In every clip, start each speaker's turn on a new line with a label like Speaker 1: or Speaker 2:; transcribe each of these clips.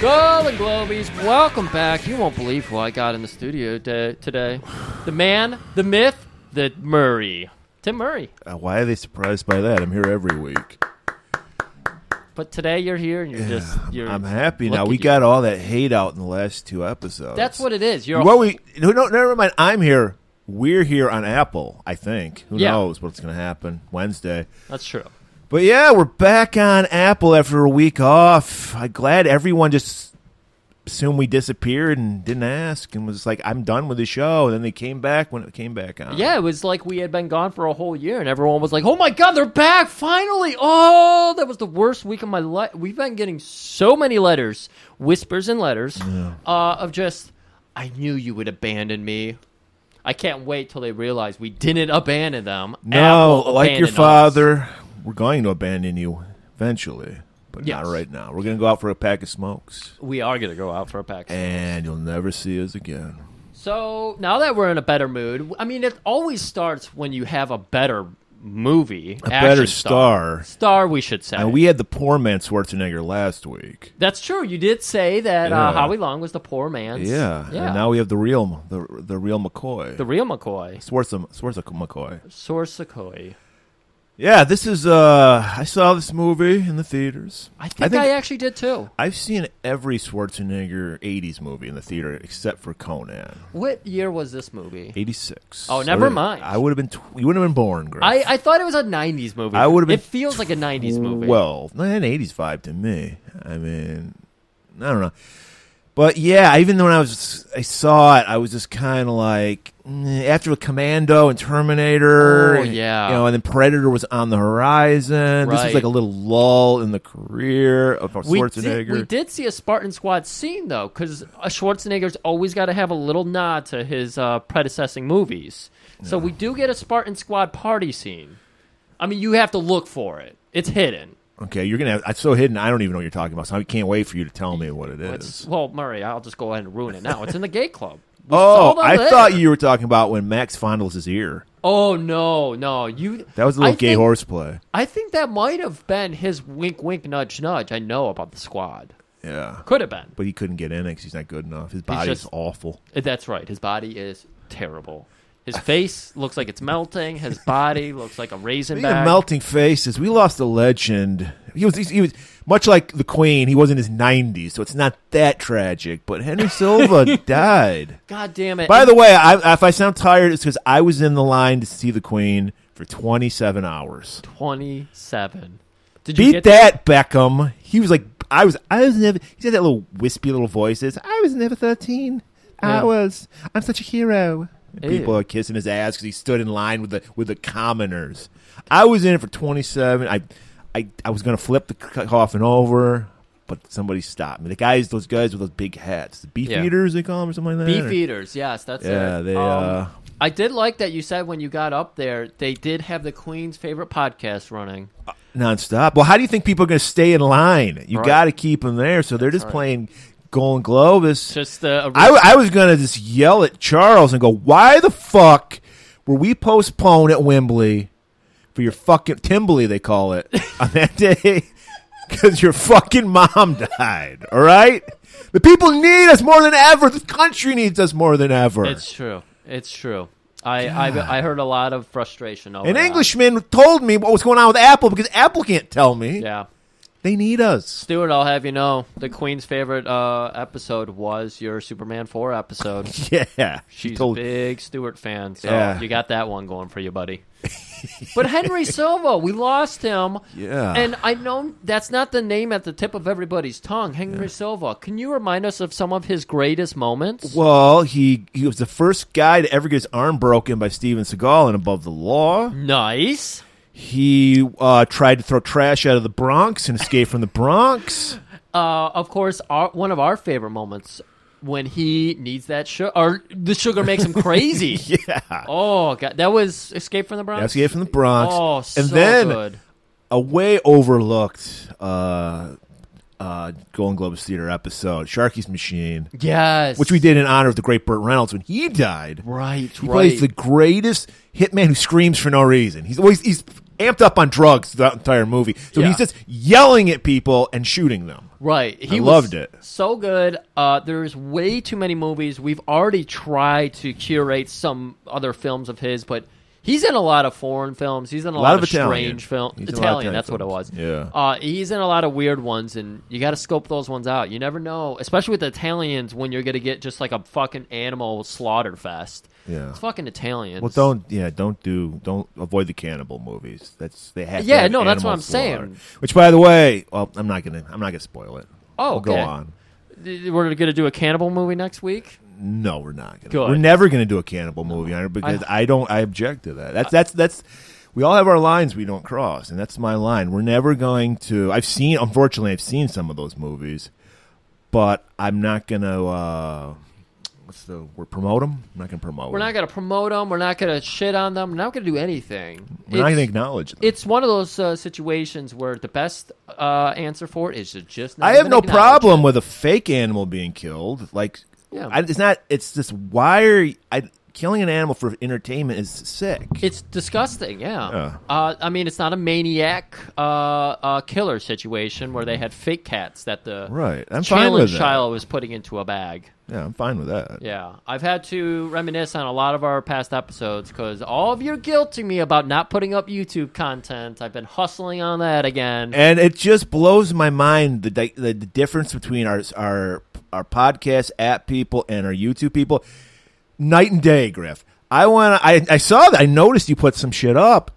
Speaker 1: Golden Globies, welcome back. You won't believe who I got in the studio da- today. The man, the myth, the Murray. Tim Murray.
Speaker 2: Uh, why are they surprised by that? I'm here every week.
Speaker 1: But today you're here and you're just you're
Speaker 2: I'm happy now.
Speaker 1: look
Speaker 2: We
Speaker 1: at you.
Speaker 2: got all that hate out in the last two episodes.
Speaker 1: That's what it is. You're
Speaker 2: Well, we no, no, never mind. I'm here. We're here on Apple. I think. Who
Speaker 1: Yeah.
Speaker 2: knows what's going to happen Wednesday?
Speaker 1: That's true.
Speaker 2: But yeah, we're back on Apple after a week off. I'm glad everyone just assumed we disappeared and didn't ask and was like, "I'm done with the show." And then they came back when it came back on.
Speaker 1: Yeah, it was like we had been gone for a whole year and everyone was like, "Oh my god, they're back finally." Oh, that was the worst week of my life. We've been getting so many letters, whispers and letters uh, of just I knew you would abandon me. I can't wait till they realize we didn't abandon them.
Speaker 2: No,
Speaker 1: Apple
Speaker 2: like
Speaker 1: abandoned
Speaker 2: your
Speaker 1: us.
Speaker 2: father, we're going to abandon you eventually, but
Speaker 1: Yes.
Speaker 2: not right now. We're going to go out for a pack of smokes,
Speaker 1: We are going to go out for a pack.
Speaker 2: and you'll never see us again.
Speaker 1: So now that we're in a better mood, I mean, it always starts when you have a better movie, a
Speaker 2: better star.
Speaker 1: Star, we should say.
Speaker 2: And we had the poor man Schwarzenegger last week.
Speaker 1: That's true. You did say that uh,
Speaker 2: Yeah.
Speaker 1: Howie Long was the poor man's.
Speaker 2: Yeah,
Speaker 1: yeah.
Speaker 2: and now we have the real, the the real McCoy,
Speaker 1: the real McCoy,
Speaker 2: Schwarzen Schwarzen McCoy.
Speaker 1: Sorsakoi.
Speaker 2: Yeah, this is. uh I saw this movie in the theaters.
Speaker 1: I think I, actually did too.
Speaker 2: I've seen every Schwarzenegger '80s movie in the theater except for Conan
Speaker 1: What year was this movie?
Speaker 2: '86.
Speaker 1: Oh, never mind.
Speaker 2: I would have been. Tw- you wouldn't have been born, Greg.
Speaker 1: I, I thought it was a '90s movie.
Speaker 2: I would've been
Speaker 1: It feels like a '90s movie.
Speaker 2: Well, not an '80s vibe to me. I mean, I don't know. But yeah, even when I was, I saw it. I was just kind of like, mm, after Commando and Terminator,
Speaker 1: Oh,
Speaker 2: and,
Speaker 1: yeah.
Speaker 2: you know, and then Predator was on the horizon. This
Speaker 1: Right.
Speaker 2: was like a little lull in the career of
Speaker 1: we
Speaker 2: Schwarzenegger.
Speaker 1: did, we did see a Spartan Squad scene though, because Schwarzenegger's always got to have a little nod to his uh, predecessing movies. So we do get a Spartan Squad party scene. I mean, you have to look for it; it's hidden.
Speaker 2: Okay, you're gonna. Have, it's so hidden. I don't even know what you're talking about. So I can't wait for you to tell me what it
Speaker 1: It's-
Speaker 2: is.
Speaker 1: well, Murray, I'll just go ahead and ruin it now. It's in the gay club. We saw
Speaker 2: Oh,
Speaker 1: them
Speaker 2: I
Speaker 1: there.
Speaker 2: thought you were talking about when Max fondles his ear.
Speaker 1: Oh no, no, you.
Speaker 2: That was a
Speaker 1: I
Speaker 2: little gay
Speaker 1: think-
Speaker 2: horseplay.
Speaker 1: I think that might have been his wink, wink, nudge, nudge. I know about the squad.
Speaker 2: Yeah,
Speaker 1: Could have been.
Speaker 2: but he couldn't get in it 'cause he's not good enough. His body's
Speaker 1: just-
Speaker 2: awful.
Speaker 1: That's right. His body is terrible. His face looks like it's melting. His body looks like a raisin
Speaker 2: Speaking of
Speaker 1: bag.
Speaker 2: melting faces, we lost a legend. He was, he, was much like the Queen. He was in his nineties, so it's not that tragic. But Henry Silva died.
Speaker 1: God damn it!
Speaker 2: By the way, I, if I sound tired, it's because I was in the line to see the Queen for twenty-seven hours.
Speaker 1: twenty-seven. Did you
Speaker 2: Beat
Speaker 1: get that?
Speaker 2: that, Beckham. He was like, I was, I was never. He said that little wispy little voices. I was never thirteen.
Speaker 1: Yeah.
Speaker 2: I was. I'm such a hero. And
Speaker 1: Ew.
Speaker 2: People are kissing his ass because he stood in line with the with the commoners. I was in it for 27. I, I, I was gonna flip the c- coffin over, but somebody stopped me. The guys, those guys with those big hats, the beef
Speaker 1: Yeah.
Speaker 2: eaters, they call them or something like that.
Speaker 1: Beef eaters. Um, Yes, that's
Speaker 2: Yeah,
Speaker 1: it.
Speaker 2: they, uh,
Speaker 1: I did like that you said when you got up there. They did have the Queen's favorite podcast running.
Speaker 2: nonstop. Well, how do you think people are gonna stay in line? You
Speaker 1: Right.
Speaker 2: got to keep them there. So they're just playing Golden Globus.
Speaker 1: Just the
Speaker 2: I, I was going to just yell at Charles and go, why the fuck were we postponed at Wembley for your fucking Timberley, they call it, on that day? Because your fucking mom died, all right? The people need us more than ever. The country needs us more than ever.
Speaker 1: It's true. It's true. I I, I heard a lot of frustration over
Speaker 2: An
Speaker 1: that.
Speaker 2: Englishman told me what was going on with Apple because Apple can't tell me.
Speaker 1: Yeah.
Speaker 2: They need us.
Speaker 1: Stuart, I'll have you know, the Queen's favorite uh, episode was your Superman 4 episode.
Speaker 2: Yeah.
Speaker 1: She's
Speaker 2: told-
Speaker 1: a big Stewart fan, so
Speaker 2: Yeah.
Speaker 1: you got that one going for you, buddy. but Henry Silva, we lost him.
Speaker 2: Yeah.
Speaker 1: And I know that's not the name at the tip of everybody's tongue. Henry Silva. Can you remind us of some of his greatest moments?
Speaker 2: Well, he he was the first guy to ever get his arm broken by Steven Seagal in Above the Law.
Speaker 1: Nice.
Speaker 2: He uh, tried to throw trash out of the Bronx and escape from the Bronx.
Speaker 1: Uh, of course, our, one of our favorite moments when he needs that sugar, or the sugar makes him crazy. yeah. Oh god, that was Escape from the Bronx.
Speaker 2: Escape from the Bronx.
Speaker 1: Oh,
Speaker 2: and
Speaker 1: so
Speaker 2: then
Speaker 1: good.
Speaker 2: a way overlooked uh, uh, Golden Globes Theater episode, Sharky's Machine,
Speaker 1: Yes,
Speaker 2: which we did in honor of the great Burt Reynolds when he died.
Speaker 1: Right,
Speaker 2: He
Speaker 1: right.
Speaker 2: plays the greatest hitman who screams for no reason. He's always he's amped up on drugs throughout the entire movie, so
Speaker 1: Yeah.
Speaker 2: he's just yelling at people and shooting them.
Speaker 1: Right. He
Speaker 2: I
Speaker 1: was
Speaker 2: loved it.
Speaker 1: So good. Uh, there's way too many movies. We've already tried to curate some other films of his, but he's in a lot of foreign films. He's in a, lot,
Speaker 2: of Italian.
Speaker 1: strange films.
Speaker 2: He's in a lot of
Speaker 1: Italian,
Speaker 2: Italian
Speaker 1: that's what it was.
Speaker 2: films. Yeah.
Speaker 1: Uh, he's in a lot of weird ones, and you got to scope those ones out. You never know, especially with the Italians, when you're going to get just like a fucking animal slaughter fest.
Speaker 2: Yeah.
Speaker 1: It's fucking Italians.
Speaker 2: Well, don't yeah, don't do don't avoid the cannibal movies. That's they have. to
Speaker 1: Yeah,
Speaker 2: have
Speaker 1: no, that's what
Speaker 2: animal
Speaker 1: I'm saying.
Speaker 2: slaughter. Which, by the way, well, I'm not gonna I'm not gonna spoil it.
Speaker 1: Oh,
Speaker 2: We'll go
Speaker 1: okay.
Speaker 2: on.
Speaker 1: We're going to do a cannibal movie next week.
Speaker 2: No, we're not. Gonna,
Speaker 1: Good.
Speaker 2: We're never gonna do a cannibal movie on it because I, don't. I object to that. That's that's that's. We all have our lines we don't cross, and that's my line. We're never going to. I've seen, unfortunately, I've seen some of those movies, but I'm not gonna. Uh, what's the word? Promote them? I'm not gonna promote.
Speaker 1: We're not going to promote them. We're not going to shit on them. We're not going to do anything.
Speaker 2: We're not
Speaker 1: It's-
Speaker 2: gonna acknowledge them.
Speaker 1: it's one of those uh, situations where the best uh, answer for it is to just. Not
Speaker 2: I have
Speaker 1: even
Speaker 2: no
Speaker 1: acknowledge
Speaker 2: problem with a fake animal being killed. Like,
Speaker 1: Yeah.
Speaker 2: I, it's not. It's just why are y- I killing an animal for entertainment is sick.
Speaker 1: it. It's disgusting. Yeah.
Speaker 2: Yeah.
Speaker 1: Uh, I mean, it's not a maniac uh, uh, killer situation where they had fake cats that the
Speaker 2: Right. I'm fine
Speaker 1: challenge
Speaker 2: with that.
Speaker 1: child was putting into a bag.
Speaker 2: Yeah, I'm fine with that.
Speaker 1: Yeah, I've had to reminisce on a lot of our past episodes because all of you are guilting me about not putting up YouTube content. I've been hustling on that again.
Speaker 2: And it just blows my mind the, di- the the difference between our our our podcast app people and our YouTube people, night and day, Griff. I want to. I I saw that. I noticed you put some shit up.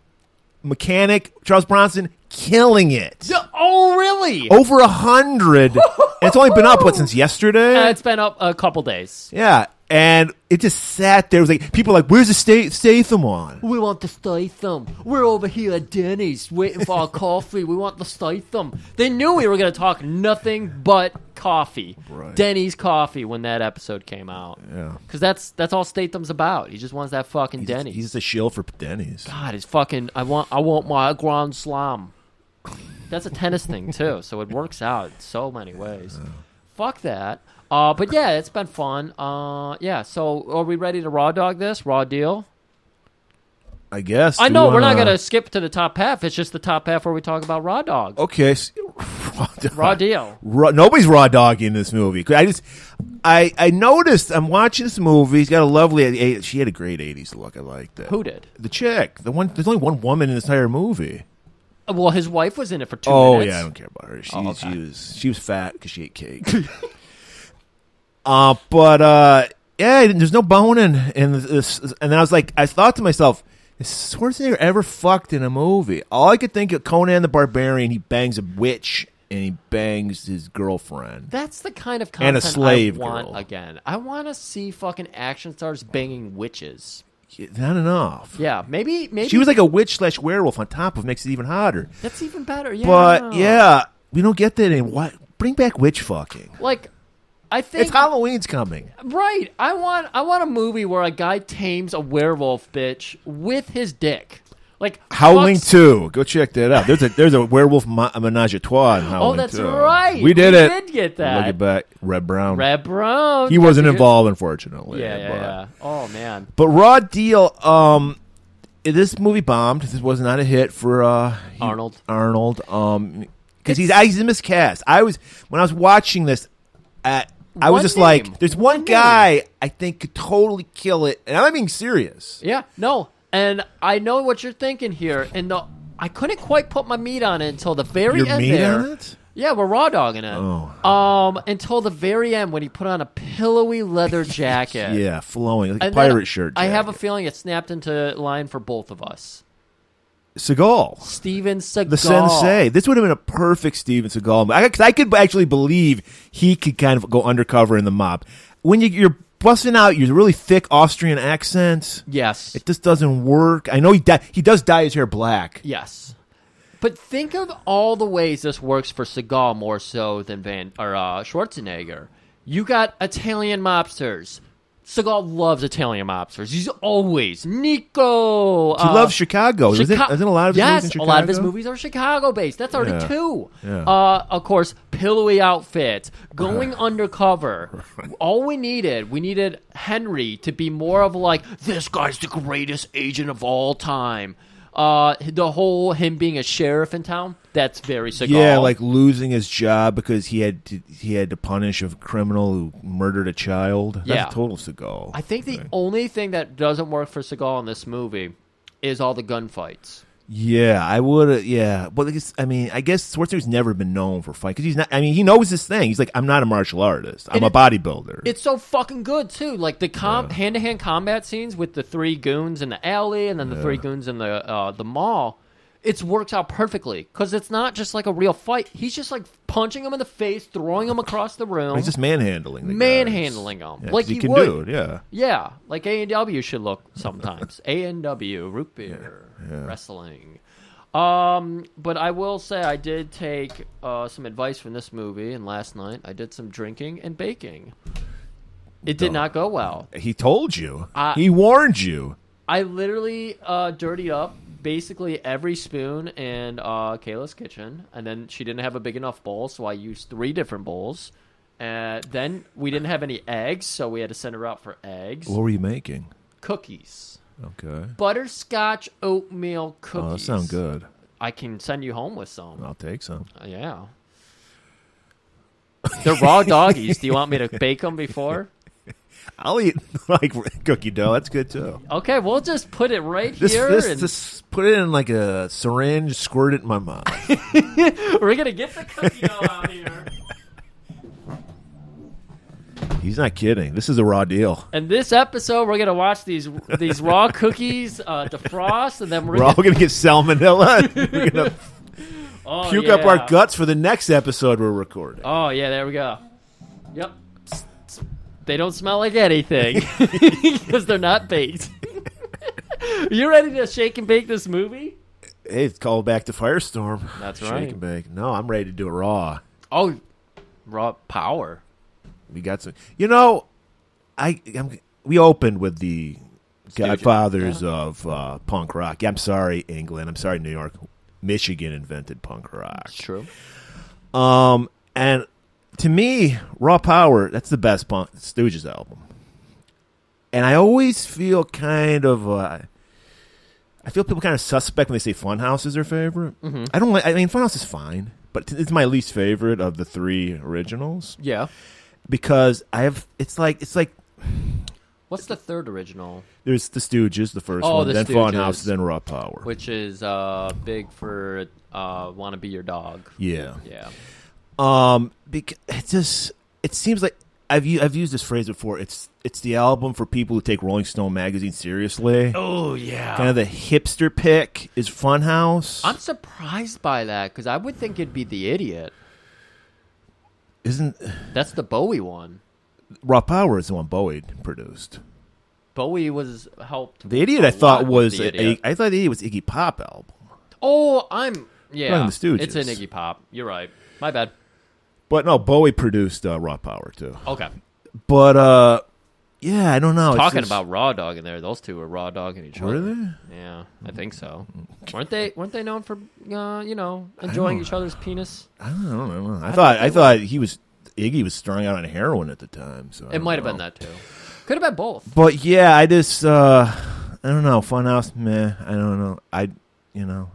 Speaker 2: Mechanic Charles Bronson killing it.
Speaker 1: oh, really?
Speaker 2: Over a hundred. and it's only been up what since yesterday.
Speaker 1: Uh, it's been up a couple days.
Speaker 2: Yeah, and it just sat there. It was like people were like, "Where's the state Statham on?"
Speaker 1: We want the Statham. We're over here at Denny's waiting for our coffee. We want the Statham. They knew we were going to talk nothing but coffee.
Speaker 2: Right.
Speaker 1: Denny's coffee when that episode came out.
Speaker 2: Yeah.
Speaker 1: Because that's, that's all Statham's about. He just wants that fucking Denny's.
Speaker 2: He's the shill for Denny's.
Speaker 1: God, it's fucking. I want, I want my Grand Slam. That's a tennis thing, too. So it works out in so many ways. Fuck that. Uh, but yeah, it's been fun. Uh, yeah, so are we ready to raw dog this? Raw deal?
Speaker 2: I guess.
Speaker 1: I
Speaker 2: You
Speaker 1: know we're
Speaker 2: wanna-
Speaker 1: not going to skip to the top half. It's just the top half where we talk about raw dog,
Speaker 2: Okay, s- raw, dog.
Speaker 1: raw deal.
Speaker 2: Raw- nobody's raw dogging this movie. I just, I, I noticed. I'm watching this movie. He's got a lovely. eh, She had a great '80s look. I liked it.
Speaker 1: Who did?
Speaker 2: The chick. The one. There's only one woman in this entire movie.
Speaker 1: Uh, Well, his wife was in it for two
Speaker 2: Oh
Speaker 1: minutes.
Speaker 2: yeah, I don't care about her. She,
Speaker 1: Oh, okay.
Speaker 2: she was she was fat because she ate cake. uh, but uh, yeah, there's no boning in this. And then I was like, I thought to myself, is Schwarzenegger ever fucked in a movie? All I could think of Conan the Barbarian. He bangs a witch and he bangs his girlfriend.
Speaker 1: That's the kind of content
Speaker 2: And a slave
Speaker 1: I want
Speaker 2: girl.
Speaker 1: again. I want to see fucking action stars banging witches.
Speaker 2: Not enough.
Speaker 1: Yeah, maybe maybe
Speaker 2: She was like a witch slash werewolf on top of makes it even hotter.
Speaker 1: that's even better. Yeah,
Speaker 2: But yeah, we don't get that in what bring back witch fucking.
Speaker 1: like I think
Speaker 2: It's Halloween's coming.
Speaker 1: right. I want I want a movie where a guy tames a werewolf bitch with his dick. Like
Speaker 2: Howling
Speaker 1: fucks-
Speaker 2: Two. Go check that out. There's a there's a werewolf ma- menage a trois in Howling
Speaker 1: Oh, that's
Speaker 2: 2.
Speaker 1: right.
Speaker 2: We did it.
Speaker 1: Did get
Speaker 2: Look
Speaker 1: that?
Speaker 2: at back, Red Brown.
Speaker 1: Red Brown.
Speaker 2: he wasn't
Speaker 1: That's a good-
Speaker 2: involved, unfortunately.
Speaker 1: Yeah, yeah,
Speaker 2: but,
Speaker 1: yeah. Oh man.
Speaker 2: but Raw Deal. Um, this movie bombed. This was not a hit for uh he-
Speaker 1: Arnold.
Speaker 2: Arnold. Um, because he's he's miscast. I was when I was watching this at. I was
Speaker 1: One
Speaker 2: just
Speaker 1: name.
Speaker 2: like, there's one,
Speaker 1: One
Speaker 2: guy I think could totally kill it, and I'm not being serious.
Speaker 1: Yeah, no. And I know what you're thinking here. And the I couldn't quite put my meat on it until the very
Speaker 2: Your
Speaker 1: end
Speaker 2: meat
Speaker 1: there.
Speaker 2: on it?
Speaker 1: Yeah, we're raw dogging it.
Speaker 2: Oh.
Speaker 1: Um, until the very end when he put on a pillowy leather jacket.
Speaker 2: Yeah, flowing like a
Speaker 1: And then
Speaker 2: pirate shirt.
Speaker 1: I have a
Speaker 2: jacket.
Speaker 1: feeling it snapped into line for both of us.
Speaker 2: Seagal.
Speaker 1: Steven Seagal.
Speaker 2: The sensei. This would have been a perfect Steven Seagal. I, 'cause I could actually believe he could kind of go undercover in the mob. When you, you're busting out your really thick Austrian accent,
Speaker 1: Yes.
Speaker 2: it just doesn't work. I know he di- he does dye his hair black.
Speaker 1: yes. But think of all the ways this works for Seagal more so than Van or uh, Schwarzenegger. You got Italian mobsters. Seagal loves Italian mobsters. He's always Nico.
Speaker 2: He loves Chicago.
Speaker 1: Uh, Chica-
Speaker 2: isn't, Oh, isn't a lot of his
Speaker 1: yes,
Speaker 2: movies in Chicago?
Speaker 1: a lot of his movies are Chicago based. That's already
Speaker 2: Yeah.
Speaker 1: two.
Speaker 2: Yeah.
Speaker 1: Uh, of course, pillowy outfit, going undercover. All we needed, we needed Henry to be more of like this guy's the greatest agent of all time. Uh, the whole him being a sheriff in town. That's very Seagal.
Speaker 2: Yeah, like losing his job because he had to, he had to punish a criminal who murdered a child. That's
Speaker 1: Yeah.
Speaker 2: a total Seagal.
Speaker 1: I think the only thing that doesn't work for Seagal in this movie is all the gunfights.
Speaker 2: yeah, I would. Yeah, but I, guess, I mean, I guess Schwarzenegger's never been known for fight because he's not. I mean, he knows his thing. He's like, I'm not a martial artist.
Speaker 1: And
Speaker 2: I'm a
Speaker 1: it-
Speaker 2: bodybuilder.
Speaker 1: It's so fucking good too. Like the com- hand-to-hand combat scenes with the three goons in the alley, and then the three goons in the uh, the mall. It's works out perfectly because it's not just like a real fight. He's just like punching him in the face, throwing him across the room,
Speaker 2: he's just manhandling. The guys.
Speaker 1: manhandling him
Speaker 2: Yeah, 'cause
Speaker 1: like
Speaker 2: he,
Speaker 1: he,
Speaker 2: can
Speaker 1: would.
Speaker 2: do it. Yeah,
Speaker 1: Yeah, like A and W should look sometimes. A and W root beer wrestling. Um, but I will say I did take uh, some advice from this movie, and last night I did some drinking and baking. It did not go well.
Speaker 2: he told you.
Speaker 1: I-
Speaker 2: he warned you.
Speaker 1: I literally uh, dirtied up basically every spoon in uh, Kayla's kitchen, and then she didn't have a big enough bowl, so I used three different bowls. And then we didn't have any eggs, so we had to send her out for eggs,
Speaker 2: What were you making?
Speaker 1: cookies,
Speaker 2: Okay,
Speaker 1: butterscotch oatmeal
Speaker 2: oh, that
Speaker 1: cookies.
Speaker 2: sounds good. Oh.
Speaker 1: I can send you home with some.
Speaker 2: I'll take some.
Speaker 1: Uh, Yeah, they're raw doggies. Do you want me to bake them before?
Speaker 2: I'll eat like cookie dough. That's good too.
Speaker 1: Okay, we'll just put it right
Speaker 2: This,
Speaker 1: here,
Speaker 2: this,
Speaker 1: and
Speaker 2: this, put it in like a syringe, squirt it in my mouth.
Speaker 1: we're gonna get the cookie dough out here.
Speaker 2: He's not kidding. This is a raw deal.
Speaker 1: And this episode, we're gonna watch these these raw cookies uh, defrost, and then we're,
Speaker 2: We're all
Speaker 1: gonna
Speaker 2: going to get salmonella. We're going to
Speaker 1: oh,
Speaker 2: puke
Speaker 1: yeah.
Speaker 2: up our guts for the next episode we're recording.
Speaker 1: Oh yeah, there we go. Yep, they don't smell like anything because they're not baked. you ready to shake and bake this movie?
Speaker 2: Hey, it's called back to Firestorm.
Speaker 1: That's
Speaker 2: Shake
Speaker 1: right.
Speaker 2: and bake. No, I'm ready to do it raw.
Speaker 1: Oh, raw power.
Speaker 2: We got some. You know, I I'm, we opened with the Godfathers of uh, punk rock. Yeah, I'm sorry, England. I'm sorry, New York. Michigan invented punk rock.
Speaker 1: True.
Speaker 2: Um, and to me, Raw Power that's the best punk Stooges album. And I always feel kind of uh, I feel people kind of suspect when they say Funhouse is their favorite.
Speaker 1: Mm-hmm.
Speaker 2: I don't like. I mean, Funhouse is fine, but it's my least favorite of the three originals
Speaker 1: Yeah.
Speaker 2: because I have. It's like it's like
Speaker 1: What's the third original?
Speaker 2: there's the Stooges, the first
Speaker 1: Oh,
Speaker 2: one,
Speaker 1: the
Speaker 2: then
Speaker 1: Stooges.
Speaker 2: Funhouse, then Raw Power.
Speaker 1: Which is uh, big for uh, "Wanna Be Your Dog."
Speaker 2: yeah.
Speaker 1: Yeah.
Speaker 2: Um, because it just it seems like I've u- I've used this phrase before. It's it's the album for people who take Rolling Stone magazine seriously.
Speaker 1: Oh yeah.
Speaker 2: Kind of the hipster pick is Funhouse.
Speaker 1: I'm surprised by that because I would think it'd be the idiot.
Speaker 2: Isn't
Speaker 1: That's the Bowie one.
Speaker 2: Raw Power is the one Bowie produced.
Speaker 1: Bowie was helped.
Speaker 2: The Idiot
Speaker 1: a
Speaker 2: I thought
Speaker 1: lot with
Speaker 2: was
Speaker 1: The
Speaker 2: a-
Speaker 1: Idiot.
Speaker 2: I thought the Idiot was Iggy Pop album.
Speaker 1: oh, I'm yeah.
Speaker 2: Talking the Stooges.
Speaker 1: It's an Iggy Pop. You're right. My bad.
Speaker 2: But no, Bowie produced uh, Raw Power too.
Speaker 1: Okay.
Speaker 2: But uh, yeah, I don't know. It's
Speaker 1: Talking
Speaker 2: just-
Speaker 1: about Raw Dog in there, those two were Raw Dogging each
Speaker 2: Were
Speaker 1: other.
Speaker 2: they? Mm.
Speaker 1: Yeah, I think so. weren't they? Weren't they known for uh, you know enjoying each other's penis?
Speaker 2: I don't know. I, don't know. I thought I thought he was Iggy was strung out on heroin at the time. So I
Speaker 1: It
Speaker 2: don't
Speaker 1: might have been
Speaker 2: know.
Speaker 1: that too. Could have been both.
Speaker 2: But yeah, I just uh I don't know, Funhouse, meh, I don't know. I you know.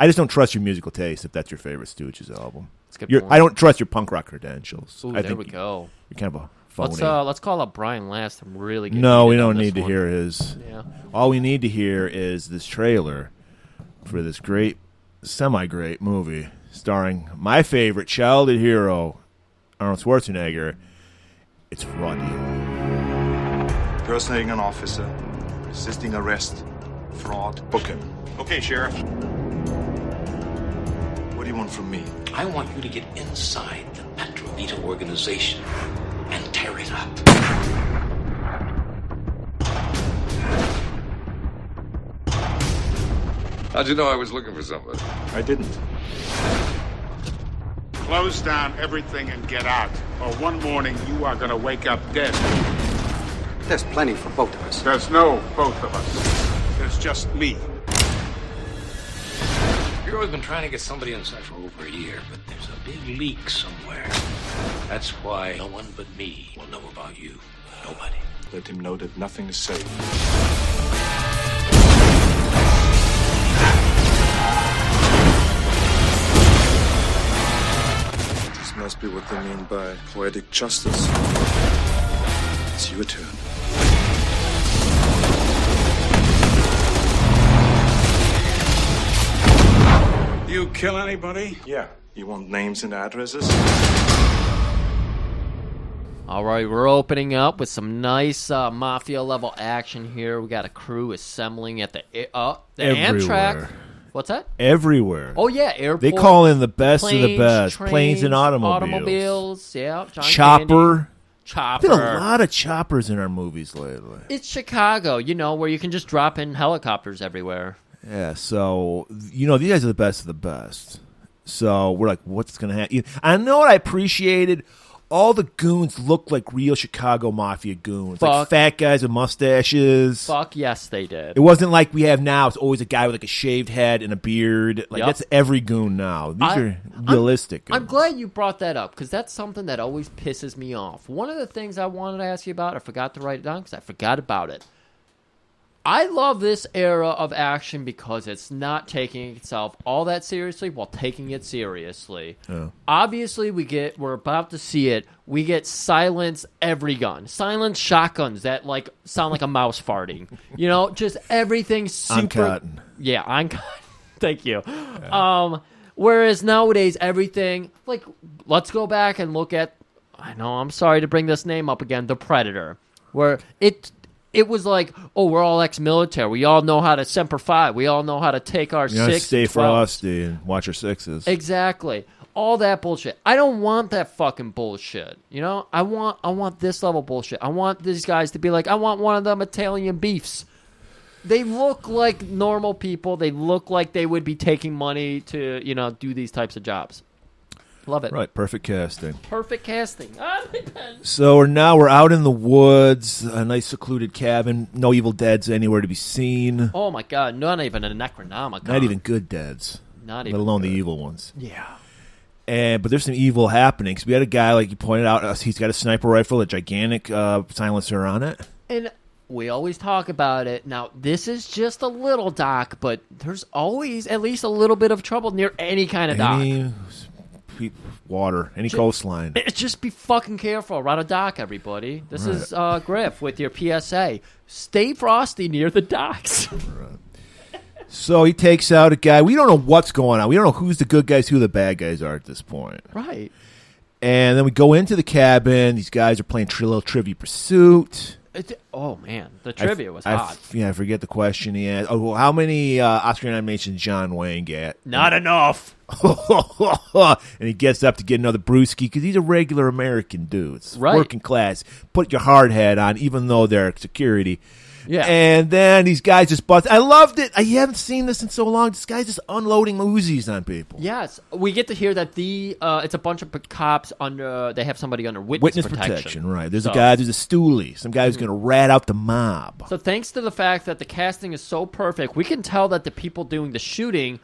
Speaker 2: I just don't trust your musical taste if that's your favorite Stooges album.
Speaker 1: That's a good
Speaker 2: Your,
Speaker 1: point.
Speaker 2: I don't trust your punk rock credentials.
Speaker 1: Ooh, there
Speaker 2: I think
Speaker 1: we go.
Speaker 2: you're kind of a phony.
Speaker 1: Let's uh, let's call up Brian last. I'm really getting
Speaker 2: no, we
Speaker 1: heated on
Speaker 2: don't
Speaker 1: this
Speaker 2: need to
Speaker 1: one.
Speaker 2: hear his.
Speaker 1: Yeah.
Speaker 2: All we need to hear is this trailer for this great, semi great movie starring my favorite childhood hero, Arnold Schwarzenegger. It's Rodney.
Speaker 3: Impersonating an officer, resisting arrest, fraud. Book him.
Speaker 4: Okay, Sheriff.
Speaker 3: What do you want from me?
Speaker 5: I want you to get inside the Petrovita organization and tear it up.
Speaker 6: How'd you know I was looking for somebody?
Speaker 3: I didn't.
Speaker 4: Close down everything and get out, or one morning you are going to wake up dead.
Speaker 7: There's plenty for both of us.
Speaker 4: There's no both of us. There's just me.
Speaker 5: You've always been trying to get somebody inside for over a year, but there's a big leak somewhere. That's why no one but me will know about you. Nobody.
Speaker 3: Let him know that nothing is safe. This must be what they mean by poetic justice. It's your turn.
Speaker 4: You kill anybody?
Speaker 3: Yeah. You want names and addresses?
Speaker 1: All right, we're opening up with some nice uh, mafia level action here. We got a crew assembling at the a- uh, the Amtrak.
Speaker 2: Everywhere.
Speaker 1: What's that?
Speaker 2: Everywhere.
Speaker 1: oh yeah, airport.
Speaker 2: they call in the best of the
Speaker 1: planes,
Speaker 2: best planes and
Speaker 1: trains,
Speaker 2: automobiles.
Speaker 1: automobiles. Yeah, John
Speaker 2: Chopper.
Speaker 1: Candy. chopper.
Speaker 2: Been a lot of choppers in our movies lately.
Speaker 1: It's Chicago, you know, where you can just drop in helicopters everywhere.
Speaker 2: Yeah, so you know these guys are the best of the best. So we're like, what's gonna happen? I know what I appreciated. All the goons looked like real Chicago mafia goons, like
Speaker 1: Fuck.
Speaker 2: fat guys with mustaches.
Speaker 1: Fuck yes, they did.
Speaker 2: It wasn't like we have now. It's always a guy with like a shaved head and a beard. Like
Speaker 1: Yep.
Speaker 2: that's every goon now. These
Speaker 1: I-
Speaker 2: are realistic.
Speaker 1: I'm
Speaker 2: goons.
Speaker 1: glad you brought that up because that's something that always pisses me off. One of the things I wanted to ask you about, I forgot to write it down because I forgot about it. I love this era of action because it's not taking itself all that seriously while taking it seriously. Obviously, we get we're about to see it. We get silence every gun, silence shotguns that like sound like a mouse farting. You know, just everything super.
Speaker 2: cotton.
Speaker 1: Yeah, on cotton. Thank you. Um, whereas nowadays everything like let's go back and look at. I know I'm sorry to bring this name up again, the Predator, where it it was like, oh, we're all ex-military. We all know how to semper fi. We all know how to take our
Speaker 2: You know,
Speaker 1: six.
Speaker 2: stay
Speaker 1: 12.
Speaker 2: frosty and watch your sixes.
Speaker 1: Exactly. All that bullshit. I don't want that fucking bullshit. You know, I want I want this level bullshit. I want these guys to be like, I want one of them Italian beefs. They look like normal people. They look like they would be taking money to, you know, do these types of jobs. Love it.
Speaker 2: Right, perfect casting.
Speaker 1: Perfect casting. Ah,
Speaker 2: So we're now we're out in the woods, a nice secluded cabin. No evil deads anywhere to be seen.
Speaker 1: oh my god, not even a Necronomicon.
Speaker 2: Not even good deads.
Speaker 1: Not
Speaker 2: let
Speaker 1: even
Speaker 2: alone the evil ones. Yeah. And but there's some evil happening 'cause we had a guy like you pointed out. uh, He's got a sniper rifle, a gigantic uh, silencer on it.
Speaker 1: And we always talk about it. Now, this is just a little dock, but there's always at least a little bit of trouble near any kind of dock.
Speaker 2: Any s- pe- water, any coastline.
Speaker 1: It's just be fucking careful around a dock, everybody. This is uh, Griff with your PSA. Stay frosty near the docks.
Speaker 2: So he takes out a guy. We don't know what's going on. We don't know who's the good guys, who the bad guys are at this point.
Speaker 1: right.
Speaker 2: And then we go into the cabin. These guys are playing tri- little trivia pursuit.
Speaker 1: It, oh man, the
Speaker 2: I f-
Speaker 1: trivia was
Speaker 2: I f-
Speaker 1: hot.
Speaker 2: Yeah, I forget the question he asked. Oh, well, how many uh, Oscar nominations did John Wayne get?
Speaker 1: Not enough.
Speaker 2: and he gets up to get another brewski because he's a regular American dude, It's
Speaker 1: Right.
Speaker 2: working class. Put your hard hat on, even though they're security.
Speaker 1: Yeah.
Speaker 2: And then these guys just bust. I loved it. I haven't seen this in so long. This guy's just unloading Uzis on people.
Speaker 1: Yes, we get to hear that the uh, it's a bunch of p- cops under. They have somebody under witness,
Speaker 2: Witness protection. right? There's
Speaker 1: So- Mm.
Speaker 2: a guy. There's a stoolie. Some guy who's going to rat out the mob.
Speaker 1: So thanks to the fact that the casting is so perfect, we can tell that the people doing the shooting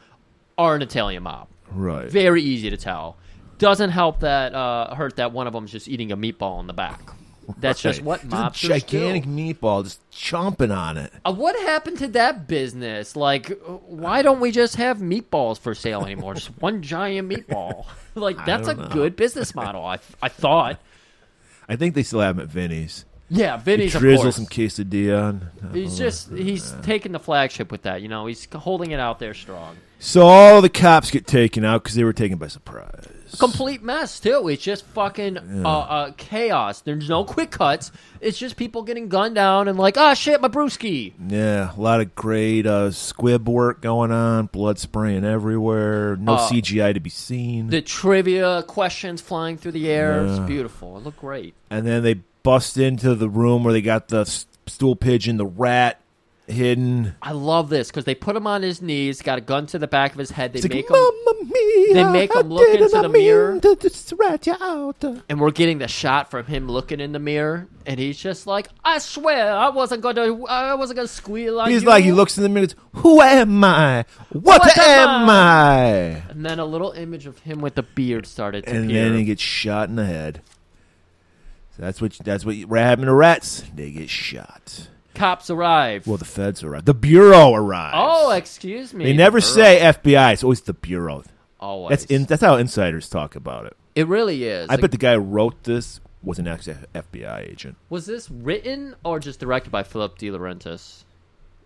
Speaker 1: are an Italian mob.
Speaker 2: right.
Speaker 1: Very easy to tell. Doesn't help that uh, hurt that one of them's just eating a meatball in the back. That's just
Speaker 2: Right.
Speaker 1: what
Speaker 2: a
Speaker 1: mobsters
Speaker 2: gigantic
Speaker 1: do.
Speaker 2: meatball just chomping on it.
Speaker 1: Uh, what happened to that business? Like, uh, why don't we just have meatballs for sale anymore? just one giant meatball. like, that's a
Speaker 2: don't know.
Speaker 1: good business model. I I thought.
Speaker 2: I think they still have them at Vinny's.
Speaker 1: Yeah,
Speaker 2: You
Speaker 1: Vinny's of
Speaker 2: drizzle
Speaker 1: course.
Speaker 2: some Oh, quesadilla. And, uh,
Speaker 1: He's just he's taking the flagship with that. You know, he's holding it out there strong.
Speaker 2: so all the cops get taken out because they were taken by surprise.
Speaker 1: Complete mess too. It's just fucking uh, uh, chaos. There's no quick cuts. It's just people getting gunned down and like, ah, shit, my brewski.
Speaker 2: Yeah, a lot of great uh, squib work going on, blood spraying everywhere, no CGI to be seen.
Speaker 1: Uh, The trivia questions flying through the air. It's beautiful. It looked great.
Speaker 2: and then they bust into the room where they got the s- stool pigeon, the rat hidden.
Speaker 1: I love this because they put him on his knees, got a gun to the back of his head. They
Speaker 2: It's
Speaker 1: make
Speaker 2: like,
Speaker 1: him,
Speaker 2: Mamma mia,
Speaker 1: they make
Speaker 2: I
Speaker 1: him look
Speaker 2: didn't
Speaker 1: into the
Speaker 2: mean
Speaker 1: mirror.
Speaker 2: To, just rat you out.
Speaker 1: and we're getting the shot from him looking in the mirror, and he's just like, "I swear, I wasn't gonna, I wasn't gonna squeal on
Speaker 2: He's
Speaker 1: you."
Speaker 2: like, he looks in the mirror. it's, Who am I? What,
Speaker 1: What am
Speaker 2: am, I?
Speaker 1: and then a little image of him with the beard started to
Speaker 2: And
Speaker 1: appear.
Speaker 2: then he gets shot in the head. So that's what that's what happened to rats. They get shot.
Speaker 1: Cops arrive.
Speaker 2: Well, the feds arrive. The bureau arrives.
Speaker 1: oh, excuse me.
Speaker 2: They never
Speaker 1: The
Speaker 2: say FBI. It's always the bureau.
Speaker 1: Always.
Speaker 2: That's in, that's how insiders talk about it.
Speaker 1: It really is.
Speaker 2: I bet the guy who wrote this was an ex FBI agent.
Speaker 1: Was this written or just directed by Philip De Laurentiis?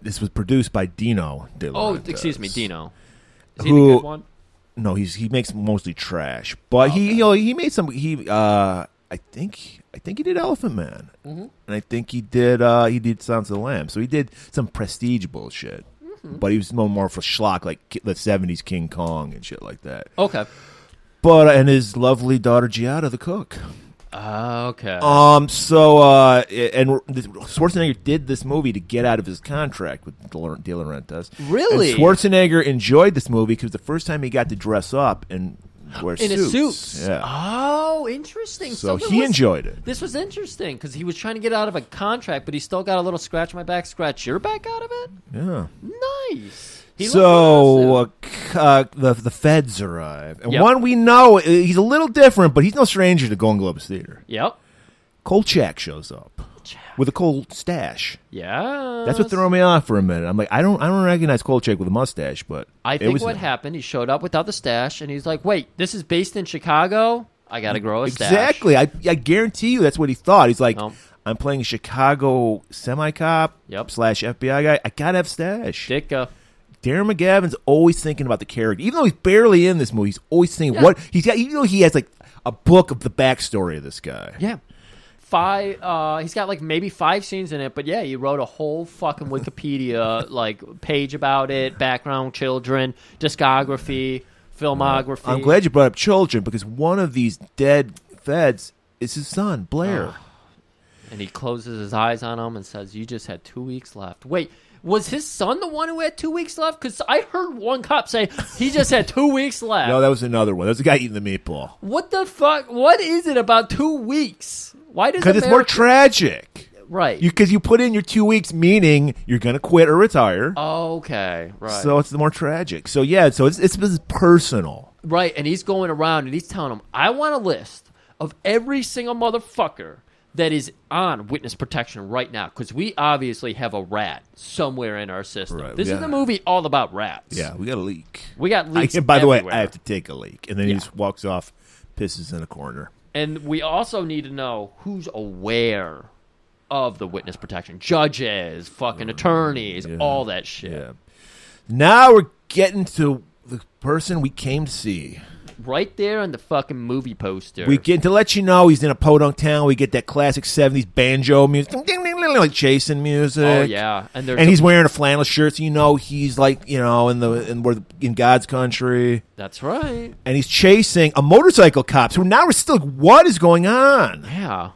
Speaker 2: This was produced by Dino. De
Speaker 1: Oh,
Speaker 2: Laurentiis.
Speaker 1: excuse me, Dino. Is he the
Speaker 2: Who-
Speaker 1: good one?
Speaker 2: No, he's he makes mostly trash, but he you know, he made some. He uh, I think I think he did Elephant Man, and I think he did uh he did Sounds of the Lamb. So he did some prestige bullshit, but he was more more for schlock like ki- the seventies King Kong and shit like that.
Speaker 1: Okay.
Speaker 2: But uh, and his lovely daughter Giada, the cook.
Speaker 1: Okay.
Speaker 2: Um. So, uh, and Schwarzenegger did this movie to get out of his contract with De Laur- De Laurentiis.
Speaker 1: Really?
Speaker 2: And Schwarzenegger enjoyed this movie because the first time he got to dress up and wear
Speaker 1: in
Speaker 2: suits.
Speaker 1: a suit.
Speaker 2: Yeah.
Speaker 1: Oh, interesting.
Speaker 2: So
Speaker 1: there
Speaker 2: he
Speaker 1: was-
Speaker 2: enjoyed it.
Speaker 1: This was interesting because he was trying to get out of a contract, but he still got a little scratch my back, scratch your back out of it.
Speaker 2: Yeah.
Speaker 1: Nice. He looked
Speaker 2: so
Speaker 1: awesome.
Speaker 2: uh, c- uh, the the feds arrive, and
Speaker 1: Yep.
Speaker 2: one we know uh, he's a little different, but he's no stranger to Golden Globes theater.
Speaker 1: yep.
Speaker 2: Kolchak shows up with a cold stash.
Speaker 1: Yeah.
Speaker 2: That's what threw me off for a minute. I'm like, I don't, I don't recognize Kolchak with a mustache, but
Speaker 1: I
Speaker 2: it
Speaker 1: think
Speaker 2: was
Speaker 1: what
Speaker 2: him.
Speaker 1: happened, he showed up without the stash, and he's like, "Wait, this is based in Chicago. I gotta grow a stash."
Speaker 2: Mm, Exactly. I, I guarantee you that's what he thought. He's like,
Speaker 1: No.
Speaker 2: I'm playing a Chicago semi cop
Speaker 1: Yep.
Speaker 2: slash FBI guy. I gotta have stash.
Speaker 1: Dicka.
Speaker 2: Darren McGavin's always thinking about the character, even though he's barely in this movie. He's always thinking
Speaker 1: Yeah.
Speaker 2: what he's got. Even though he has like a book of the backstory of this guy.
Speaker 1: Yeah. Five. Uh, he's got like maybe five scenes in it, but yeah, he wrote a whole fucking Wikipedia like page about it, background, children, discography, filmography.
Speaker 2: I'm glad you brought up children because one of these dead feds is his son Blair.
Speaker 1: And he closes his eyes on him and says, "You just had two weeks left." Wait. Was his son the one who had two weeks left? Because I heard one cop say he just had two weeks left.
Speaker 2: No, that was another one. That was the guy eating the meatball
Speaker 1: What the fuck? What is it about two weeks? Why does
Speaker 2: because it's more
Speaker 1: America-
Speaker 2: tragic.
Speaker 1: right?
Speaker 2: You because you put in your two weeks, meaning you're gonna quit or retire.
Speaker 1: okay, right,
Speaker 2: So it's the more tragic. So yeah, so it's it's, it's personal.
Speaker 1: right. And he's going around and he's telling them, "I want a list of every single motherfucker that is on witness protection right now, because we obviously have a rat somewhere in our system.
Speaker 2: Right,
Speaker 1: this
Speaker 2: yeah.
Speaker 1: is a movie all about rats.
Speaker 2: Yeah, we got a leak.
Speaker 1: we got leaks.
Speaker 2: I, by the way,
Speaker 1: everywhere.
Speaker 2: I have to take a leak, and then
Speaker 1: Yeah.
Speaker 2: he just walks off, pisses in a corner.
Speaker 1: and we also need to know who's aware." Of the witness protection, judges, fucking
Speaker 2: Mm,
Speaker 1: attorneys, all that shit.
Speaker 2: Now we're getting to the person we came to see.
Speaker 1: Right there on the fucking movie poster.
Speaker 2: We get to let you know he's in a podunk town. We get that classic '70s banjo music, ding, ding, ding, ding, like chasing music.
Speaker 1: Oh yeah, and there's
Speaker 2: And he's wearing a flannel shirt, so you know he's like, you know, in the in we're in God's country.
Speaker 1: that's right.
Speaker 2: And he's chasing a motorcycle cop. So now we're still, like, what is going on?
Speaker 1: Yeah,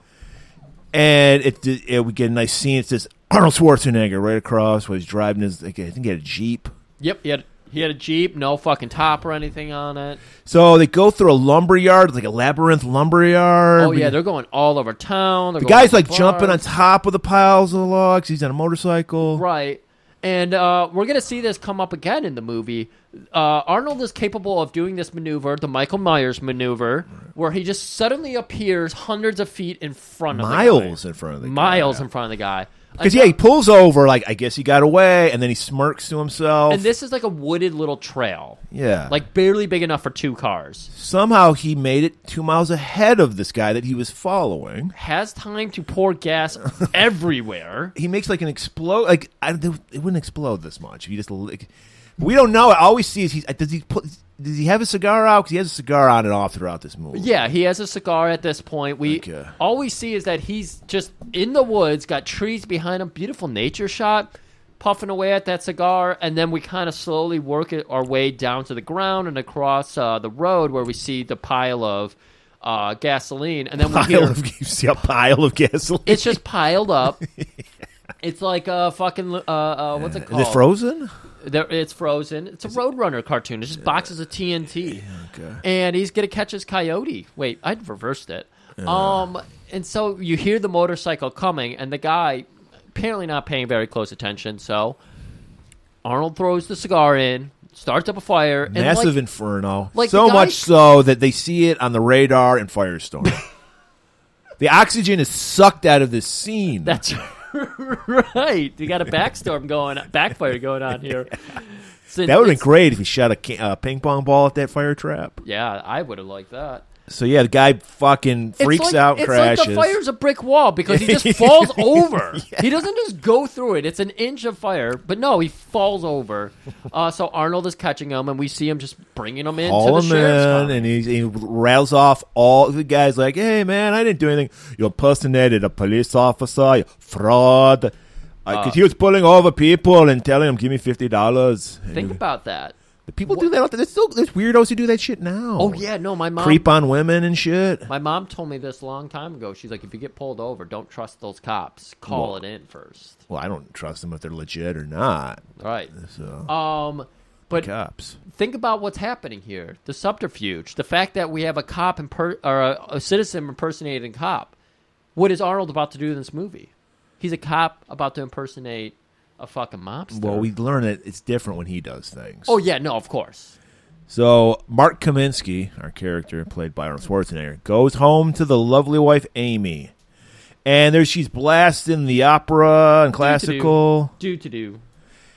Speaker 2: and it, it we get a nice scene. It says Arnold Schwarzenegger right across while he's driving his. Like, I think he had a jeep.
Speaker 1: yep. He had he had a jeep, no fucking top or anything on it.
Speaker 2: So they go through a lumber yard, like a labyrinth lumber yard.
Speaker 1: Oh yeah, they're going all over town.
Speaker 2: the guy's like jumping on top of the piles of logs. He's on a motorcycle.
Speaker 1: right. And uh, we're gonna see this come up again in the movie. Uh, Arnold is capable of doing this maneuver, the Michael Myers maneuver, where he just suddenly appears hundreds of feet in front of the guy.
Speaker 2: Miles in front of the guy.
Speaker 1: miles in front of the guy.
Speaker 2: Because yeah, he pulls over. Like I guess he got away, and then he smirks to himself.
Speaker 1: and this is like a wooded little trail,
Speaker 2: yeah,
Speaker 1: like barely big enough for two cars.
Speaker 2: somehow he made it two miles ahead of this guy that he was following.
Speaker 1: Has time to pour gas everywhere.
Speaker 2: he makes like an explode. Like I, it wouldn't explode this much if you just. Like, we don't know. I always see is he does he put does he have a cigar out? Because he has a cigar on and off throughout this movie.
Speaker 1: Yeah, he has a cigar at this point. We
Speaker 2: Okay.
Speaker 1: all we see is that he's just in the woods, got trees behind him, beautiful nature shot, puffing away at that cigar, and then we kind of slowly work it, our way down to the ground and across uh, the road where we see the pile of uh, gasoline, and then we hear
Speaker 2: pile of you see a pile of gasoline.
Speaker 1: it's just piled up. It's like a fucking uh, uh, what's it
Speaker 2: is
Speaker 1: called?
Speaker 2: it frozen?
Speaker 1: There, it's frozen. It's a Roadrunner cartoon. It's just boxes of TNT. And he's gonna catch his coyote. Wait, I'd reversed it. Um, and so you hear the motorcycle coming, and the guy apparently not paying very close attention. So Arnold throws the cigar in, starts up a fire, and like-
Speaker 2: Massive inferno.
Speaker 1: like
Speaker 2: so
Speaker 1: the guy-
Speaker 2: much so that they see it on the radar in Firestorm. the oxygen is sucked out of this scene.
Speaker 1: That's right. You got a backstorm going, backfire going on here. So
Speaker 2: that would have
Speaker 1: it's-
Speaker 2: been great if he shot a ca- uh, ping pong ball at that fire trap.
Speaker 1: Yeah, I would have liked that.
Speaker 2: So yeah, the guy fucking
Speaker 1: It's
Speaker 2: freaks
Speaker 1: like-
Speaker 2: out,
Speaker 1: it's
Speaker 2: crashes.
Speaker 1: like the fire's a brick wall because he just falls over. He doesn't just go through it. It's an inch of fire, but no, he falls over. Uh, so Arnold is catching him, and we see him just bringing him into
Speaker 2: All
Speaker 1: the
Speaker 2: him
Speaker 1: sheriff's car.
Speaker 2: in, and he, he rattles off all the guys. Like, hey man, I didn't do anything. You impersonated a police officer. You fraud. Because he was pulling over people and telling them, "Give me fifty dollars."
Speaker 1: Think about that.
Speaker 2: People do that. all the- There's still there's weirdos who do that shit now.
Speaker 1: Oh yeah, no, my mom.
Speaker 2: creep on women and shit.
Speaker 1: My mom told me this a long time ago. She's like, if you get pulled over, don't trust those cops. Call it in first.
Speaker 2: Well, I don't trust them if they're legit or not.
Speaker 1: Right.
Speaker 2: So
Speaker 1: Um, but
Speaker 2: cops.
Speaker 1: think about what's happening here the subterfuge the fact that we have a cop imper- or a, a citizen impersonating a cop what is arnold about to do in this movie he's a cop about to impersonate a fucking mobster
Speaker 2: Well, we learn that it's different when he does things.
Speaker 1: oh yeah no of course
Speaker 2: So Mark Kaminsky, our character played by Arnold Schwarzenegger, goes home to the lovely wife Amy, and there she's blasting the opera and classical,
Speaker 1: do to do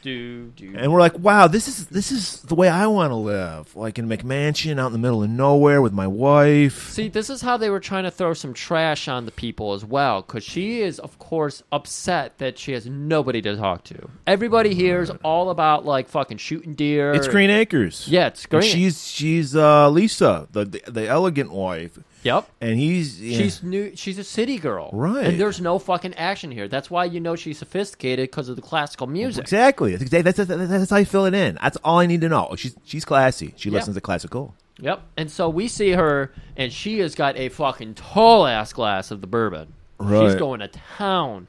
Speaker 1: do do
Speaker 2: and we're like, "Wow, this is this is the way I want to live, like in a McMansion out in the middle of nowhere with my wife."
Speaker 1: See, this is how they were trying to throw some trash on the people as well, because she is, of course, upset that she has nobody to talk to. Everybody here is all about like fucking shooting deer.
Speaker 2: It's Green Acres.
Speaker 1: Yeah, it's Green
Speaker 2: And She's she's uh, Lisa, the, the the elegant wife,
Speaker 1: Yep.
Speaker 2: and he's yeah.
Speaker 1: She's new. She's a city girl,
Speaker 2: Right.
Speaker 1: And there's no fucking action here. That's why you know she's sophisticated because of the classical music.
Speaker 2: exactly that's exactly that's, that's, that's how you fill it in. That's all I need to know. Oh, She's she's classy. She
Speaker 1: Yeah.
Speaker 2: listens to classical.
Speaker 1: Yep. And so we see her, and she has got a fucking tall ass glass of the bourbon. She's
Speaker 2: Right.
Speaker 1: going to town,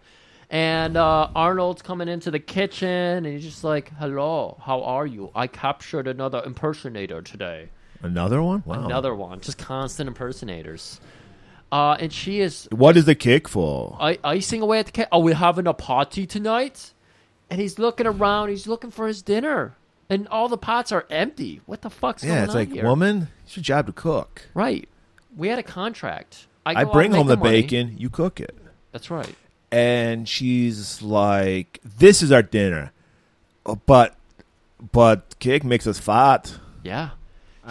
Speaker 1: and uh, Arnold's coming into the kitchen, and he's just like, "Hello, how are you? I captured another impersonator today.
Speaker 2: Another one. Wow.
Speaker 1: Another one, just constant impersonators." Uh, and she is
Speaker 2: What is the cake for?
Speaker 1: I- icing away at the cat. Are we having a party tonight? And he's looking around. He's looking for his dinner, and all the pots are empty. What the fuck's going
Speaker 2: yeah, it's
Speaker 1: on
Speaker 2: like
Speaker 1: here?
Speaker 2: woman, it's your job to cook.
Speaker 1: Right. We had a contract.
Speaker 2: I
Speaker 1: go out
Speaker 2: bring
Speaker 1: and
Speaker 2: home
Speaker 1: make
Speaker 2: the
Speaker 1: money.
Speaker 2: bacon, you cook it.
Speaker 1: That's right.
Speaker 2: And she's like, "This is our dinner," Uh, but but cake makes us fat.
Speaker 1: Yeah.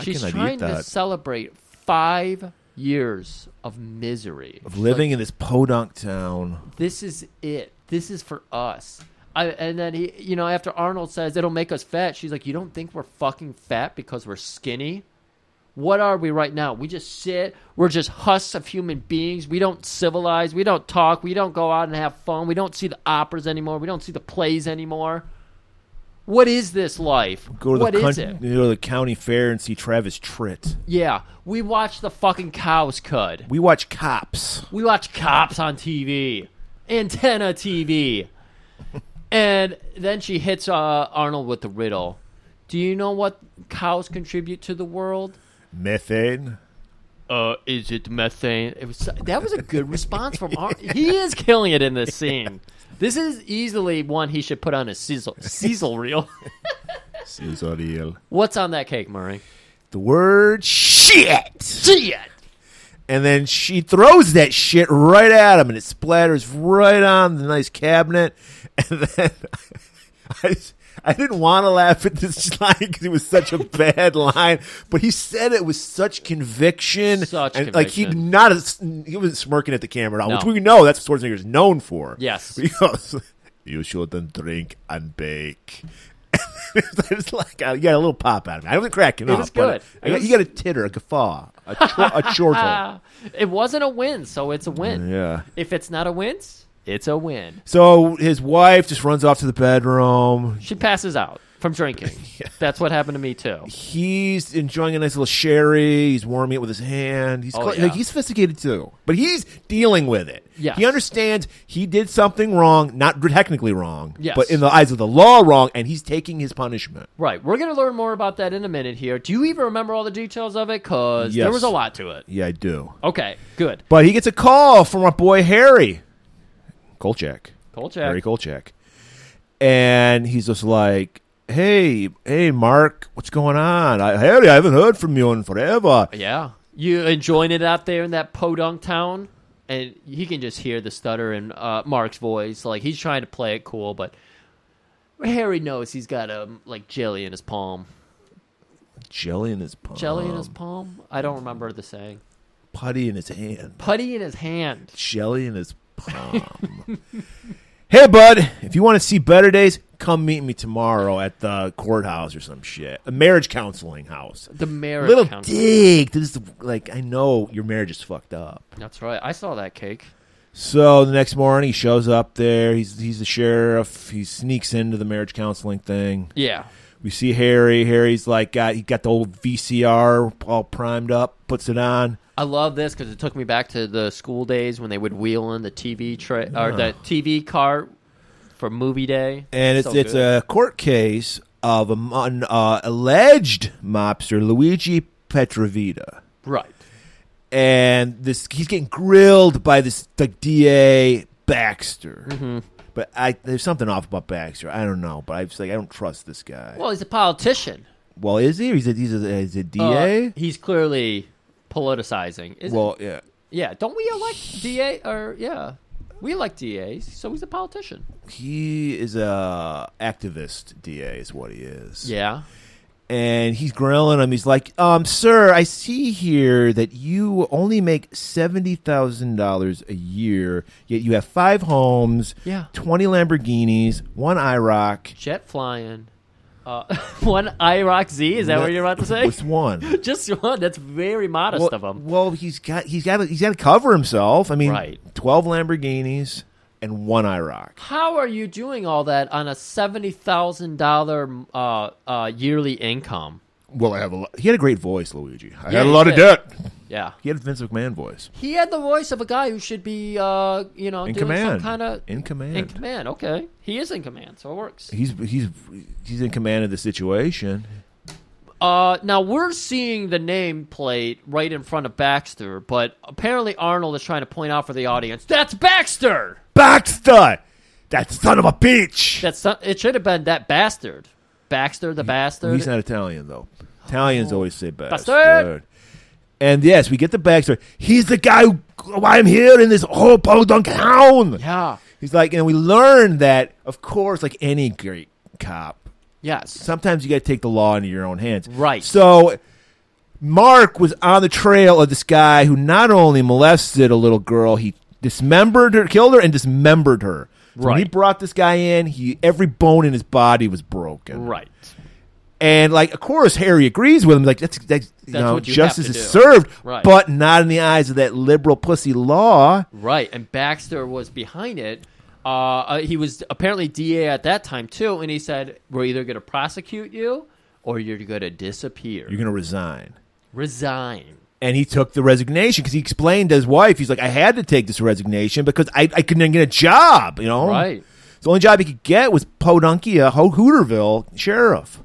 Speaker 1: She's
Speaker 2: cannot eat
Speaker 1: trying to
Speaker 2: that.
Speaker 1: celebrate five years of misery.
Speaker 2: Of living in this podunk town,
Speaker 1: This is it. This is for us. I, and then he, you know, after Arnold says it'll make us fat, she's like, "You don't think we're fucking fat because we're skinny? What are we right now? We just sit. We're just husks of human beings. We don't civilize. We don't talk. We don't go out and have fun. We don't see the operas anymore. We don't see the plays anymore. What is this life?
Speaker 2: go to
Speaker 1: What
Speaker 2: the
Speaker 1: is
Speaker 2: country,
Speaker 1: it?
Speaker 2: go to the county fair and see Travis Tritt.
Speaker 1: Yeah, we watch the fucking cows cud.
Speaker 2: We watch Cops.
Speaker 1: We watch cops on TV, antenna TV. and then she hits uh, Arnold with the riddle. Do you know what cows contribute to the world?
Speaker 2: Methane.
Speaker 1: Uh, is it methane? It was that was a good response from Arnold. He is killing it in this scene. This is easily one he should put on his sizzle sizzle reel.
Speaker 2: Cesariel.
Speaker 1: What's on that cake, Murray?
Speaker 2: The word shit.
Speaker 1: Shit.
Speaker 2: And then she throws that shit right at him, and it splatters right on the nice cabinet. And then I, just- I didn't want to laugh at this line because it was such a bad line, but he said it with such conviction,
Speaker 1: Such
Speaker 2: and like he
Speaker 1: conviction.
Speaker 2: not a, he wasn't smirking at the camera, at all,
Speaker 1: No.
Speaker 2: which we know that's what Schwarzenegger is known for.
Speaker 1: Yes.
Speaker 2: But he goes, "You shouldn't drink and bake." it's like uh, you got a little pop out of it. I wasn't cracking
Speaker 1: It
Speaker 2: up.
Speaker 1: was
Speaker 2: but
Speaker 1: good.
Speaker 2: I
Speaker 1: It
Speaker 2: got-
Speaker 1: was-
Speaker 2: You got a titter, a guffaw, a, cho- a chortle.
Speaker 1: It wasn't a win, so it's a win.
Speaker 2: Yeah.
Speaker 1: If it's not a win, it's a win.
Speaker 2: So his wife just runs off to the bedroom.
Speaker 1: She passes out from drinking. That's what happened to me too.
Speaker 2: He's enjoying a nice little sherry. He's warming it with his hand. He's
Speaker 1: Oh,
Speaker 2: quite-
Speaker 1: yeah.
Speaker 2: like, he's sophisticated too, but he's dealing with it.
Speaker 1: Yes.
Speaker 2: He understands he did something wrong, not technically wrong,
Speaker 1: Yes.
Speaker 2: but in the eyes of the law, wrong, and he's taking his punishment.
Speaker 1: Right. We're going to learn more about that in a minute here. Do you even remember all the details of it? Because there
Speaker 2: Yes.
Speaker 1: was a lot to it.
Speaker 2: Yeah, I do.
Speaker 1: Okay, good.
Speaker 2: But he gets a call from our boy Harry Kolchak.
Speaker 1: Kolchak.
Speaker 2: Harry Kolchak. And he's just like, hey, hey, Mark, what's going on? I, Harry, I haven't heard from you in forever.
Speaker 1: Yeah. You enjoying it out there in that podunk town? And he can just hear the stutter in uh, Mark's voice. Like, he's trying to play it cool, but Harry knows he's got, um, like, jelly in his palm.
Speaker 2: Jelly in his palm.
Speaker 1: Jelly in his palm? I don't remember the saying.
Speaker 2: Putty in his hand.
Speaker 1: Putty in his hand.
Speaker 2: Jelly in his palm. hey, bud, if you want to see better days, come meet me tomorrow at the courthouse or some shit. A marriage counseling house.
Speaker 1: The marriage
Speaker 2: Little
Speaker 1: counselor.
Speaker 2: dig. This is like, I know your marriage is fucked up.
Speaker 1: That's right. I saw that cake.
Speaker 2: So the next morning, he shows up there. He's he's the sheriff. He sneaks into the marriage counseling thing.
Speaker 1: Yeah.
Speaker 2: We see Harry. Harry's like got he got the old VCR all primed up. Puts it on.
Speaker 1: I love this because it took me back to the school days when they would wheel in the TV tray or the TV cart for movie day.
Speaker 2: and it's
Speaker 1: So
Speaker 2: it's
Speaker 1: good.
Speaker 2: a court case of a, mo- an uh, alleged mobster Luigi Petrovita,
Speaker 1: right.
Speaker 2: and this he's getting grilled by this the DA Baxter.
Speaker 1: Mm-hmm.
Speaker 2: But I, there's something off about Baxter. I don't know, but I just like I don't trust this guy.
Speaker 1: Well, he's a politician.
Speaker 2: Well, is he? Or he's a he's a, he's a
Speaker 1: Uh,
Speaker 2: DA.
Speaker 1: he's clearly politicizing. Is
Speaker 2: well, yeah.
Speaker 1: yeah. Don't we elect DA or yeah? We elect DAs, so he's a politician.
Speaker 2: He is a activist DA, is what he is.
Speaker 1: Yeah.
Speaker 2: and he's grilling him. He's like, um, "Sir, I see here that you only make seventy thousand dollars a year, yet you have five homes,
Speaker 1: Yeah.
Speaker 2: twenty Lamborghinis, one IROC.
Speaker 1: Jet flying. Uh, one IROC Z. Is that what you're about to say?
Speaker 2: With one,
Speaker 1: Just one. That's very modest
Speaker 2: well,
Speaker 1: of him.
Speaker 2: well, he's got he's got he's got to cover himself. I mean,
Speaker 1: Right.
Speaker 2: twelve Lamborghinis and one IROC.
Speaker 1: How are you doing all that on a seventy thousand thousand dollar uh, yearly income?
Speaker 2: Well, I have a lot. He had a great voice, Luigi. I
Speaker 1: Yeah,
Speaker 2: had a
Speaker 1: he
Speaker 2: lot of
Speaker 1: did.
Speaker 2: debt.
Speaker 1: Yeah,
Speaker 2: He had a Vince McMahon voice.
Speaker 1: he had the voice of a guy who should be, uh, you know,
Speaker 2: In
Speaker 1: doing some
Speaker 2: command.
Speaker 1: kind of
Speaker 2: In command.
Speaker 1: In command, okay, he is in command, so it works.
Speaker 2: He's he's he's in command of the situation.
Speaker 1: Uh, now we're seeing the nameplate right in front of Baxter, but apparently Arnold is trying to point out for the audience that's Baxter.
Speaker 2: Baxter, that son of a bitch.
Speaker 1: That's not, it. Should have been that bastard, Baxter the bastard.
Speaker 2: He's not Italian though. Italians always say bastard.
Speaker 1: Oh. Bastard.
Speaker 2: And yes, we get the backstory. He's the guy who, why I'm here in this whole podunk town.
Speaker 1: yeah.
Speaker 2: He's like, and we learn that, of course, like any great cop,
Speaker 1: Yes.
Speaker 2: sometimes you got to take the law into your own hands.
Speaker 1: Right.
Speaker 2: So Mark was on the trail of this guy who not only molested a little girl, he dismembered her, killed her, and dismembered her. So When he
Speaker 1: Right.
Speaker 2: brought this guy in, he every bone in his body was broken.
Speaker 1: Right.
Speaker 2: And like, of course, Harry agrees with him. Like, that's that's, you
Speaker 1: That's
Speaker 2: know,
Speaker 1: what you
Speaker 2: justice
Speaker 1: have to
Speaker 2: is
Speaker 1: do.
Speaker 2: served,
Speaker 1: Right.
Speaker 2: but not in the eyes of that liberal pussy law.
Speaker 1: Right, and Baxter was behind it. Uh, uh, he was apparently DA at that time too, and he said, "We're either going to prosecute you, or you're going to disappear,
Speaker 2: You're gonna resign.
Speaker 1: resign."
Speaker 2: And he took the resignation because he explained to his wife, he's like, I had to take this resignation because I, I couldn't get a job. You know,
Speaker 1: Right.
Speaker 2: The only job he could get was Podunkia, Ho- Hooterville uh, sheriff.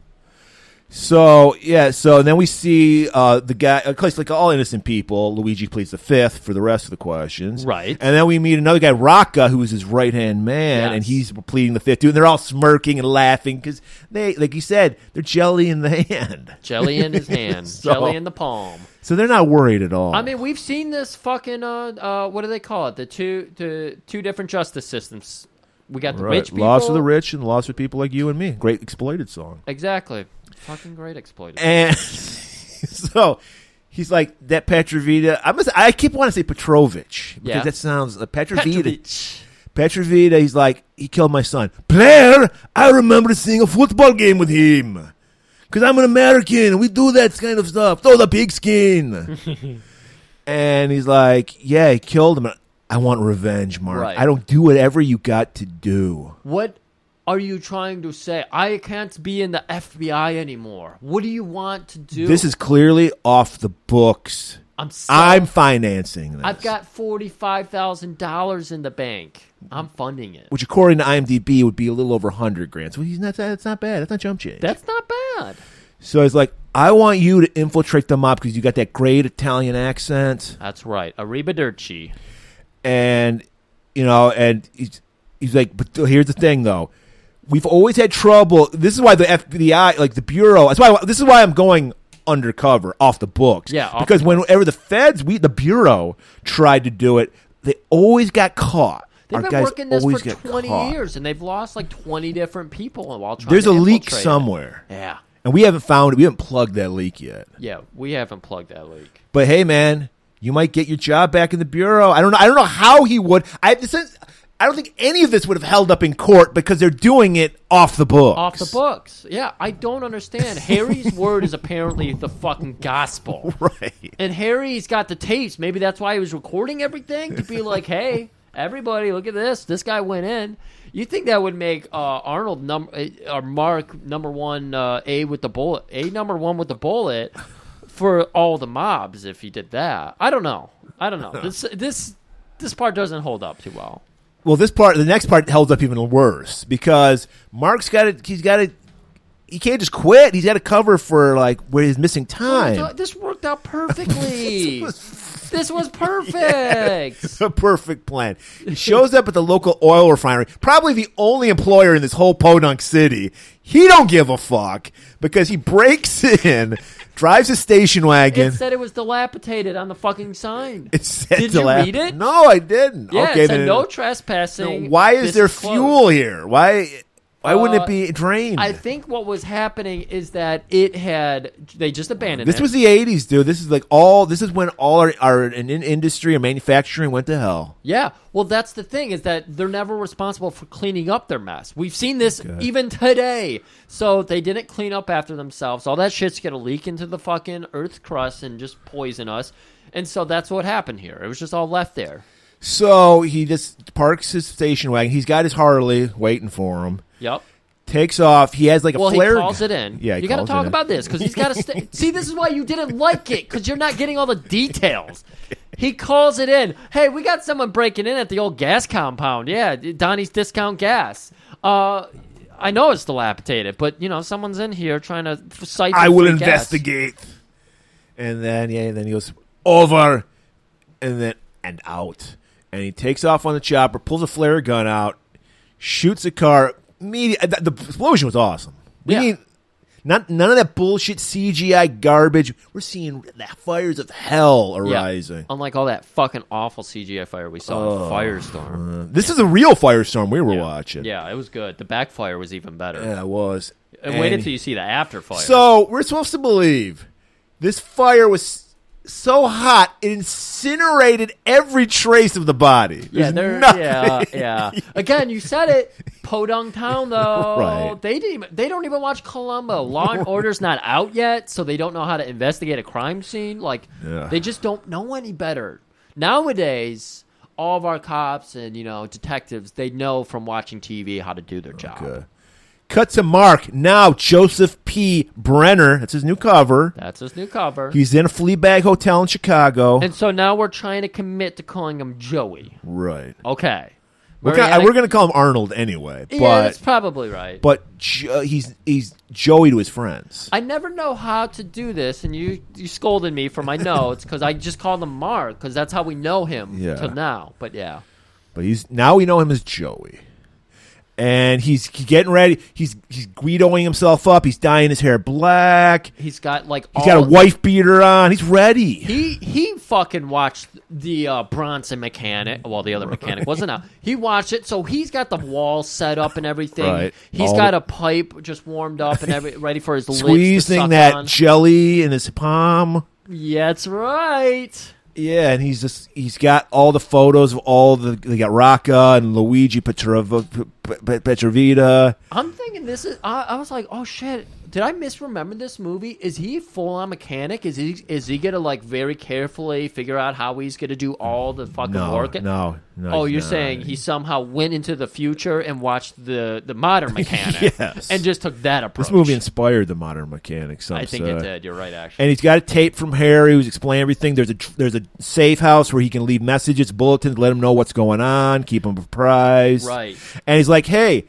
Speaker 2: So yeah, so then we see uh, the guy, of course, like all innocent people. Luigi pleads the fifth for the rest of the questions,
Speaker 1: Right.
Speaker 2: And then we meet another guy, Rocca, who is his right hand man,
Speaker 1: Yes.
Speaker 2: and he's pleading the fifth too. And they're all smirking and laughing because they, like you said, they're jelly in the hand,
Speaker 1: Jelly in his hand,
Speaker 2: So-
Speaker 1: jelly in the palm.
Speaker 2: so they're not worried at all.
Speaker 1: I mean, we've seen this fucking uh, uh, what do they call it? The two the two different justice systems. We got the
Speaker 2: right.
Speaker 1: rich people.
Speaker 2: loss for the rich and loss for people like you and me. Great exploited song.
Speaker 1: Exactly. Fucking great exploited.
Speaker 2: And so he's like that Petrovita. I must. I keep wanting to say Petrovich because
Speaker 1: Yeah.
Speaker 2: that sounds uh, Petrovita.
Speaker 1: Petrovich.
Speaker 2: Petrovita. He's like he killed my son. Blair. I remember seeing a football game with him because I'm an American. We do that kind of stuff. Throw the pigskin. and he's like, yeah, he killed him. I want revenge, Mark.
Speaker 1: Right.
Speaker 2: I don't do whatever you got to do.
Speaker 1: What are you trying to say? I can't be in the FBI anymore. What do you want to do?
Speaker 2: This is clearly off the books.
Speaker 1: I'm. so-
Speaker 2: I'm financing this.
Speaker 1: I've got forty five thousand dollars in the bank. I'm funding it.
Speaker 2: which according to IMDb would be a little over 100 grand. So he's not that's not bad. That's not jump change.
Speaker 1: That's not bad.
Speaker 2: so he's like, I want you to infiltrate the mob because you got that great Italian accent,
Speaker 1: That's right. Arrivederci.
Speaker 2: and you know, and he's, he's like, but th- here's the thing though. We've always had trouble. This is why the FBI, like the bureau, that's why this is why I'm going undercover, off the books.
Speaker 1: Yeah, off
Speaker 2: because whenever the feds, we the bureau tried to do it, they always got caught.
Speaker 1: They've
Speaker 2: Our
Speaker 1: been
Speaker 2: guys
Speaker 1: working this for
Speaker 2: always get
Speaker 1: 20
Speaker 2: caught.
Speaker 1: years, and they've lost like 20 different people while trying.
Speaker 2: There's
Speaker 1: to
Speaker 2: a leak
Speaker 1: infiltrate it.
Speaker 2: somewhere.
Speaker 1: Yeah,
Speaker 2: And we haven't found it. We haven't plugged that leak yet.
Speaker 1: yeah. We haven't plugged that leak.
Speaker 2: But hey, man, you might get your job back in the bureau. I don't know. I don't know how he would. I this is, I don't think any of this would have held up in court because they're doing it off the books.
Speaker 1: Off the books. Yeah, I don't understand. Harry's word is apparently the fucking gospel,
Speaker 2: Right.
Speaker 1: and Harry's got the tapes. Maybe that's why he was recording everything to be like, "Hey, everybody, look at this. This guy went in." You think that would make uh, Arnold number uh, or Mark number one uh, A with the bullet, A number one with the bullet for all the mobs if he did that? I don't know. I don't know. This this this part doesn't hold up too well.
Speaker 2: Well, this part, the next part held up even worse because Mark's got it. He's got it. He can't just quit. He's got to cover for like where he's missing time.
Speaker 1: This worked out perfectly. this was perfect.
Speaker 2: The perfect plan. He shows up at the local oil refinery, probably the only employer in this whole podunk city. He don't give a fuck because he breaks in, drives a station wagon.
Speaker 1: It said it was dilapidated on the fucking sign.
Speaker 2: It said
Speaker 1: Did
Speaker 2: to
Speaker 1: you
Speaker 2: laugh.
Speaker 1: read it?
Speaker 2: No, I didn't.
Speaker 1: Yeah,
Speaker 2: okay,
Speaker 1: it said
Speaker 2: then
Speaker 1: no
Speaker 2: then
Speaker 1: trespassing.
Speaker 2: why
Speaker 1: This
Speaker 2: is there
Speaker 1: closed.
Speaker 2: fuel here? Why why wouldn't
Speaker 1: Uh,
Speaker 2: it be drained?
Speaker 1: I think what was happening is that it had they just abandoned
Speaker 2: this
Speaker 1: it.
Speaker 2: was the '80s, dude. This is like all. This is when all our, our in, in- industry and manufacturing went to hell.
Speaker 1: yeah. Well, that's the thing is that they're never responsible for cleaning up their mess. We've seen this even today. So they didn't clean up after themselves. All that shit's gonna leak into the fucking earth crust and just poison us. And so that's what happened here. It was just all left there.
Speaker 2: So he just parks his station wagon. He's got his Harley waiting for him.
Speaker 1: Yep.
Speaker 2: Takes off. He has like
Speaker 1: Well,
Speaker 2: a flare.
Speaker 1: he calls it in.
Speaker 2: Yeah, he
Speaker 1: you got to
Speaker 2: calls it
Speaker 1: talk
Speaker 2: in.
Speaker 1: about this because he's got to st- see. This is why you didn't like it because you're not getting all the details. He calls it in. Hey, we got someone breaking in at the old gas compound. Yeah, Donnie's Discount Gas. Uh, I know it's dilapidated, but you know someone's in here trying to f- siphon.
Speaker 2: I will
Speaker 1: free gas.
Speaker 2: investigate. And then yeah, then he goes over, and then and out, and he takes off on the chopper, pulls a flare gun out, shoots a car. Media, the the explosion was awesome. We
Speaker 1: Yeah.
Speaker 2: need not none of that bullshit CGI garbage. We're seeing the fires of hell
Speaker 1: Yeah,
Speaker 2: arising.
Speaker 1: unlike all that fucking awful CGI fire we saw
Speaker 2: Oh,
Speaker 1: in Firestorm.
Speaker 2: This is a real firestorm we were watching.
Speaker 1: Yeah, it was good. The backfire was even better.
Speaker 2: uh, yeah, it was.
Speaker 1: And wait
Speaker 2: And-
Speaker 1: until you see the afterfire.
Speaker 2: So we're supposed to believe this fire was so hot it incinerated every trace of the body.
Speaker 1: Yeah,
Speaker 2: There's
Speaker 1: they're
Speaker 2: nothing-
Speaker 1: yeah, yeah. Again, you said it. Podunk Town though.
Speaker 2: Right.
Speaker 1: They didn't even, they don't even watch Columbo. Law and Order's not out yet, so they don't know how to investigate a crime scene. Like
Speaker 2: Yeah.
Speaker 1: they just don't know any better. Nowadays, all of our cops and, you know, detectives, they know from watching TV how to do their job.
Speaker 2: Okay. Cut to Mark now. Joseph P. Brenner. That's his new cover.
Speaker 1: That's his new cover.
Speaker 2: He's in a Fleabag hotel in Chicago.
Speaker 1: and so now we're trying to commit to calling him Joey.
Speaker 2: right.
Speaker 1: Okay.
Speaker 2: We're
Speaker 1: Mariana-
Speaker 2: gonna, we're gonna call him Arnold anyway, but
Speaker 1: yeah, that's probably right.
Speaker 2: but jo- he's he's Joey to his friends.
Speaker 1: I never know how to do this, and you you scolded me for my notes because I just called him Mark because that's how we know him
Speaker 2: Yeah.
Speaker 1: till now. But yeah,
Speaker 2: But he's now we know him as Joey, and he's getting ready. He's he's guidoing himself up. He's dyeing his hair black.
Speaker 1: he's got like
Speaker 2: He's got a wife beater on. He's ready.
Speaker 1: He he fucking watched the uh, Bronson mechanic. Well, the other mechanic wasn't out. He watched it, so he's got the wall set up and everything.
Speaker 2: Right.
Speaker 1: He's
Speaker 2: All
Speaker 1: got
Speaker 2: the-
Speaker 1: a pipe just warmed up and every, ready for his lips to
Speaker 2: Squeezing
Speaker 1: suck
Speaker 2: that
Speaker 1: on.
Speaker 2: jelly in his palm.
Speaker 1: Yeah, that's right.
Speaker 2: Yeah, and he's just he's got all the photos of all the they got Rocca and Luigi Petrova, P- P- Petrovita.
Speaker 1: I'm thinking this is. I, I was like, oh shit, did I misremember this movie? Is he full on mechanic? Is he is he gonna like very carefully figure out how he's gonna do all the fucking
Speaker 2: No,
Speaker 1: work?
Speaker 2: no, no.
Speaker 1: Oh,
Speaker 2: he's
Speaker 1: you're
Speaker 2: not.
Speaker 1: saying he somehow went into the future and watched the the modern mechanic,
Speaker 2: Yes.
Speaker 1: and just took that approach.
Speaker 2: this movie inspired the modern mechanic? Some
Speaker 1: I think
Speaker 2: say.
Speaker 1: it did. You're right, actually.
Speaker 2: and he's got a tape from Harry who's explaining everything. There's a there's a safe house where he can leave messages, bulletins, let him know what's going on, keep him apprised.
Speaker 1: Right.
Speaker 2: And he's like, "Hey,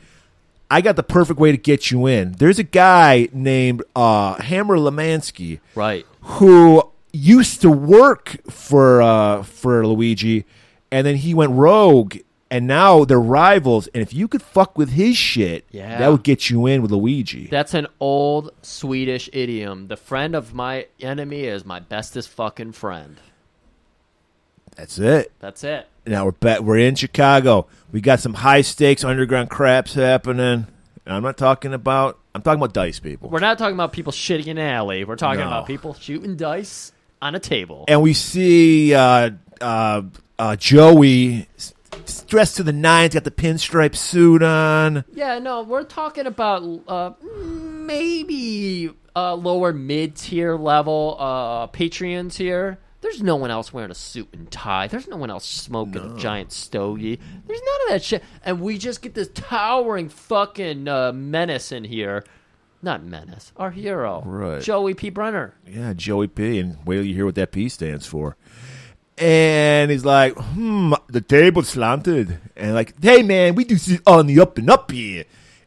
Speaker 2: I got the perfect way to get you in. There's a guy named uh, Hammer Lemansky
Speaker 1: right.
Speaker 2: who used to work for uh, for Luigi, and then he went rogue." And now they're rivals, and if you could fuck with his shit,
Speaker 1: Yeah.
Speaker 2: that would get you in with Luigi.
Speaker 1: That's an old Swedish idiom. The friend of my enemy is my bestest fucking friend.
Speaker 2: That's it.
Speaker 1: That's it.
Speaker 2: Now we're back. We're in Chicago. We got some high stakes underground craps happening. And I'm not talking about. I'm talking about dice people.
Speaker 1: We're not talking about people shitting in an alley. We're talking
Speaker 2: No.
Speaker 1: about people shooting dice on a table.
Speaker 2: and we see uh, uh, uh, Joey s- s- dressed to the nines, got the pinstripe suit on.
Speaker 1: yeah, no, we're talking about uh, maybe uh, lower mid tier level uh, Patreons here. There's no one else wearing a suit and tie. There's no one else smoking a giant stogie. There's none of that shit. And we just get this towering fucking uh, menace in here. Not menace, our hero,
Speaker 2: Right.
Speaker 1: Joey P. Brenner.
Speaker 2: Yeah, Joey P. And wait till you hear what that P stands for. And he's like, hmm, the table's slanted. And like, hey man, we do this on the up and up here.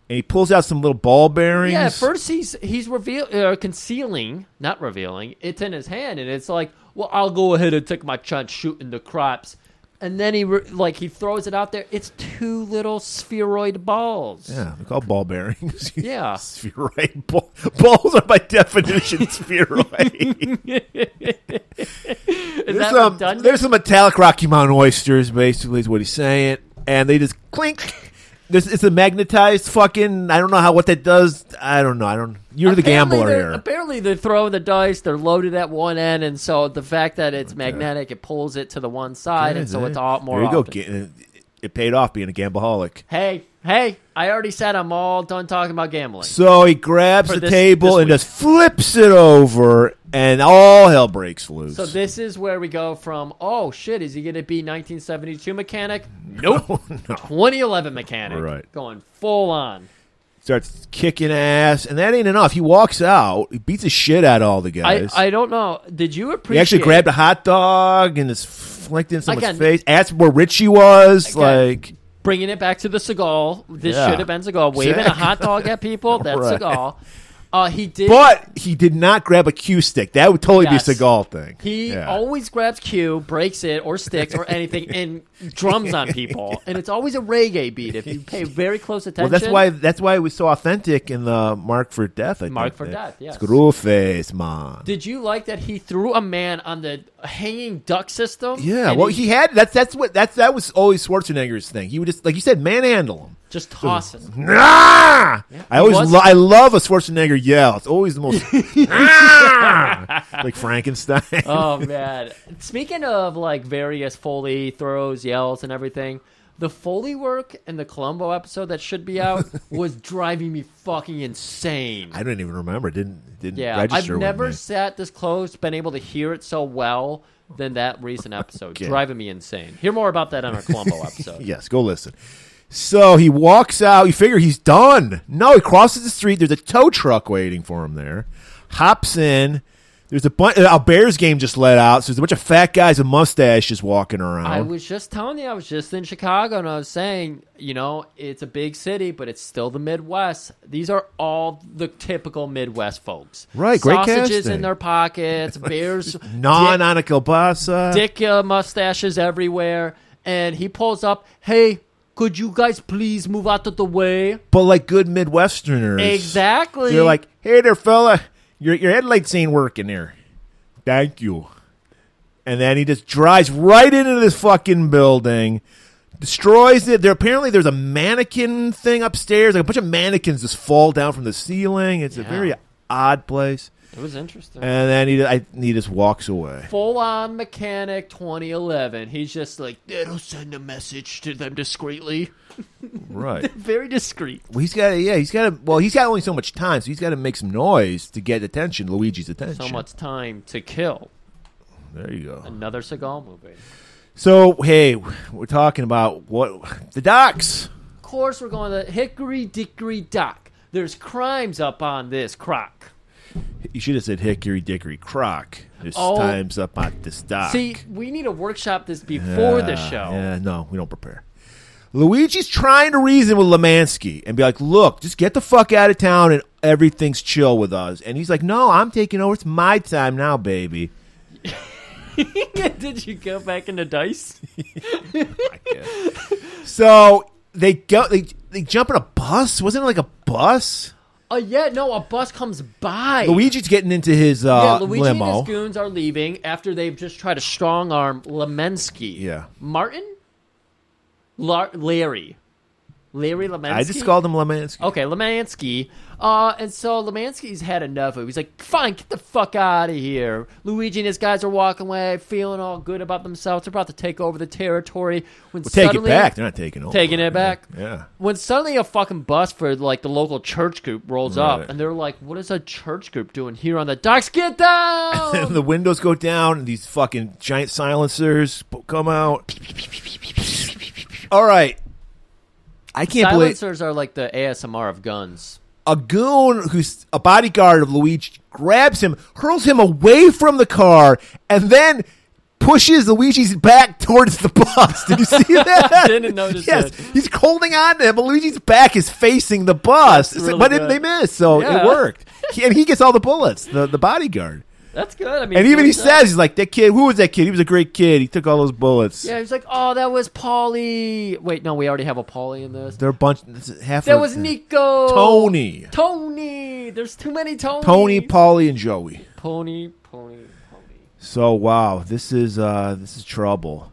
Speaker 2: And he pulls out some little ball bearings.
Speaker 1: Yeah, at first he's he's reveal uh, concealing, not revealing. It's in his hand, and it's like, well, I'll go ahead and take my chance shooting the crops, and then he re- like he throws it out there. It's two little spheroid balls.
Speaker 2: Yeah, they're called ball bearings.
Speaker 1: Yeah.
Speaker 2: spheroid ball, balls are by definition spheroid.
Speaker 1: is
Speaker 2: there's,
Speaker 1: that
Speaker 2: some,
Speaker 1: redundant?
Speaker 2: there's some metallic Rocky Mountain oysters, basically, is what he's saying, and they just clink. There's, it's a magnetized fucking. I don't know how what that does. I don't know. I don't. You're the
Speaker 1: Apparently
Speaker 2: gambler
Speaker 1: they're-
Speaker 2: here.
Speaker 1: Apparently, they're throwing the dice. They're loaded at one end, and so the fact that it's magnetic, it pulls it to the one side, and so it's all more.
Speaker 2: There you go.
Speaker 1: often.
Speaker 2: Get- It, it paid off being a gambaholic.
Speaker 1: Hey, hey! I already said I'm all done talking about gambling.
Speaker 2: So he grabs
Speaker 1: For
Speaker 2: the
Speaker 1: this- this
Speaker 2: table and
Speaker 1: week.
Speaker 2: just flips it over, and all hell breaks loose.
Speaker 1: So this is where we go from, oh shit, is he going to be 1972 mechanic? Nope. 2011 mechanic.
Speaker 2: Right.
Speaker 1: Going full on.
Speaker 2: starts kicking ass, and that ain't enough. He walks out, he beats the shit out of all the
Speaker 1: I,
Speaker 2: guys.
Speaker 1: I don't know. Did you
Speaker 2: he
Speaker 1: appreciate
Speaker 2: actually grabbed a hot dog and just flicked it in someone's
Speaker 1: Again-
Speaker 2: face. Asked where Richie was.
Speaker 1: Again,
Speaker 2: like,
Speaker 1: bringing it back to the Seagal? This
Speaker 2: Yeah.
Speaker 1: should have been Seagal. Waving a
Speaker 2: Exactly.
Speaker 1: hot dog at people? That's
Speaker 2: Right.
Speaker 1: Seagal. Uh, he did.
Speaker 2: but he did not grab a cue stick. That would totally
Speaker 1: Yes.
Speaker 2: be a Seagal thing.
Speaker 1: He
Speaker 2: Yeah.
Speaker 1: always grabs cue, breaks it, or sticks, or anything, and drums on people. And it's always a reggae beat if you pay very close attention.
Speaker 2: Well, that's why that's why it was so authentic in the Mark for Death. I
Speaker 1: Mark
Speaker 2: think,
Speaker 1: for
Speaker 2: that-
Speaker 1: Death, yes.
Speaker 2: Screwface, man.
Speaker 1: Did you like that he threw a man on the hanging duck system?
Speaker 2: yeah,
Speaker 1: And
Speaker 2: well, he, had that's that's what that's that was always Schwarzenegger's thing. He would just like you said, manhandle him.
Speaker 1: just tosses.
Speaker 2: Nah! I always
Speaker 1: was-
Speaker 2: lo- I love a Schwarzenegger yell. It's always the most Nah! like Frankenstein.
Speaker 1: oh man! Speaking of like various Foley throws, yells, and everything, the Foley work in the Columbo episode that should be out was driving me fucking insane.
Speaker 2: I don't even remember. It Didn't didn't
Speaker 1: yeah,
Speaker 2: register.
Speaker 1: I've
Speaker 2: with
Speaker 1: never
Speaker 2: me.
Speaker 1: sat this close, been able to hear it so well than that recent episode.
Speaker 2: Okay.
Speaker 1: Driving me insane. Hear more about that on our Columbo episode.
Speaker 2: Yes, go listen. So he walks out. You figure he's done. No, he crosses the street. There's a tow truck waiting for him there. Hops in, There's a bunch. A Bears game just let out. So there's a bunch of fat guys with mustaches walking around.
Speaker 1: I was just telling you, I was just in Chicago, and I was saying, you know, it's a big city, but it's still the Midwest. These are all the typical Midwest folks,
Speaker 2: Right, great
Speaker 1: Sausages
Speaker 2: casting.
Speaker 1: in their pockets, bears,
Speaker 2: non
Speaker 1: dick,
Speaker 2: on a kielbasa.
Speaker 1: dick uh, mustaches everywhere, and he pulls up. Hey, could you guys please move out of the way?
Speaker 2: but like good Midwesterners.
Speaker 1: Exactly.
Speaker 2: They're like, hey there, fella, your your headlights ain't working here. Thank you. And then he just drives right into this fucking building, destroys it. There apparently there's a mannequin thing upstairs. Like a bunch of mannequins just fall down from the ceiling. It's a
Speaker 1: Yeah.
Speaker 2: very odd place.
Speaker 1: it was interesting.
Speaker 2: And then he I, he just walks away.
Speaker 1: full on mechanic 2011. He's just like, it'll send a message to them discreetly.
Speaker 2: Right.
Speaker 1: Very discreet.
Speaker 2: Well, he's got to, yeah, he's got to, well, he's got only so much time, so he's got to make some noise to get attention, Luigi's attention.
Speaker 1: So much time to kill.
Speaker 2: There you go.
Speaker 1: Another Seagal movie.
Speaker 2: So hey, we're talking about what the docs.
Speaker 1: Of course, we're going to Hickory Dickory Dock. There's crimes up on this crock.
Speaker 2: You should have said Hickory Dickory Crock. This
Speaker 1: Oh.
Speaker 2: time's up on this dock.
Speaker 1: See, we need to workshop this before the
Speaker 2: Yeah,
Speaker 1: show.
Speaker 2: Ah, Yeah, no, we don't prepare. Luigi's trying to reason with Lemansky and be like, "Look, just get the fuck out of town and everything's chill with us." And he's like, "No, I'm taking over. It's my time now, baby."
Speaker 1: Did you go back into dice?
Speaker 2: So they go. They they jump in a bus. Wasn't it like a bus?
Speaker 1: Oh yeah, no. A bus comes by.
Speaker 2: Luigi's getting into his
Speaker 1: yeah,
Speaker 2: uh,
Speaker 1: Luigi
Speaker 2: limo.
Speaker 1: and his goons are leaving after they've just tried to strong arm Lemensky.
Speaker 2: Yeah.
Speaker 1: Martin? Lar- Larry. Larry Lemensky?
Speaker 2: I just called him Lemansky.
Speaker 1: Okay, Lemansky. Uh, and so Lemansky's had enough of it. He's like, fine, get the fuck out of here. Luigi and his guys are walking away, feeling all good about themselves. They're about to take over the territory. When
Speaker 2: Well, take
Speaker 1: suddenly,
Speaker 2: it back. They're not taking over.
Speaker 1: Taking it back.
Speaker 2: Yeah.
Speaker 1: When suddenly a fucking bus for like the local church group rolls
Speaker 2: Right.
Speaker 1: up, and they're like, "What is a church group doing here on the docks? Get down!"
Speaker 2: the windows go down and these fucking giant silencers p- come out. All right. I can't believe
Speaker 1: Silencers are like the ASMR of guns.
Speaker 2: a goon who's a bodyguard of Luigi grabs him, hurls him away from the car, and then pushes Luigi's back towards the bus. Did you see that?
Speaker 1: didn't notice
Speaker 2: Yes,
Speaker 1: that.
Speaker 2: he's holding on to him, but Luigi's back is facing the bus.
Speaker 1: That's
Speaker 2: It's
Speaker 1: really
Speaker 2: like, why didn't
Speaker 1: good.
Speaker 2: they miss? So
Speaker 1: Yeah.
Speaker 2: it worked, He- and he gets all the bullets. The the bodyguard.
Speaker 1: That's good. I mean,
Speaker 2: And even he
Speaker 1: good stuff.
Speaker 2: says, he's like, that kid, who was that kid? He was a great kid. He took all those bullets.
Speaker 1: yeah, he's like, "Oh, that was Polly." Wait, no, we already have a Polly in this.
Speaker 2: They're a bunch. this is Half
Speaker 1: That
Speaker 2: of
Speaker 1: was
Speaker 2: the-
Speaker 1: Nico.
Speaker 2: Tony.
Speaker 1: Tony. There's too many Tony.
Speaker 2: Tony, Polly, and Joey.
Speaker 1: Pony. Pony. Pony.
Speaker 2: So, wow, this is uh, this is trouble.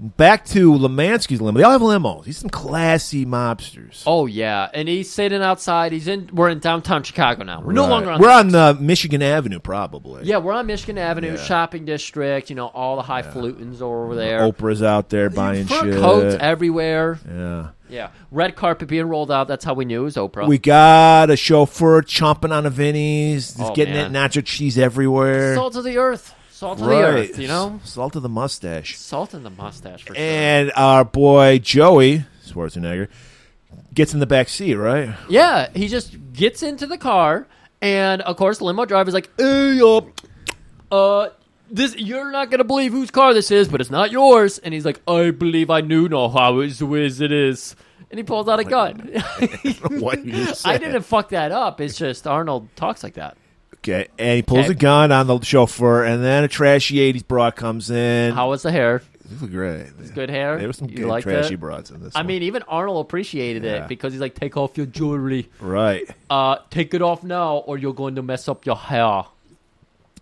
Speaker 2: Back to Lemansky's limo. They all have limos. These are some classy mobsters.
Speaker 1: Oh yeah, and he's sitting outside. He's in. We're in downtown Chicago now. We're no
Speaker 2: Right.
Speaker 1: longer on.
Speaker 2: We're on uh, Michigan Avenue, probably.
Speaker 1: yeah, we're on Michigan Avenue
Speaker 2: Yeah.
Speaker 1: shopping district. You know, all the highfalutins are over there.
Speaker 2: Oprah's out there buying
Speaker 1: Fur
Speaker 2: shit.
Speaker 1: coats everywhere.
Speaker 2: yeah.
Speaker 1: Yeah, red carpet being rolled out. That's how we knew it was Oprah.
Speaker 2: We got a chauffeur chomping on a Vinny's. He's
Speaker 1: Oh,
Speaker 2: getting
Speaker 1: man.
Speaker 2: that nacho cheese everywhere.
Speaker 1: salt of the earth. Salt of
Speaker 2: Right.
Speaker 1: the earth. You know,
Speaker 2: Salt of the mustache.
Speaker 1: salt in the mustache for sure.
Speaker 2: And our boy Joey Schwarzenegger gets in the back seat, right?
Speaker 1: Yeah, he just gets into the car, and of course, the limo driver's like, "Hey, uh, uh, this you're not gonna believe whose car this is, but it's not yours." And he's like, "I believe I knew no how is is it is," and he pulls out a gun.
Speaker 2: What you just
Speaker 1: I
Speaker 2: said.
Speaker 1: didn't fuck that up. It's just Arnold talks like that.
Speaker 2: Okay, and he pulls
Speaker 1: Okay.
Speaker 2: a gun on the chauffeur, and then a trashy '80s broad comes in.
Speaker 1: How was the hair?
Speaker 2: this is great.
Speaker 1: Good hair.
Speaker 2: There was some
Speaker 1: You
Speaker 2: good
Speaker 1: liked
Speaker 2: trashy
Speaker 1: it?
Speaker 2: broads in this.
Speaker 1: I
Speaker 2: one.
Speaker 1: mean, even Arnold appreciated
Speaker 2: Yeah.
Speaker 1: it because he's like, "Take off your jewelry.
Speaker 2: right?
Speaker 1: Uh, take it off now, or you're going to mess up your hair."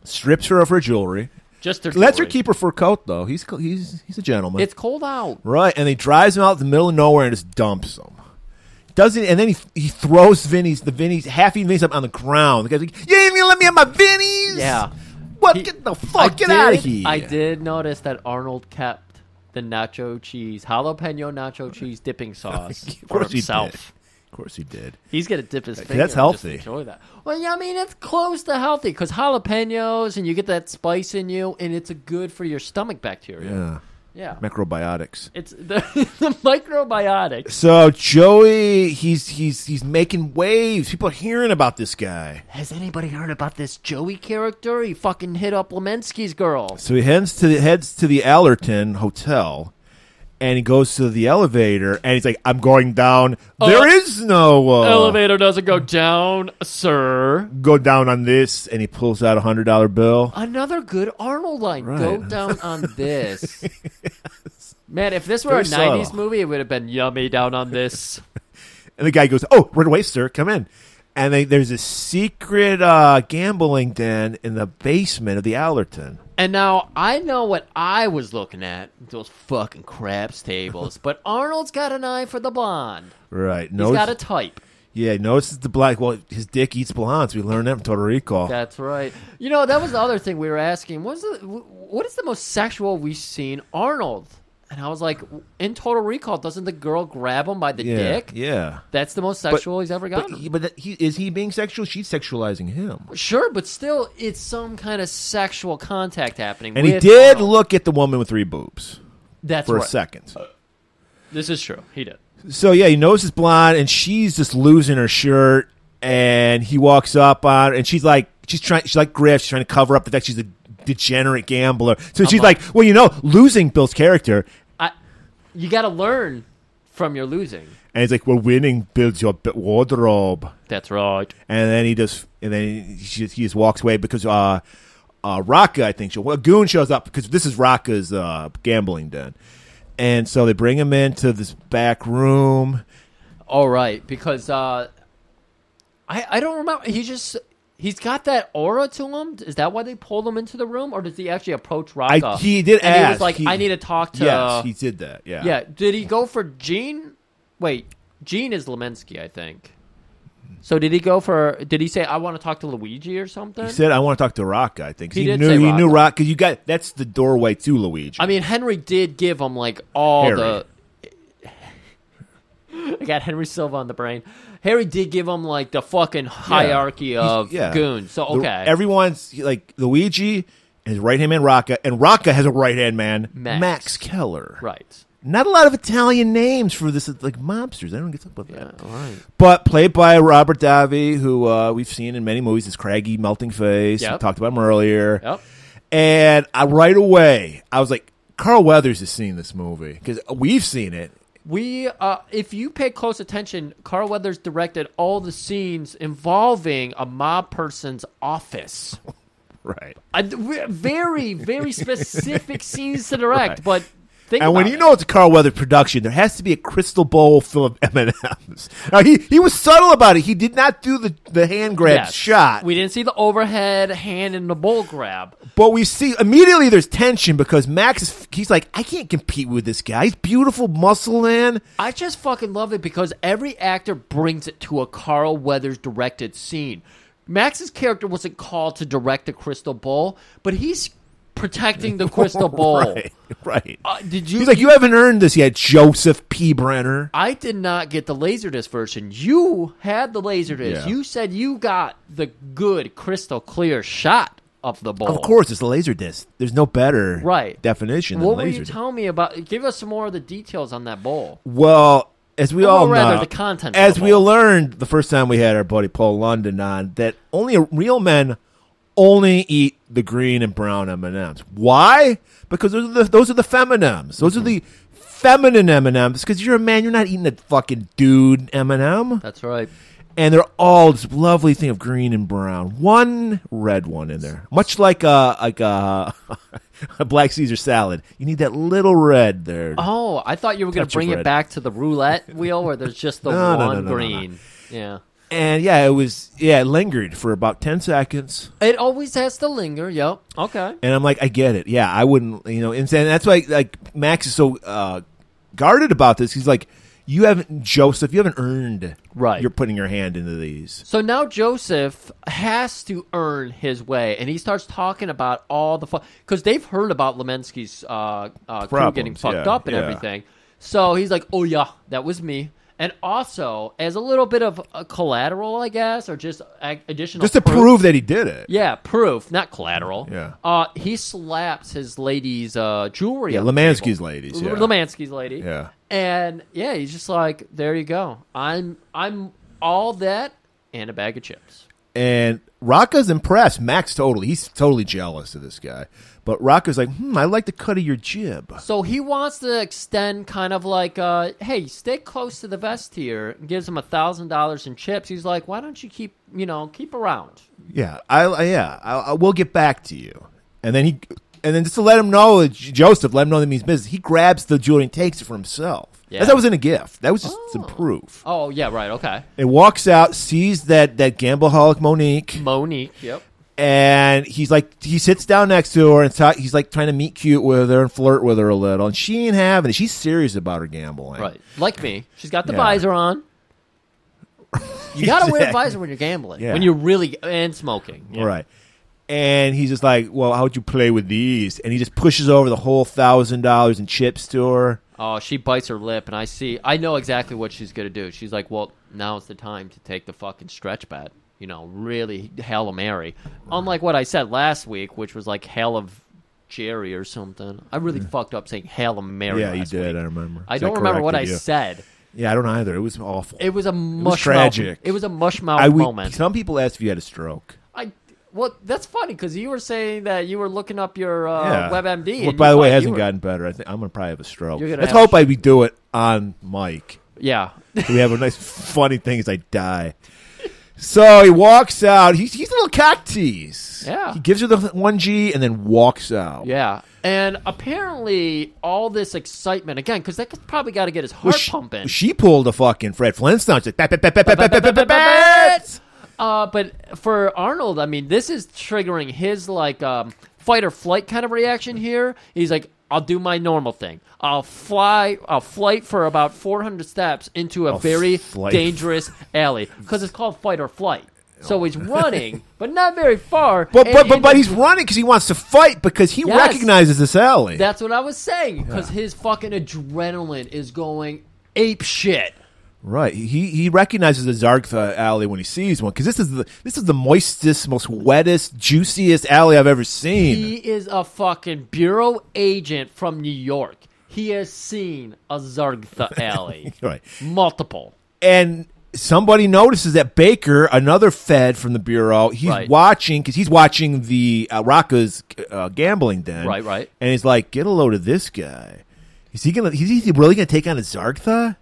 Speaker 2: Strips her of her jewelry.
Speaker 1: Just their
Speaker 2: Lets her
Speaker 1: jewelry.
Speaker 2: keep her fur coat though. He's co- he's he's a gentleman.
Speaker 1: It's cold out.
Speaker 2: Right, and he drives him out in the middle of nowhere and just dumps him. Doesn't and then he he throws Vinny's the Vinny's half eaten Vinny's up on the ground. The guy's like, "You ain't gonna let me have my Vinny's."
Speaker 1: Yeah.
Speaker 2: what?
Speaker 1: He-
Speaker 2: get the fuck
Speaker 1: I
Speaker 2: Oh, get
Speaker 1: did-
Speaker 2: out of here.
Speaker 1: I did notice that Arnold kept the nacho cheese, jalapeno nacho cheese dipping sauce
Speaker 2: Of
Speaker 1: for
Speaker 2: course he
Speaker 1: himself.
Speaker 2: Of course he did.
Speaker 1: He's gonna dip his finger.
Speaker 2: that's
Speaker 1: and just
Speaker 2: healthy.
Speaker 1: enjoy that. Well, yeah, I mean it's close to healthy because jalapenos and you get that spice in you, and it's a good for your stomach bacteria.
Speaker 2: Yeah.
Speaker 1: Yeah.
Speaker 2: Microbiotics.
Speaker 1: It's the, the microbiotics.
Speaker 2: So Joey, he's he's he's making waves. People are hearing about this guy.
Speaker 1: Has anybody heard about this Joey character? He fucking hit up Lemensky's girl.
Speaker 2: So he heads to the heads to the Allerton Hotel, and he goes to the elevator, and he's like, "I'm going down. there is no uh,
Speaker 1: Elevator doesn't go down, sir.
Speaker 2: Go down on this." And he pulls out a hundred dollar bill.
Speaker 1: Another good Arnold line. Go
Speaker 2: Right.
Speaker 1: down on this. Man, if this were
Speaker 2: Very
Speaker 1: a 90s
Speaker 2: subtle.
Speaker 1: movie, it would have been yummy down on this.
Speaker 2: And the guy goes, "Oh, right away, sir. Come in." And they, there's a secret uh, gambling den in the basement of the Allerton.
Speaker 1: And now I know what I was looking at those fucking craps tables. But Arnold's got an eye for the blonde.
Speaker 2: Right.
Speaker 1: He's
Speaker 2: No.
Speaker 1: got a type.
Speaker 2: yeah. Notices the black. Well, his dick eats blondes. We learned that from Total Recall.
Speaker 1: That's right. You know that was the other thing we were asking. What's the wh- what is the most sexual we've seen Arnold? And I was like, in Total Recall, doesn't the girl grab him by the
Speaker 2: yeah.
Speaker 1: dick?
Speaker 2: Yeah.
Speaker 1: That's the most sexual he's ever
Speaker 2: But,
Speaker 1: gotten.
Speaker 2: he, but that- he, is he being sexual? She's sexualizing him.
Speaker 1: sure, but still, it's some kind of sexual contact happening.
Speaker 2: And he
Speaker 1: with
Speaker 2: did
Speaker 1: Arnold.
Speaker 2: look at the woman with three boobs
Speaker 1: That's
Speaker 2: for
Speaker 1: right.
Speaker 2: a second.
Speaker 1: This is true. He did.
Speaker 2: So yeah, he knows it's blonde, and she's just losing her shirt. And he walks up on, her, and she's like, she's trying, she's like Griff, she's trying to cover up the fact she's a degenerate gambler. So she's like, well, you know, losing Bill's character,
Speaker 1: I, you got to learn from your losing.
Speaker 2: and he's like, well, winning builds your b- wardrobe.
Speaker 1: That's right.
Speaker 2: And then he just, and then he just, he just walks away because uh, uh, Raka, I think, show, well, Goon shows up because this is Raka's uh, gambling den, and so they bring him into this back room.
Speaker 1: All right, because uh, I I don't remember. He just he's got that aura to him. Is that why they pulled him into the room, or does he actually approach Rocco?
Speaker 2: I, he did
Speaker 1: and
Speaker 2: ask.
Speaker 1: He was like,
Speaker 2: He-
Speaker 1: "I need to talk to."
Speaker 2: Yes, he did that. Yeah.
Speaker 1: yeah. Did he go for Gene? Wait, Gene is Lemensky, I think. So did he go for? Did he say, "I want to talk to Luigi" or something?
Speaker 2: He said, "I want to talk to Rocka." I think 'Cause
Speaker 1: He
Speaker 2: he,
Speaker 1: did
Speaker 2: knew
Speaker 1: say
Speaker 2: he
Speaker 1: Rocca.
Speaker 2: knew Rock because you got that's the doorway to Luigi.
Speaker 1: I mean, Henry did give him like all
Speaker 2: Harry.
Speaker 1: the. I got Henry Silva on the brain. Harry did give him like the fucking hierarchy
Speaker 2: He's-
Speaker 1: of
Speaker 2: yeah.
Speaker 1: goons. So
Speaker 2: The-
Speaker 1: okay,
Speaker 2: everyone's like Luigi and his right hand man Rocka, and Rocka has a right hand man
Speaker 1: Max.
Speaker 2: Keller.
Speaker 1: right?
Speaker 2: Not a lot of Italian names for this like mobsters. Everyone gets up with
Speaker 1: Yeah,
Speaker 2: that.
Speaker 1: all right.
Speaker 2: But played by Robert Davi, who uh, we've seen in many movies, his craggy, melting face. We
Speaker 1: Yep.
Speaker 2: talked about him earlier.
Speaker 1: Yep.
Speaker 2: And I, right away, I was like, Carl Weathers has seen this movie because we've seen it.
Speaker 1: We, uh, if you pay close attention, Carl Weathers directed all the scenes involving a mob person's office.
Speaker 2: Right.
Speaker 1: I, very, very specific scenes to direct, but think
Speaker 2: And when
Speaker 1: about
Speaker 2: you
Speaker 1: it.
Speaker 2: know it's a Carl Weather production, there has to be a crystal bowl full of M and M's. He he was subtle about it. He did not do the the hand grab
Speaker 1: Yes.
Speaker 2: shot,
Speaker 1: we didn't see the overhead hand in the bowl grab.
Speaker 2: but we see immediately there's tension because Max is he's like I can't compete with this guy. He's beautiful, muscle man.
Speaker 1: I just fucking love it because every actor brings it to a Carl Weathers directed scene. Max's character wasn't called to direct the crystal bowl, but he's protecting the crystal bowl.
Speaker 2: Right, right.
Speaker 1: Uh, did you?
Speaker 2: he's like you haven't earned this yet, Joseph P. Brenner.
Speaker 1: I did not get the laserdisc version. You had the laserdisc.
Speaker 2: Yeah.
Speaker 1: You said you got the good crystal clear shot of the bowl.
Speaker 2: Of course, it's a laser disc. There's no better
Speaker 1: Oh. Right.
Speaker 2: definition
Speaker 1: What
Speaker 2: than
Speaker 1: were you
Speaker 2: laser. disc.
Speaker 1: telling me about? Give us some more of the details on that bowl.
Speaker 2: Well, as we
Speaker 1: Or
Speaker 2: all
Speaker 1: rather,
Speaker 2: know,
Speaker 1: the content of
Speaker 2: as
Speaker 1: the
Speaker 2: we
Speaker 1: ball.
Speaker 2: learned the first time we had our buddy Paul London on, that only real men only eat the green and brown M and M's. Why? Because those are the those are the feminims. Those are
Speaker 1: Mm-hmm.
Speaker 2: the feminine M and M's. Because you're a man, you're not eating a fucking dude M&M. M and M.
Speaker 1: That's right.
Speaker 2: And they're all this lovely thing of green and brown. One red one in there, much like a like a, a black Caesar salad. You need that little red there.
Speaker 1: Oh, I thought you were going
Speaker 2: Touch
Speaker 1: to
Speaker 2: of
Speaker 1: bring it
Speaker 2: red.
Speaker 1: back to the roulette wheel where there's just the
Speaker 2: No, no, no,
Speaker 1: one
Speaker 2: no, no, no.
Speaker 1: green. Yeah.
Speaker 2: And yeah, it was yeah, it lingered for about ten seconds.
Speaker 1: It always has to linger. Yep. Okay.
Speaker 2: And I'm like, I get it. Yeah, I wouldn't you know, and, and that's why like Max is so uh guarded about this. He's like, You haven't Joseph, you haven't earned
Speaker 1: Right.
Speaker 2: you're putting your hand into these.
Speaker 1: So now Joseph has to earn his way, and he starts talking about all the because they've heard about Lemensky's uh, uh, crew
Speaker 2: Problems,
Speaker 1: getting fucked
Speaker 2: yeah,
Speaker 1: up and
Speaker 2: yeah.
Speaker 1: everything. So he's like, "Oh yeah, that was me," And also, as a little bit of uh collateral, I guess, or just uh, additional
Speaker 2: Just to
Speaker 1: proof-
Speaker 2: prove that he did it.
Speaker 1: Yeah, proof, not collateral.
Speaker 2: Yeah.
Speaker 1: Uh, he slaps his lady's uh, jewelry.
Speaker 2: Yeah,
Speaker 1: on the
Speaker 2: Lemansky's
Speaker 1: table.
Speaker 2: ladies. Yeah.
Speaker 1: L- Lemansky's lady.
Speaker 2: Yeah.
Speaker 1: And yeah, he's just like, there you go. I'm I'm all that and a bag of chips.
Speaker 2: And Rocca's impressed. Max totally. He's totally jealous of this guy. But Rocca's like, hmm, I like the cut of your jib.
Speaker 1: So he wants to extend kind of like, uh, hey, stay close to the vest here. And gives him a thousand dollars in chips. He's like, why don't you keep you know keep around?
Speaker 2: Yeah, I I- yeah, I, I will get back to you. And then he, and then just to let him know, that J- Joseph, let him know that means business. He grabs the jewelry and takes it for himself.
Speaker 1: Yeah.
Speaker 2: That wasn't a gift. That was just some proof.
Speaker 1: Oh yeah, right, okay.
Speaker 2: And walks out, sees that that gambleholic Monique,
Speaker 1: Monique. Yep.
Speaker 2: and he's like, he sits down next to her and ta- he's like trying to meet cute with her and flirt with her a little. And she ain't having it. She's serious about her gambling.
Speaker 1: Right. Like me. She's got the
Speaker 2: Yeah.
Speaker 1: visor on. You gotta wear a
Speaker 2: Exactly.
Speaker 1: visor when you're gambling.
Speaker 2: Yeah.
Speaker 1: When you're really and smoking. Yeah.
Speaker 2: Right. And he's just like, well, how would you play with these? And he just pushes over the whole thousand dollars in chips to her.
Speaker 1: Oh, she bites her lip, and I see. I know exactly what she's gonna do. She's like, "Well, now's the time to take the fucking stretch bet. You know, really hail mary." Unlike what I said last week, which was like hail of Jerry or something. I really fucked up saying hail mary.
Speaker 2: Mm-hmm. Yeah, you
Speaker 1: last
Speaker 2: did.
Speaker 1: week.
Speaker 2: I remember.
Speaker 1: I
Speaker 2: So
Speaker 1: don't remember what I
Speaker 2: corrected you.
Speaker 1: said.
Speaker 2: Yeah, I don't either. It was awful.
Speaker 1: It was a mush mouth-
Speaker 2: tragic.
Speaker 1: It was a mush mouth
Speaker 2: I, we,
Speaker 1: moment.
Speaker 2: Some people asked if you had a stroke.
Speaker 1: I well, that's funny because you were saying that you were looking up your uh,
Speaker 2: yeah,
Speaker 1: WebMD.
Speaker 2: Well,
Speaker 1: and
Speaker 2: by
Speaker 1: you
Speaker 2: the
Speaker 1: thought
Speaker 2: way, it hasn't
Speaker 1: you were-
Speaker 2: gotten better. I think I'm gonna probably have a stroke.
Speaker 1: You're gonna
Speaker 2: Let's
Speaker 1: have a
Speaker 2: hope I we do it on mic.
Speaker 1: Yeah,
Speaker 2: So we have a nice funny thing as I die. So he walks out. He's, he's a little cock tease.
Speaker 1: Yeah.
Speaker 2: He gives her the one G and then walks out.
Speaker 1: yeah. And apparently, all this excitement again because that probably got to get his heart
Speaker 2: Well, she,
Speaker 1: pumping.
Speaker 2: she pulled a fucking Fred Flintstone. She's like, "Bat, bat, bat, bat, bat, bat, bat, bat, bat."
Speaker 1: Uh, but for Arnold, I mean, this is triggering his like um, fight or flight kind of reaction here. He's like, "I'll do my normal thing. I'll fly. I'll flight for about 400 steps into a very
Speaker 2: flight.
Speaker 1: dangerous alley because it's called fight or flight." So he's running, but not very far.
Speaker 2: But
Speaker 1: and
Speaker 2: but but,
Speaker 1: into-
Speaker 2: but he's running because he wants to fight because he
Speaker 1: Yes.
Speaker 2: recognizes this alley.
Speaker 1: That's what I was saying because his fucking adrenaline is going ape shit.
Speaker 2: Right. He he recognizes the Zargtha alley when he sees one because this is the this is the moistest, most wettest, juiciest alley I've ever seen.
Speaker 1: He is a fucking bureau agent from New York. He has seen a Zargtha alley,
Speaker 2: right.
Speaker 1: multiple.
Speaker 2: And somebody notices that Baker, another Fed from the bureau, he's
Speaker 1: Right.
Speaker 2: watching because he's watching the uh, Rocca's uh, gambling den.
Speaker 1: Right, right.
Speaker 2: And he's like, "Get a load of this guy. Is he gonna? Is he really gonna take on a Zargtha?"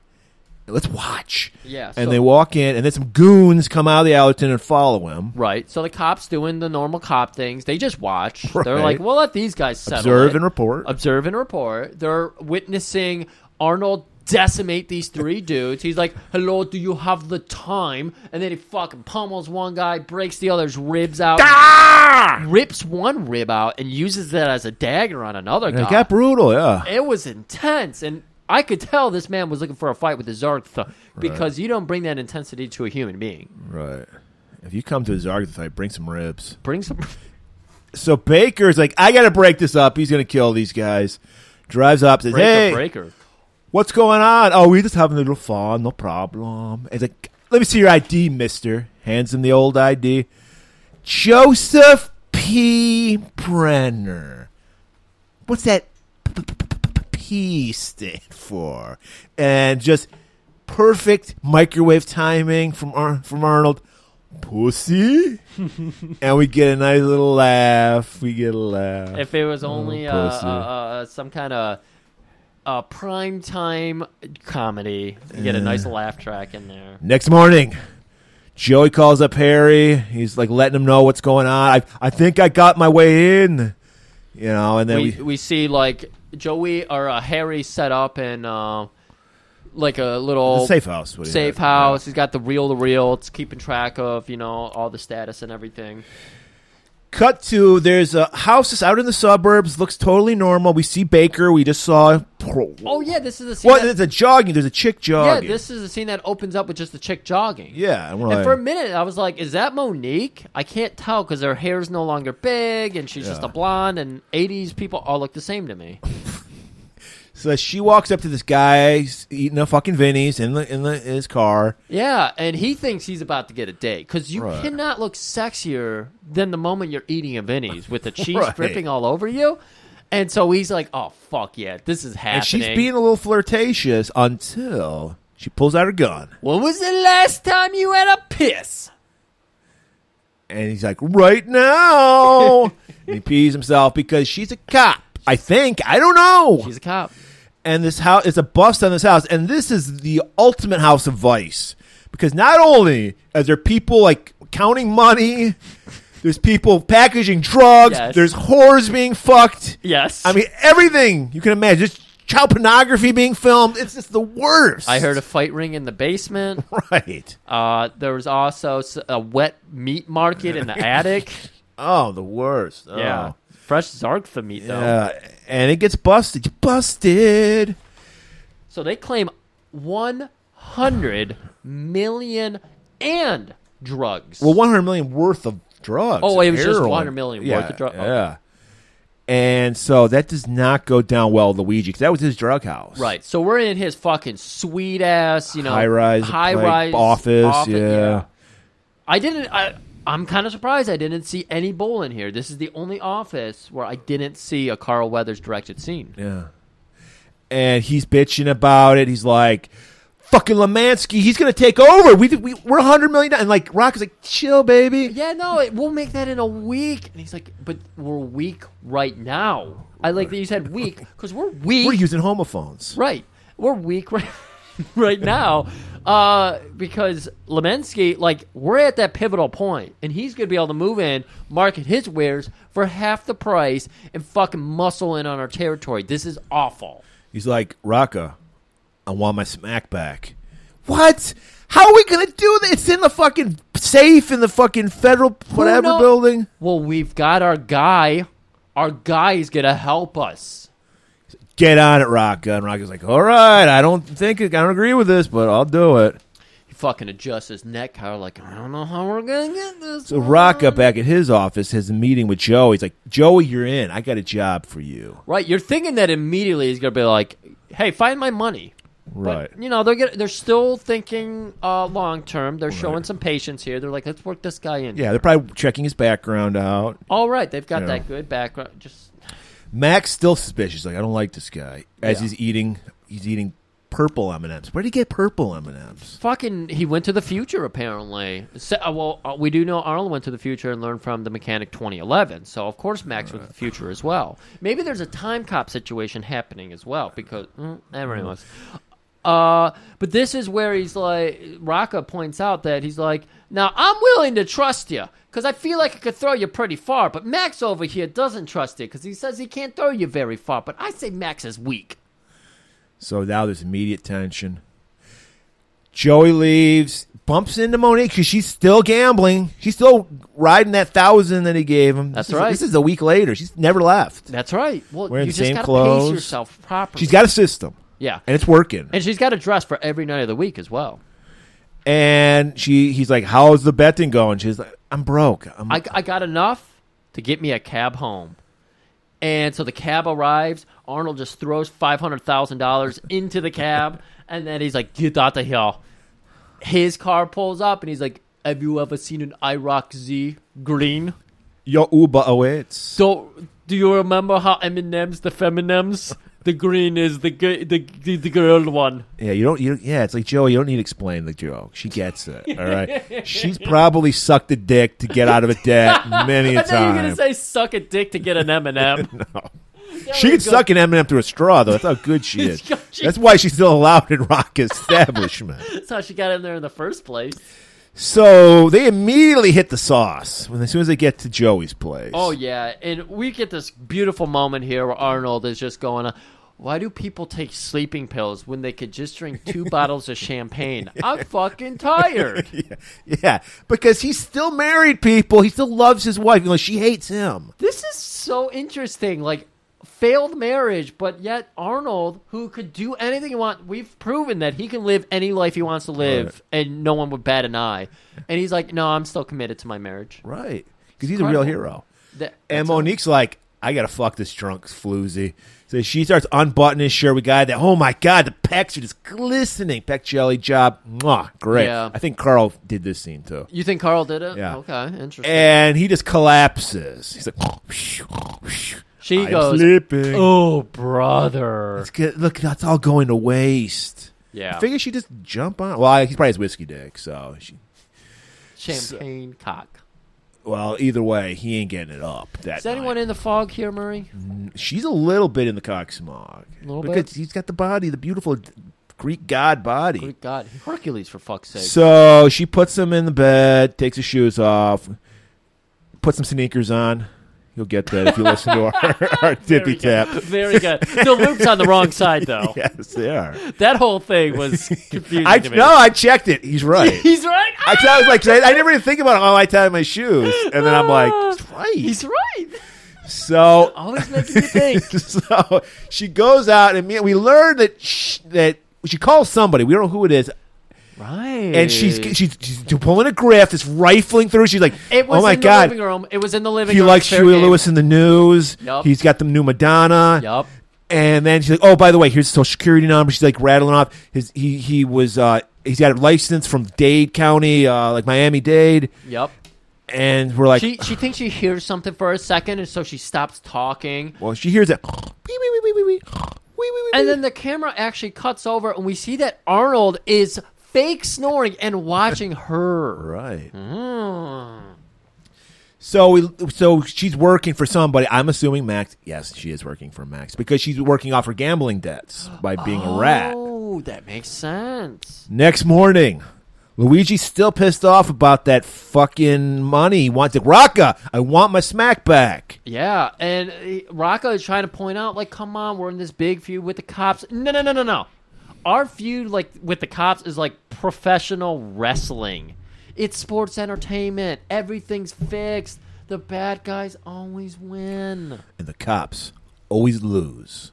Speaker 2: Let's watch.
Speaker 1: Yeah,
Speaker 2: And
Speaker 1: so-
Speaker 2: they walk in, and then some goons come out of the Allerton and follow him.
Speaker 1: Right. So the cops doing the normal cop things. They just watch. They're
Speaker 2: Right.
Speaker 1: like, "We'll let these guys settle
Speaker 2: Observe
Speaker 1: it."
Speaker 2: and report.
Speaker 1: Observe and report. They're witnessing Arnold decimate these three dudes. He's like, "Hello, do you have the time?" And then he fucking pummels one guy, breaks the other's ribs out, rips one rib out, and uses that as a dagger on another
Speaker 2: And
Speaker 1: guy.
Speaker 2: it got brutal. Yeah.
Speaker 1: It was intense, and I could tell this man was looking for a fight with the Zargtha because you don't bring that intensity to a human being.
Speaker 2: Right. If you come to his argument fight, bring some ribs.
Speaker 1: Bring some.
Speaker 2: So Baker's like, I got to break this up. He's going to kill these guys. Drives up, says,
Speaker 1: Breaker,
Speaker 2: Hey,
Speaker 1: breaker.
Speaker 2: what's going on? Oh, we just having a little fun. No problem. He's like, Let me see your ID, mister. Hands him the old ID. Joseph P. Brenner. What's that p- p- p- p- P stand for? And just perfect microwave timing from Ar- from Arnold. Pussy, and we get a nice little laugh. We get a laugh.
Speaker 1: If it was only uh,
Speaker 2: Oh, pussy.
Speaker 1: uh, uh, some kind of uh, prime time comedy, you get a nice laugh track in there.
Speaker 2: Next morning, Joey calls up Harry. He's like letting him know what's going on. I I think I got my way in, you know. And then
Speaker 1: We
Speaker 2: we,
Speaker 1: we see like Joey or uh, Harry set up in uh, like a little
Speaker 2: the safe house. what do you
Speaker 1: safe
Speaker 2: have?
Speaker 1: house. He's got the reel to reel. It's keeping track of you know all the status and everything.
Speaker 2: Cut to there's a house that's out in the suburbs. Looks totally normal. We see Baker. We just saw.
Speaker 1: Oh yeah, this is the scene.
Speaker 2: Well,
Speaker 1: that-
Speaker 2: there's a jogging. There's a chick
Speaker 1: yeah,
Speaker 2: jogging.
Speaker 1: this is the scene that opens up with just the chick jogging.
Speaker 2: Yeah, and we're
Speaker 1: And
Speaker 2: like-
Speaker 1: for a minute, I was like, "Is that Monique?" I can't tell because her hair's no longer big, and she's just
Speaker 2: Yeah.
Speaker 1: a blonde. And '80s people all look the same to me.
Speaker 2: So she walks up to this guy he's eating a fucking Vinny's in the in the his car.
Speaker 1: Yeah, and he thinks he's about to get a date because you
Speaker 2: Right.
Speaker 1: cannot look sexier than the moment you're eating a Vinny's with the cheese
Speaker 2: Right.
Speaker 1: dripping all over you. And so he's like, "Oh fuck yeah, this is happening."
Speaker 2: And she's being a little flirtatious until she pulls out her gun.
Speaker 1: when was the last time you had a piss?
Speaker 2: And he's like, right now. and he pees himself because she's a cop. I think. I don't know.
Speaker 1: She's a cop.
Speaker 2: and this house is a bust on this house and this is the ultimate house of vice because not only is there people like counting money there's people packaging drugs
Speaker 1: Yes.
Speaker 2: there's whores being fucked
Speaker 1: Yes,
Speaker 2: i mean everything you can imagine just child pornography being filmed it's just the worst
Speaker 1: I heard a fight ring in the basement.
Speaker 2: right
Speaker 1: Uh, there was also s- a wet meat market in the attic.
Speaker 2: oh the worst oh.
Speaker 1: Yeah, fresh Zargtha meat though.
Speaker 2: Yeah. and it gets busted busted
Speaker 1: So they claim 100 million and drugs.
Speaker 2: Well, 100 million worth of drugs.
Speaker 1: Oh, it was just
Speaker 2: heroin.
Speaker 1: 100 million worth
Speaker 2: yeah,
Speaker 1: of drug- okay.
Speaker 2: Yeah. And so that does not go down well, with Luigi, because that was his drug house.
Speaker 1: Right. So we're in his fucking sweet ass, you know,
Speaker 2: high rise,
Speaker 1: high rise
Speaker 2: office. yeah.
Speaker 1: I didn't. I, I'm kind of surprised I didn't see any bowl in here. This is the only office where I didn't see a Carl Weathers directed scene.
Speaker 2: Yeah. And he's bitching about it. He's like, fucking Lemansky, he's going to take over. We, we, we're 100 million. down." And like, Rock is like, chill, baby.
Speaker 1: Yeah, no, it, we'll make that in a week. And he's like, but we're weak right now. I like that you said weak because we're weak.
Speaker 2: We're using homophones.
Speaker 1: Right. We're weak right, right now uh, because Lemensky, like, we're at that pivotal point, and he's going to be able to move in, market his wares for half the price, and fucking muscle in on our territory. This is awful.
Speaker 2: He's like, Rocka, I want my smack back. What? How are we gonna do this? It's in the fucking safe in the fucking federal whatever
Speaker 1: knows?
Speaker 2: building.
Speaker 1: Well, we've got our guy. Our guy is going to help us.
Speaker 2: Get on it, Rocka. And Rocka's like, all right, I don't think I don't agree with this, but I'll do it.
Speaker 1: He fucking adjusts his neck collar, like, I don't know how we're going to get this.
Speaker 2: So Rocka
Speaker 1: Um,
Speaker 2: back at his office has a meeting with Joe. He's like, Joey, you're in. I got a job for you.
Speaker 1: Right. You're thinking that immediately he's going to be like, hey, find my money.
Speaker 2: Right.
Speaker 1: But, you know, they're get, they're still thinking uh, long term. They're showing some patience here. They're like, let's work this guy in.
Speaker 2: yeah, they're probably checking his background out.
Speaker 1: All right, they've got
Speaker 2: Yeah.
Speaker 1: that good background. Just
Speaker 2: Max still suspicious. Like, I don't like this guy. As
Speaker 1: Yeah.
Speaker 2: he's eating, he's eating purple M and M's. Where would he get purple M and M's?
Speaker 1: fucking, he went to the future apparently. So, uh, well, uh, we do know Arnold went to the future and learned from the mechanic 2011. So of course Max went to the future as well. Maybe there's a time cop situation happening as well because mm, never knows. Uh, but this is where he's like, Rocca points out that he's like, now I'm willing to trust you because I feel like I could throw you pretty far, but Max over here doesn't trust you because he says he can't throw you very far, but I say Max is weak.
Speaker 2: So now there's immediate tension. Joey leaves, bumps into Monique because she's still gambling. She's still riding that thousand that he gave him.
Speaker 1: That's
Speaker 2: This is-
Speaker 1: right.
Speaker 2: This is a week later. She's never left.
Speaker 1: That's right. Well,
Speaker 2: Wearing
Speaker 1: you
Speaker 2: the
Speaker 1: just
Speaker 2: same
Speaker 1: gotta
Speaker 2: clothes.
Speaker 1: pace yourself properly.
Speaker 2: She's got a system,
Speaker 1: yeah,
Speaker 2: and it's working.
Speaker 1: and she's got a dress for every night of the week as well.
Speaker 2: And she, he's like, "How's the betting going?" She's like, "I'm broke. I'm,
Speaker 1: I, I got enough to get me a cab home. And so the cab arrives. Arnold just throws $500,000 into the cab. And then he's like, get out the hill. His car pulls up and he's like, have you ever seen an IROC Z green?
Speaker 2: your Uber awaits."
Speaker 1: So, do you remember how M&M's, the Feminems? The green is the, g- the the the girl one.
Speaker 2: Yeah, you don't. You, yeah, it's like Joey. You don't need to explain the joke. She gets it. All right. She's probably sucked a dick to get out of a debt many
Speaker 1: I
Speaker 2: a
Speaker 1: thought you were
Speaker 2: time.
Speaker 1: gonna say suck a dick to get an M&M.
Speaker 2: She could suck an M&M through a straw, though. That's how good she is.
Speaker 1: She's- she-
Speaker 2: That's why she's still allowed in rock establishment.
Speaker 1: That's how she got in there in the first place.
Speaker 2: so they immediately hit the sauce when as soon as they get to Joey's place.
Speaker 1: Oh yeah, and we get this beautiful moment here where Arnold is just going, uh, "Why do people take sleeping pills when they could just drink two bottles of champagne?" I'm fucking tired.
Speaker 2: yeah, yeah, because he's still married. People, he still loves his wife, unless she hates him.
Speaker 1: This is so interesting. Like failed marriage, but yet Arnold, who could do anything he wants, we've proven that he can live any life he wants to live, and no one would bat an eye. And he's like, "No, I'm still committed to my marriage."
Speaker 2: Right, because he's a real
Speaker 1: incredible.
Speaker 2: hero.
Speaker 1: That-
Speaker 2: And Monique's like, I gotta fuck this drunk floozy. So she starts unbuttoning his shirt. We got that. Oh my god, the pecs are just glistening. Pec jelly job. Mwah, great.
Speaker 1: Yeah.
Speaker 2: I think Carl did this scene too.
Speaker 1: You think Carl did it?
Speaker 2: Yeah.
Speaker 1: Okay, interesting.
Speaker 2: And he just collapses. He's like,
Speaker 1: she
Speaker 2: I'm
Speaker 1: goes,
Speaker 2: sleeping.
Speaker 1: "Oh, brother."
Speaker 2: It's good. Look, that's all going to waste.
Speaker 1: Yeah.
Speaker 2: I figure she just jump on. Well, he's probably his whiskey dick, so she.
Speaker 1: Champagne cock.
Speaker 2: Well, either way, he ain't getting it up. That
Speaker 1: Is anyone
Speaker 2: night.
Speaker 1: in the fog here, Murray?
Speaker 2: She's a little bit in the cock smog.
Speaker 1: Little
Speaker 2: because
Speaker 1: bit?
Speaker 2: he's got the body, the beautiful Greek god body.
Speaker 1: Good God, Hercules for fuck's sake.
Speaker 2: So she puts him in the bed, takes his shoes off, puts some sneakers on. You'll get that if you listen to our, our tippy tap.
Speaker 1: Very good. The loop's on the wrong side, though.
Speaker 2: Yes, they are.
Speaker 1: That whole thing was confusing
Speaker 2: I
Speaker 1: to me.
Speaker 2: no, I checked it. He's right.
Speaker 1: He's right.
Speaker 2: I, I was like, I, I never even think about it. Oh, I tie my shoes, and then I'm like,
Speaker 1: He's
Speaker 2: he's right.
Speaker 1: Oh, right.
Speaker 2: so
Speaker 1: Always making you think.
Speaker 2: so she goes out, and me, we learn that she, that she calls somebody. We don't know who it is,
Speaker 1: Right.
Speaker 2: and she's she's, she's pulling a grift. It's rifling through. She's like,
Speaker 1: It was
Speaker 2: oh my
Speaker 1: in the
Speaker 2: god,
Speaker 1: living room. It was in the living
Speaker 2: he
Speaker 1: room.
Speaker 2: likes
Speaker 1: Fair
Speaker 2: Huey
Speaker 1: game.
Speaker 2: Lewis in the news.
Speaker 1: Yup.
Speaker 2: He's got the new Madonna.
Speaker 1: Yup.
Speaker 2: And then she's like, "Oh, by the way, here's his social security number." She's like rattling off his he he was uh he's got a license from Dade County, uh like Miami Dade,
Speaker 1: Yep.
Speaker 2: and we're like,
Speaker 1: She she thinks she hears something for a second, and so she stops talking.
Speaker 2: well, she hears it. Wee, wee, wee, wee, wee, wee. Wee, wee, wee,
Speaker 1: And
Speaker 2: wee.
Speaker 1: then the camera actually cuts over, and we see that Arnold is fake snoring and watching her.
Speaker 2: right.
Speaker 1: Hmm.
Speaker 2: So we so she's working for somebody. I'm assuming Max. Yes, she is working for Max because she's working off her gambling debts by being a rat.
Speaker 1: Oh, that makes sense.
Speaker 2: Next morning, Luigi's still pissed off about that fucking money. He wants it. Rocka, I want my smack back.
Speaker 1: Yeah, and uh, Rocco is trying to point out, like, come on, we're in this big feud with the cops. No, no, no, no, no. Our feud, like, with the cops is like professional wrestling. It's sports entertainment. Everything's fixed. The bad guys always win.
Speaker 2: And the cops always lose.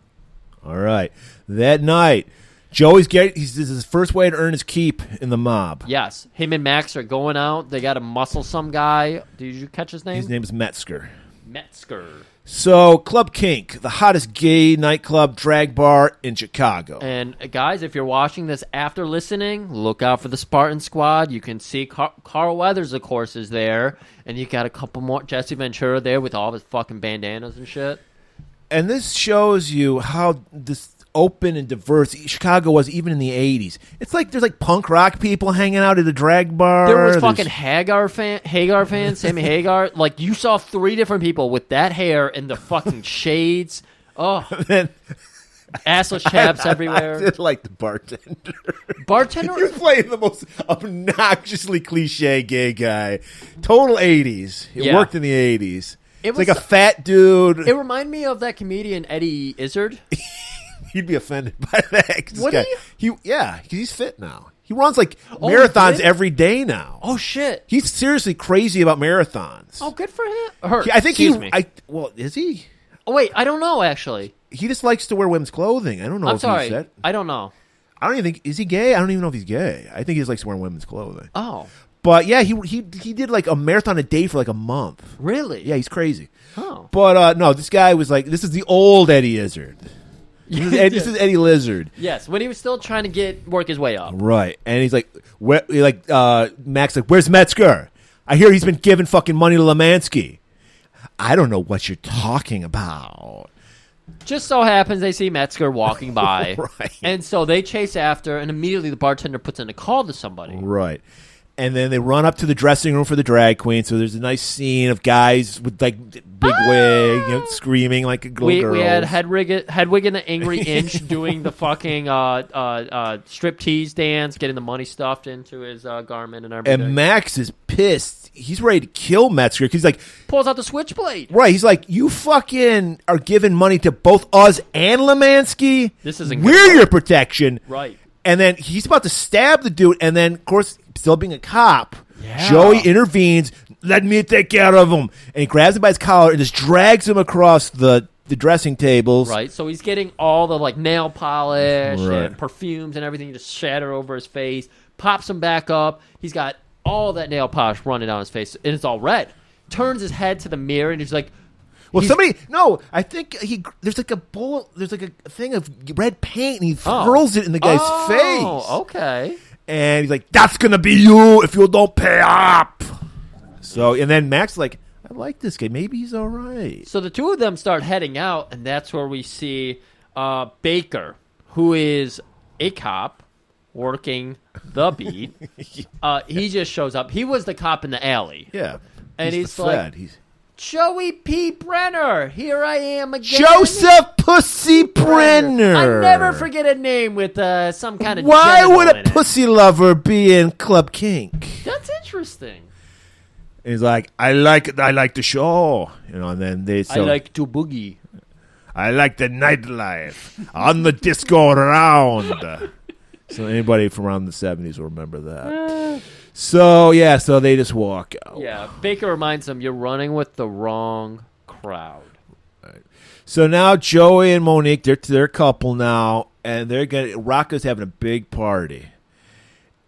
Speaker 2: All right. That night, Joey's get he's this is his first way to earn his keep in the mob.
Speaker 1: Yes, him and Max are going out. They got to muscle some guy. Did you catch his name?
Speaker 2: His name is Metzger.
Speaker 1: Metzger.
Speaker 2: So, Club Kink, the hottest gay nightclub drag bar in Chicago.
Speaker 1: And uh, guys, if you're watching this after listening, look out for the Spartan Squad. You can see Car- Carl Weathers, of course, is there, and you got a couple more Jesse Ventura there with all his fucking bandanas and shit.
Speaker 2: and this shows you how this open and diverse Chicago was even in the 80s. It's like there's like punk rock people hanging out at a drag bar.
Speaker 1: There was
Speaker 2: There's-
Speaker 1: fucking Hagar fan, Hagar fan, Sammy Hagar. Like you saw three different people with that hair and the fucking shades. Oh,
Speaker 2: Then-
Speaker 1: assless chaps
Speaker 2: I
Speaker 1: everywhere.
Speaker 2: did like the bartender. You're
Speaker 1: Bartender.
Speaker 2: playing the most obnoxiously cliche gay guy. Total 80s. It
Speaker 1: Yeah.
Speaker 2: worked in the 80s.
Speaker 1: It
Speaker 2: it's
Speaker 1: was-
Speaker 2: like a fat dude.
Speaker 1: It reminded me of that comedian Eddie Izzard.
Speaker 2: He'd be offended by that. 'cause this
Speaker 1: Would
Speaker 2: guy- he? Yeah, because he's fit now. He runs like
Speaker 1: Oh, he
Speaker 2: marathons
Speaker 1: did?
Speaker 2: every day now.
Speaker 1: Oh shit.
Speaker 2: He's seriously crazy about marathons.
Speaker 1: Oh, good for him. Her.
Speaker 2: I think
Speaker 1: Excuse
Speaker 2: he.
Speaker 1: me.
Speaker 2: I well, is he?
Speaker 1: Oh, wait, I don't know actually.
Speaker 2: He just likes to wear women's clothing. I don't know
Speaker 1: I'm
Speaker 2: if he's
Speaker 1: sorry.
Speaker 2: that.
Speaker 1: I don't know.
Speaker 2: I don't even think is he gay. I don't even know if he's gay. I think he just likes to wear women's clothing.
Speaker 1: Oh,
Speaker 2: But yeah, he he he did like a marathon a day for like a month.
Speaker 1: really?
Speaker 2: Yeah, he's crazy.
Speaker 1: Oh.
Speaker 2: But uh, no, this guy was like, this is the old Eddie Izzard. This is, Ed, this is Eddie Lizard.
Speaker 1: Yes, when he was still trying to get work his way up.
Speaker 2: Right. And he's like, where, he like uh, Max, like, where's Metzger? I hear he's been giving fucking money to Lemansky. I don't know what you're talking about.
Speaker 1: Just so happens they see Metzger walking by,
Speaker 2: Right.
Speaker 1: and so they chase after, and immediately the bartender puts in a call to somebody.
Speaker 2: Right. And then they run up to the dressing room for the drag queen. So there's a nice scene of guys with like big wig, you know, screaming like a little
Speaker 1: We,
Speaker 2: girls.
Speaker 1: we had Hedwig, Hedwig and the Angry Inch doing the fucking uh, uh, uh, striptease dance, getting the money stuffed into his uh, garment and everything.
Speaker 2: and Max is pissed. He's ready to kill Metzger because he's like,
Speaker 1: Pulls out the switchblade.
Speaker 2: right, he's like, you fucking are giving money to both us and Lemansky.
Speaker 1: This isn't
Speaker 2: we're
Speaker 1: good."
Speaker 2: your protection,
Speaker 1: Right.
Speaker 2: And then he's about to stab the dude, and then of course, still being a cop,
Speaker 1: Yeah.
Speaker 2: Joey intervenes. Let me take care of him, and he grabs him by his collar and just drags him across the the dressing tables.
Speaker 1: Right, so he's getting all the like nail polish
Speaker 2: Right.
Speaker 1: and perfumes and everything just shatter over his face. Pops him back up. He's got all that nail polish running down his face, and it's all red. Turns his head to the mirror, and he's like,
Speaker 2: Well,
Speaker 1: He's-
Speaker 2: somebody no, I think he there's like a bowl, there's like a thing of red paint, and he
Speaker 1: Oh.
Speaker 2: throws it in the guy's
Speaker 1: Oh,
Speaker 2: face,
Speaker 1: Okay.
Speaker 2: and he's like, "That's gonna be you if you don't pay up." So, and then Max like, "I like this guy. Maybe he's all right."
Speaker 1: So the two of them start heading out, and that's where we see uh, Baker, who is a cop working the beat. uh, he just shows up. He was the cop in the alley.
Speaker 2: Yeah,
Speaker 1: And he's
Speaker 2: the
Speaker 1: like-
Speaker 2: Fred. he's
Speaker 1: Joey P. Brenner, here I am again.
Speaker 2: Joseph Pussy Brenner.
Speaker 1: I never forget a name with uh, some kind of.
Speaker 2: Why
Speaker 1: genital
Speaker 2: would
Speaker 1: in
Speaker 2: a
Speaker 1: it.
Speaker 2: pussy lover be in Club Kink?
Speaker 1: That's interesting.
Speaker 2: And he's like, I like, I like the show, you know. And then they, so,
Speaker 1: I like to boogie.
Speaker 2: I like the nightlife on the disco round. so anybody from around the seventies will remember that. so yeah, so they just walk out.
Speaker 1: Yeah, Baker reminds him you're running with the wrong crowd.
Speaker 2: So now Joey and Monique, they're they're a couple now, and they're gonna Rocco's having a big party,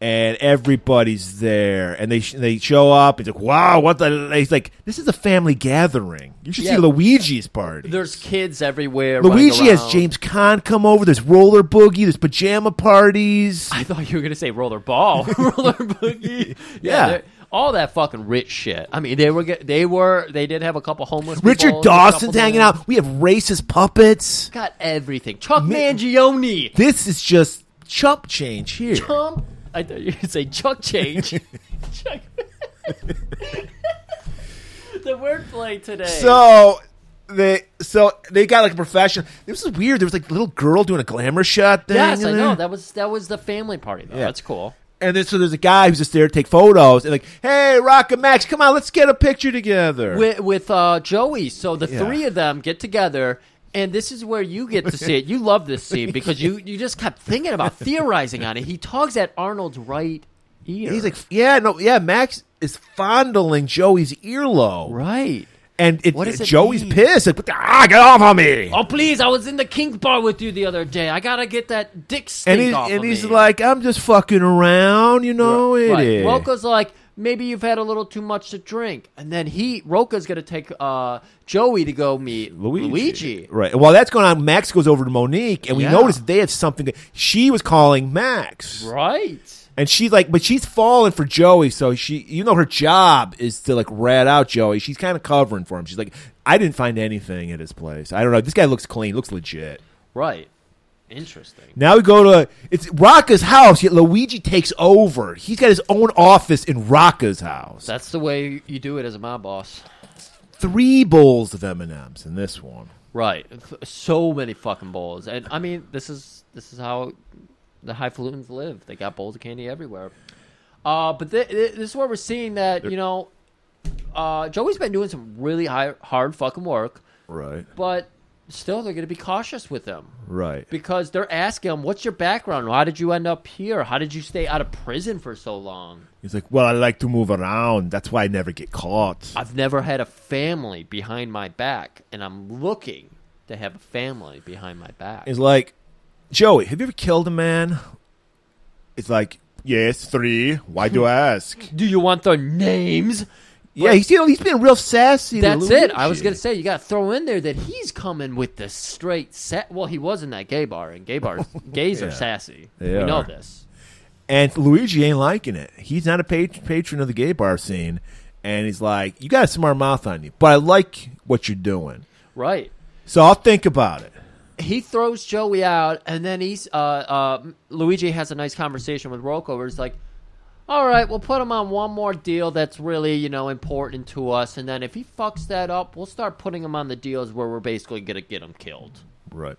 Speaker 2: and everybody's there, and they sh- they show up. It's like, wow, what the? He's like, this is a family gathering. You should
Speaker 1: Yeah.
Speaker 2: see Luigi's party.
Speaker 1: There's kids everywhere. running
Speaker 2: Luigi has
Speaker 1: around.
Speaker 2: James Caan come over. There's roller boogie. There's pajama parties.
Speaker 1: I thought you were gonna say roller ball, roller boogie.
Speaker 2: Yeah.
Speaker 1: they're- all that fucking rich shit. I mean, they were get- they were they did have a couple homeless. people,
Speaker 2: Richard
Speaker 1: a
Speaker 2: Dawson's
Speaker 1: couple
Speaker 2: hanging
Speaker 1: things.
Speaker 2: out. We have racist puppets.
Speaker 1: Got everything. Chuck Mangione.
Speaker 2: This is just chump change here.
Speaker 1: Tom. I thought you would say Chuck Change. Chuck. the wordplay today.
Speaker 2: So they so they got like a professional. This is weird. There was like a little girl doing a glamour shot thing.
Speaker 1: yes,
Speaker 2: in
Speaker 1: I
Speaker 2: there.
Speaker 1: know that was that was the family party though.
Speaker 2: Yeah.
Speaker 1: That's cool.
Speaker 2: And then so there's a guy who's just there to take photos and like, hey, Rock and Max, come on, let's get a picture together.
Speaker 1: with, with uh, Joey. So the
Speaker 2: Yeah.
Speaker 1: three of them get together, and this is where you get to see it. You love this scene because you you just kept thinking about theorizing on it. He tugs at Arnold's right ear.
Speaker 2: and he's like, yeah, no, yeah, Max is fondling Joey's earlobe,
Speaker 1: right.
Speaker 2: and it,
Speaker 1: What does it
Speaker 2: Joey's
Speaker 1: mean?
Speaker 2: pissed. Like, "What the- ah, get off on me!
Speaker 1: Oh please! I was in the King Bar with you the other day. I gotta get that dick stink
Speaker 2: and he's,
Speaker 1: off
Speaker 2: and
Speaker 1: of
Speaker 2: he's
Speaker 1: me.
Speaker 2: like, I'm just fucking around, you know it
Speaker 1: Right.
Speaker 2: is."
Speaker 1: Roka's like, maybe you've had a little too much to drink, and then he Roka's gonna take uh, Joey to go meet Luigi.
Speaker 2: Right. While that's going on, Max goes over to Monique, and we
Speaker 1: Yeah.
Speaker 2: notice they have something. That, she was calling Max,
Speaker 1: right?
Speaker 2: and she's like, but she's falling for Joey. So she, you know, her job is to like rat out Joey. She's kind of covering for him. She's like, I didn't find anything at his place. I don't know. This guy looks clean. Looks legit.
Speaker 1: Right. Interesting.
Speaker 2: Now we go to it's Rocca's house. Yet Luigi takes over. He's got his own office in Rocca's house.
Speaker 1: That's the way you do it as a mob boss.
Speaker 2: Three bowls of M and M's in this one.
Speaker 1: Right. Th- So many fucking bowls. And I mean, this is this is how the highfalutins live. They got bowls of candy everywhere. Uh, but thi- thi- this is where we're seeing that, you know, uh, Joey's been doing some really high, hard fucking work,
Speaker 2: Right.
Speaker 1: but still they're going to be cautious with him
Speaker 2: Right.
Speaker 1: because they're asking him, what's your background? Why did you end up here? How did you stay out of prison for so long?
Speaker 2: He's like, well, I like to move around. That's why I never get caught.
Speaker 1: I've never had a family behind my back, and I'm looking to have a family behind my back.
Speaker 2: It's like, Joey, have you ever killed a man? It's like, yes, three. Why do I ask?
Speaker 1: Do you want their names?
Speaker 2: yeah, he's you know, he's been real sassy. to
Speaker 1: That's it. I was
Speaker 2: Luigi.
Speaker 1: gonna say you got to throw in there that he's coming with the straight set. Well, he was in that gay bar, and gay bars, gays are sassy.
Speaker 2: They
Speaker 1: we know
Speaker 2: are.
Speaker 1: this.
Speaker 2: and Luigi ain't liking it. He's not a pat- patron of the gay bar scene, and he's like, you got a smart mouth on you, but I like what you're doing,
Speaker 1: Right.
Speaker 2: so I'll think about it.
Speaker 1: He throws Joey out, and then he's uh, uh, Luigi has a nice conversation with Rocco. Where he's like, "All right, we'll put him on one more deal that's really you know important to us, and then if he fucks that up, we'll start putting him on the deals where we're basically gonna get him killed."
Speaker 2: Right.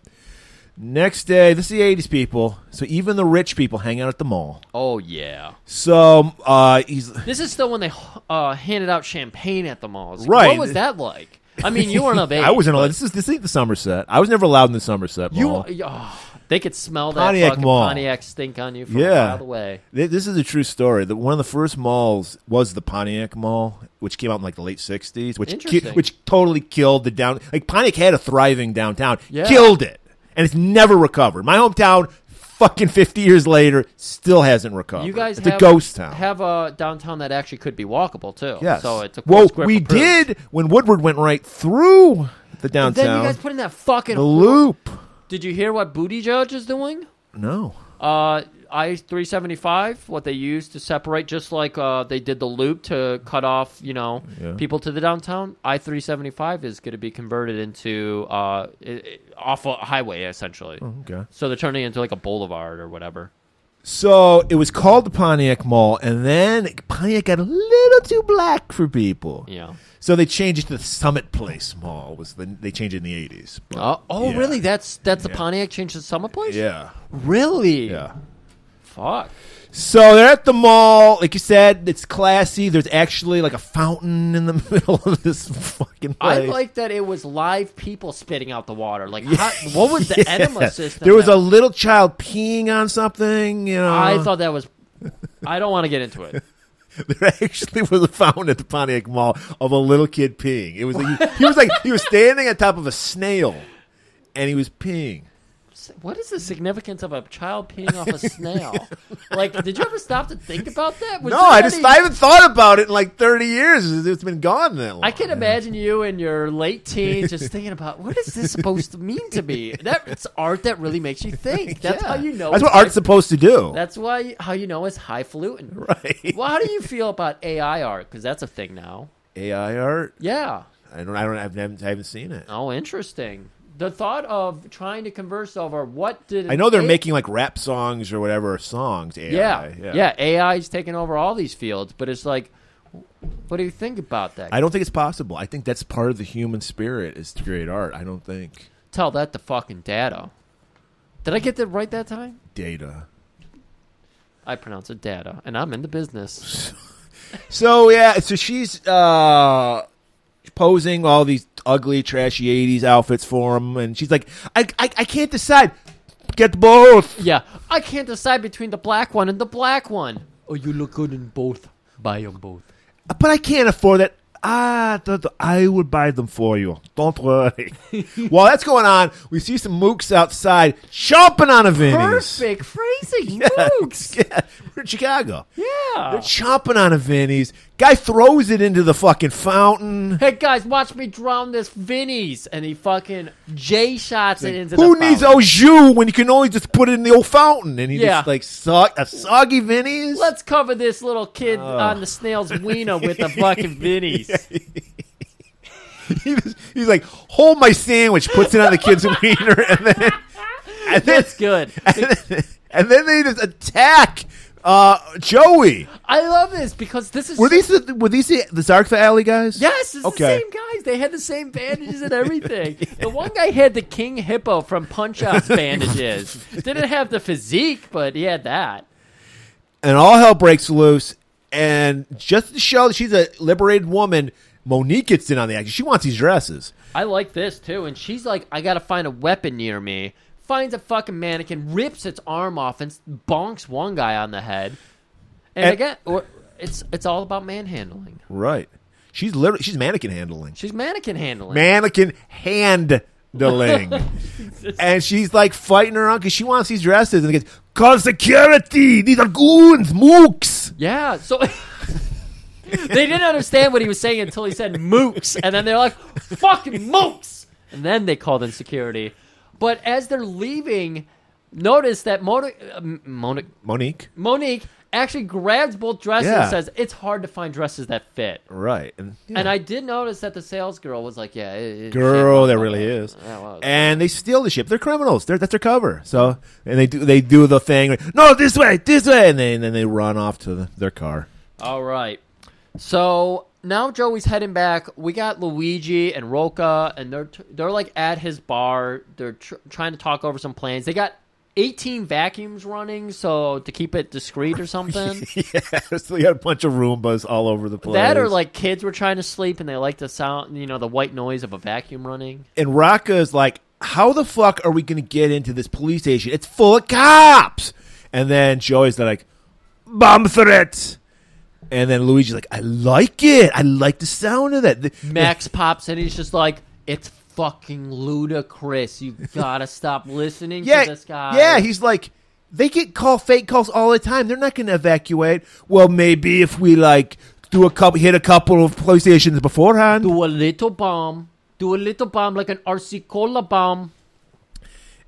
Speaker 2: Next day, this is the '80s people, so even the rich people hang out at the mall.
Speaker 1: Oh yeah.
Speaker 2: So uh, he's
Speaker 1: This is still when they uh, handed out champagne at the malls. Like,
Speaker 2: Right.
Speaker 1: What was that like? I mean, you weren't of age.
Speaker 2: I wasn't allowed. This is this ain't the Somerset. I was never allowed in the Somerset.
Speaker 1: You,
Speaker 2: Mall.
Speaker 1: oh, they could smell that
Speaker 2: Pontiac
Speaker 1: fucking
Speaker 2: Mall.
Speaker 1: Pontiac stink on you from a
Speaker 2: Yeah.
Speaker 1: mile away.
Speaker 2: Th- This is a true story. That one of the first malls was the Pontiac Mall, which came out in like the late '60s, which ki-
Speaker 1: Interesting.
Speaker 2: which totally killed the down. Like Pontiac had a thriving downtown,
Speaker 1: Yeah.
Speaker 2: killed it, and it's never recovered. My hometown fucking 50 years later, still hasn't recovered.
Speaker 1: You guys
Speaker 2: it's
Speaker 1: have,
Speaker 2: a ghost town.
Speaker 1: Have a downtown that actually could be walkable too.
Speaker 2: yes.
Speaker 1: So it's a
Speaker 2: well,
Speaker 1: script
Speaker 2: we
Speaker 1: approved.
Speaker 2: did when Woodward went right through the
Speaker 1: But Then you
Speaker 2: downtown.
Speaker 1: guys put in that fucking.
Speaker 2: the loop.
Speaker 1: did you hear what Booty Judge is doing?
Speaker 2: No.
Speaker 1: Uh, I three seventy five. What they use to separate, just like uh, they did the loop to cut off, you know, people to the downtown. I three seventy five is going to be converted into uh, it, it, off a highway essentially.
Speaker 2: Oh, Okay.
Speaker 1: So they're turning it into like a boulevard or whatever.
Speaker 2: So it was called the Pontiac Mall, and then Pontiac got a little too black for people.
Speaker 1: Yeah.
Speaker 2: So they changed it to the Summit Place Mall. Was the, they changed it in the eighties?
Speaker 1: Uh, oh,
Speaker 2: Yeah.
Speaker 1: really? That's that's the Pontiac changed to Summit Place.
Speaker 2: Yeah,
Speaker 1: Really?
Speaker 2: yeah.
Speaker 1: Fuck.
Speaker 2: So they're at the mall, like you said. It's classy. There's actually like a fountain in the middle of this fucking
Speaker 1: I
Speaker 2: place.
Speaker 1: like that it was live people spitting out the water. Like, how, what was the enema system?
Speaker 2: There was
Speaker 1: that-
Speaker 2: a Uh. little child peeing on something. You know,
Speaker 1: I thought that was. I don't want to get into it.
Speaker 2: there actually was a fountain at the Pontiac Mall of a little kid peeing. It was like, he was like he was standing on top of a snail, and he was peeing.
Speaker 1: What is the significance of a child peeing off a snail? like, did you ever stop to think about that? Was
Speaker 2: no,
Speaker 1: there
Speaker 2: I just
Speaker 1: any-
Speaker 2: I haven't thought about it in like thirty years. It's been gone that long.
Speaker 1: I can imagine you in your late teens just thinking about what is this supposed to mean to me? That's art that really makes you think. That's
Speaker 2: Yeah.
Speaker 1: how you know.
Speaker 2: That's
Speaker 1: it's
Speaker 2: what art's
Speaker 1: high-
Speaker 2: supposed to do.
Speaker 1: That's why how you know it's highfalutin.
Speaker 2: Right.
Speaker 1: Well, how do you feel about AI art? Because that's a thing now.
Speaker 2: AI art.
Speaker 1: Yeah.
Speaker 2: I don't. I don't. I haven't, I haven't seen it.
Speaker 1: Oh, interesting. The thought of trying to converse over what did
Speaker 2: I know they're
Speaker 1: A-
Speaker 2: making like rap songs or whatever songs. AI.
Speaker 1: yeah yeah, AI's taking over all these fields, but it's like, what do you think about that?
Speaker 2: I don't think it's possible. I think that's part of the human spirit is to create art. I don't think
Speaker 1: Tell that to fucking data. Did I get that right that time?
Speaker 2: data.
Speaker 1: I pronounce it data, and I'm in the business.
Speaker 2: So yeah, so she's uh posing all these ugly, trashy '80s outfits for him, and she's like, "I, I, I can't decide. Get both."
Speaker 1: yeah, I can't decide between the black one and the black one. Oh, you look good in both. Buy them both.
Speaker 2: but I can't afford it. Ah, th- th- I will buy them for you. Don't worry. While that's going on, we see some mooks outside chomping on a Vinnie's.
Speaker 1: Perfect phrasing.
Speaker 2: Yeah,
Speaker 1: Mooks.
Speaker 2: yeah, we're in Chicago. They're
Speaker 1: Yeah.
Speaker 2: chomping on a Vinnie's. Guy throws it into the fucking fountain.
Speaker 1: Hey guys, watch me drown this Vinny's, and he fucking J shots it into
Speaker 2: Who
Speaker 1: the
Speaker 2: needs
Speaker 1: fountain.
Speaker 2: au jus when you can always just put it in the old fountain? And he
Speaker 1: Yeah.
Speaker 2: just like sog- a soggy Vinnie's.
Speaker 1: Let's cover this little kid on the snail's wiener with the fucking Vinny's.
Speaker 2: He was- he's like, hold my sandwich, puts it on the kid's wiener, and then and then
Speaker 1: That's good.
Speaker 2: and then, and then they just attack uh, Joey.
Speaker 1: I love this because this is
Speaker 2: Were these the, were these the, the Zarka Alley guys?
Speaker 1: Yes, it's
Speaker 2: Okay.
Speaker 1: the same guys. They had the same bandages and everything. The one guy had the King Hippo from Punch Out's bandages. Didn't have the physique, but he had that.
Speaker 2: And all hell breaks loose. And just to show that she's a liberated woman, Monique gets in on the action. She wants these dresses.
Speaker 1: I like this too. And she's like, I gotta find a weapon near me. Finds a fucking mannequin, rips its arm off, and bonks one guy on the head. And,
Speaker 2: And-
Speaker 1: again, or, it's it's all about manhandling.
Speaker 2: Right. She's literally she's mannequin handling.
Speaker 1: She's mannequin handling.
Speaker 2: Mannequin handling. and she's like fighting her on because she wants these dresses. And he gets call security. These are goons, mooks.
Speaker 1: Yeah, so they didn't understand what he was saying until he said mooks, and then they're like, fucking mooks! And then they called in security. But as they're leaving, notice that Mona, uh, Mona,
Speaker 2: Monique.
Speaker 1: Monique actually grabs both dresses
Speaker 2: Yeah.
Speaker 1: and says, It's hard to find dresses that fit.
Speaker 2: Right. And, yeah.
Speaker 1: And I did notice that the sales girl was like, Yeah, it, it-
Speaker 2: girl
Speaker 1: shit,
Speaker 2: there
Speaker 1: uh,
Speaker 2: really is
Speaker 1: that was-
Speaker 2: and they steal the ship they're criminals they're, that's their cover so and they do they do the thing like, no this way this way and, they, and then they run off to the, their car
Speaker 1: All right. So now Joey's heading back. We got Luigi and Roca, and they're they're like at his bar. They're tr- trying to talk over some plans. They got eighteen vacuums running, so to keep it discreet or something.
Speaker 2: yeah so they got a bunch of roombas all over the place
Speaker 1: That or like kids were trying to sleep and they like the sound, you know, the white noise of a vacuum running.
Speaker 2: and raka is like how the fuck are we gonna get into this police station it's full of cops and then joey's like bomb threat and then luigi's like i like it i like the sound of that The-
Speaker 1: Max pops in, he's just like, "It's fucking ludicrous. You gotta stop listening to this guy."
Speaker 2: Yeah, he's like, They get call fake calls all the time. They're not going to evacuate. Well, maybe if we like do a couple, hit a couple of PlayStations beforehand.
Speaker 1: Do a little bomb. Do a little bomb like an RC Cola bomb.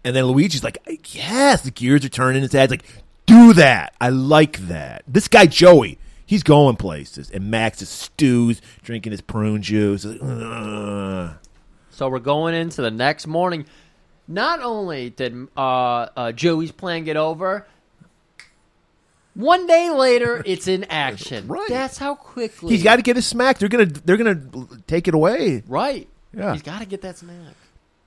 Speaker 2: And then Luigi's like, yes, the gears are turning. His head's like, do that. I like that. This guy, Joey, he's going places. And Max is stews, drinking his prune juice. It's like, "Ugh."
Speaker 1: So we're going into the next morning. Not only did uh, uh, Joey's plan get over, one day later it's in action.
Speaker 2: Right.
Speaker 1: That's how quickly
Speaker 2: He's got to get his smack. They're gonna, they're gonna take it away.
Speaker 1: right.
Speaker 2: Yeah.
Speaker 1: He's got to get that snack.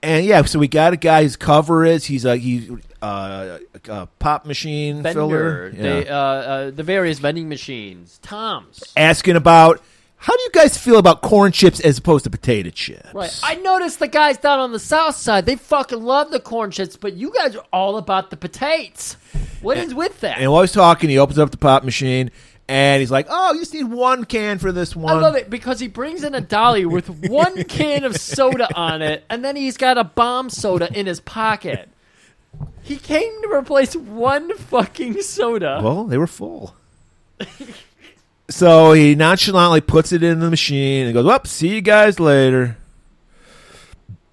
Speaker 2: And yeah, so we got a guy. His cover is he's a he, uh, a pop machine filler.
Speaker 1: Vendor,
Speaker 2: Yeah.
Speaker 1: the, uh, uh, the various vending machines, Tom's.
Speaker 2: asking about how do you guys feel about corn chips as opposed to potato chips?
Speaker 1: Right. I noticed the guys down on the south side, they fucking love the corn chips, but you guys are all about the potatoes. What is with that?
Speaker 2: and while he's talking, he opens up the pop machine and he's like, "Oh, you just need one can for this
Speaker 1: I
Speaker 2: one."
Speaker 1: love it because he brings in a dolly with one can of soda on it, and then he's got a bomb soda in his pocket. He came to replace one fucking soda.
Speaker 2: Well, they were full. so he nonchalantly puts it in the machine and goes, "Up, see you guys later."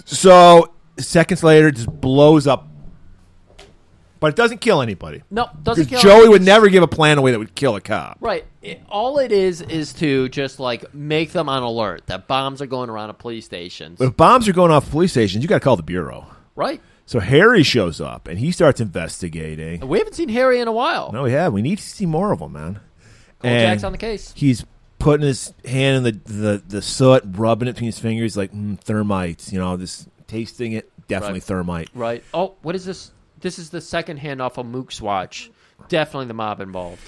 Speaker 2: So seconds later, it just blows up, but it doesn't kill anybody.
Speaker 1: no, doesn't kill.
Speaker 2: Because Joey would never give a plan away that would kill a cop.
Speaker 1: Right. It, all it is is to just like make them on alert that bombs are going around at police stations.
Speaker 2: If bombs are going off police stations, you got to call the bureau.
Speaker 1: Right.
Speaker 2: So Harry shows up and he starts investigating.
Speaker 1: We haven't seen Harry in a while.
Speaker 2: No, we have. We need to see more of him, man.
Speaker 1: Cole
Speaker 2: And
Speaker 1: Jack's on the case.
Speaker 2: He's putting his hand in the, the, the soot, rubbing it between his fingers, like mm, thermite. You know, just tasting it. Definitely
Speaker 1: Right.
Speaker 2: thermite.
Speaker 1: Right. Oh, what is this? This is the second hand off of Mook's watch. Definitely the mob involved.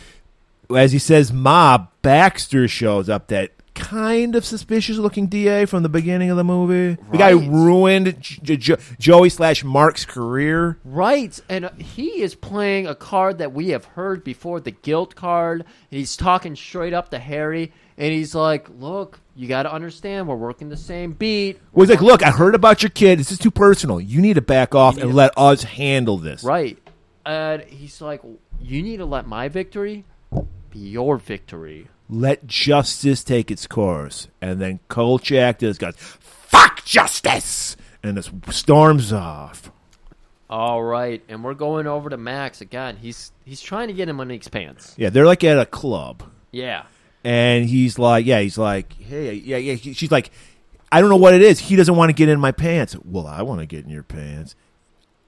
Speaker 2: As he says, mob Baxter shows up. That kind of suspicious looking DA from the beginning of the movie. The guy
Speaker 1: Right.
Speaker 2: who ruined J- J- Joey slash Mark's career.
Speaker 1: Right. And uh, he is playing a card that we have heard before, the guilt card. And he's talking straight up to Harry. And he's like, look, you got to understand, we're working the same beat.
Speaker 2: Well, he's like, look, I heard about your kid. This is too personal. You need to back off and let us handle this.
Speaker 1: Right. And he's like, you need to let my victory be your victory.
Speaker 2: Let justice take its course. And then Kolchak just goes, fuck justice! And just storms off.
Speaker 1: All right. And we're going over to Max again. He's he's trying to get him on his pants.
Speaker 2: Yeah, they're like at a club.
Speaker 1: Yeah.
Speaker 2: And he's like, yeah, he's like, hey, yeah, yeah. He- She's like, I don't know what it is. He doesn't want to get in my pants. Well, I want to get in your pants.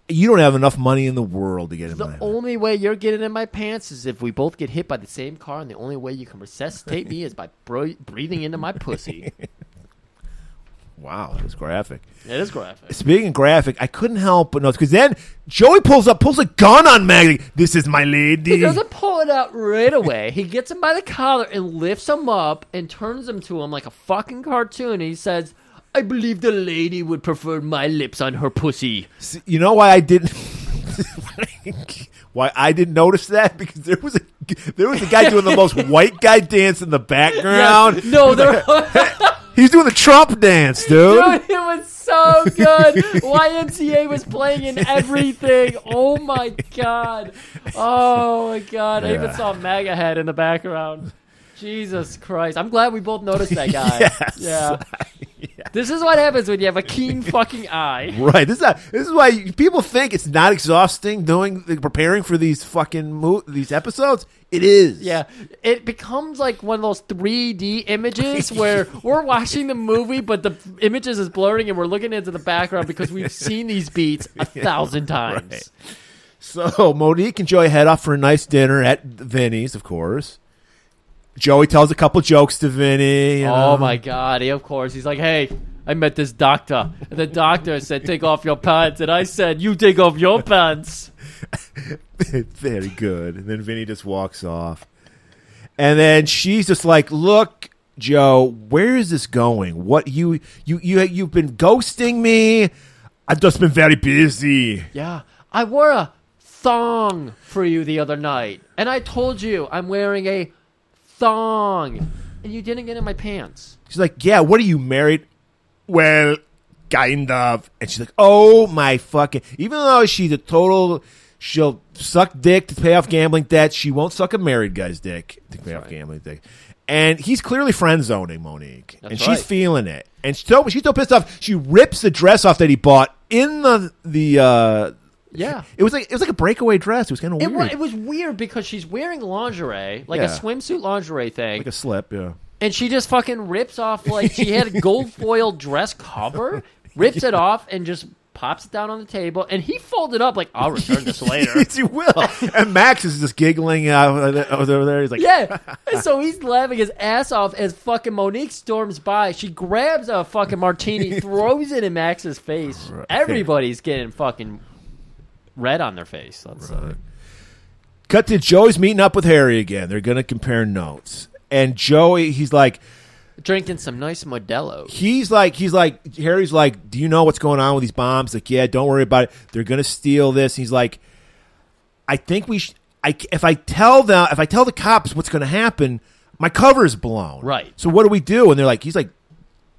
Speaker 2: You don't have enough money in the world to get in
Speaker 1: The
Speaker 2: my pants.
Speaker 1: only way you're getting in my pants is if we both get hit by the same car, and the only way you can resuscitate me is by bro- breathing into my pussy.
Speaker 2: Wow, that was graphic.
Speaker 1: That is graphic.
Speaker 2: Speaking of graphic, I couldn't help but notice because then Joey pulls up, pulls a gun on Maggie. This is my lady.
Speaker 1: He doesn't pull it out right away. He gets him by the collar and lifts him up and turns him to him like a fucking cartoon. He says, I believe the lady would prefer my lips on her pussy.
Speaker 2: S- You know why I didn't? why I didn't notice that because there was a there was a guy doing the most white guy dance in the background.
Speaker 1: Yes. No, there
Speaker 2: He's doing the Trump dance, dude.
Speaker 1: Dude, it was so good. YMCA was playing in everything. Oh my god. Oh my god. I even
Speaker 2: Yeah.
Speaker 1: saw MAGA head in the background. Jesus Christ. I'm glad we both noticed that guy.
Speaker 2: Yes.
Speaker 1: Yeah. This is what happens when you have a keen fucking eye.
Speaker 2: Right. This is not, this is why you- people think it's not exhausting doing the, preparing for these fucking mo- these episodes. It is.
Speaker 1: Yeah. It becomes like one of those 3D images where we're watching the movie, but the images is blurring and we're looking into the background because we've seen these beats a thousand times.
Speaker 2: Right. So Monique and Joey head off for a nice dinner at Vinny's, of course. Joey tells a couple jokes to Vinny. you
Speaker 1: Oh
Speaker 2: know.
Speaker 1: my god! He, of course, he's like, "Hey, I met this doctor, and the doctor said take off your pants, and I said you take off your pants."
Speaker 2: Very good. And then Vinny just walks off. And then she's just like, "Look, Joe, where is this going? What you you you you've been ghosting me? I've just been very busy."
Speaker 1: Yeah, I wore a thong for you the other night, and I told you I'm wearing a thong, and you didn't get in my pants.
Speaker 2: She's like, "Yeah, what are you married?" Well, kind of. And she's like, "Oh my fucking!" Even though she's a total She'll suck dick to pay off gambling debt. She won't suck a married guy's dick to pay off gambling debt. And he's clearly friend zoning Monique, and
Speaker 1: That's
Speaker 2: she's
Speaker 1: right.
Speaker 2: feeling it. And she's so, she's so pissed off. She rips the dress off that he bought in the the. Uh,
Speaker 1: Yeah.
Speaker 2: it was like it was like a breakaway dress. It was kind of
Speaker 1: It,
Speaker 2: weird,
Speaker 1: wa- it was weird because she's wearing lingerie, like
Speaker 2: Yeah.
Speaker 1: a swimsuit lingerie thing,
Speaker 2: like a slip. Yeah,
Speaker 1: and she just fucking rips off like she had a gold foil dress cover, rips it off, and just pops it down on the table. And he folded up like I'll return this later.
Speaker 2: yes, you will. and Max is just giggling out over there. He's like,
Speaker 1: Yeah, and so he's laughing his ass off as fucking Monique storms by. She grabs a fucking martini, throws it in Max's face. Everybody's getting fucking red on their face. uh, Let's say.
Speaker 2: Cut to Joey's meeting up with Harry again. They're going to compare notes. And Joey, he's like,
Speaker 1: drinking some nice Modelo.
Speaker 2: he's like, he's like, Harry's like, do you know what's going on with these bombs? Like, yeah, don't worry about it. They're going to steal this. He's like, I think we should. I, if I tell them, if I tell the cops what's going to happen, my cover's blown.
Speaker 1: Right.
Speaker 2: So what do we do? And they're like, he's like,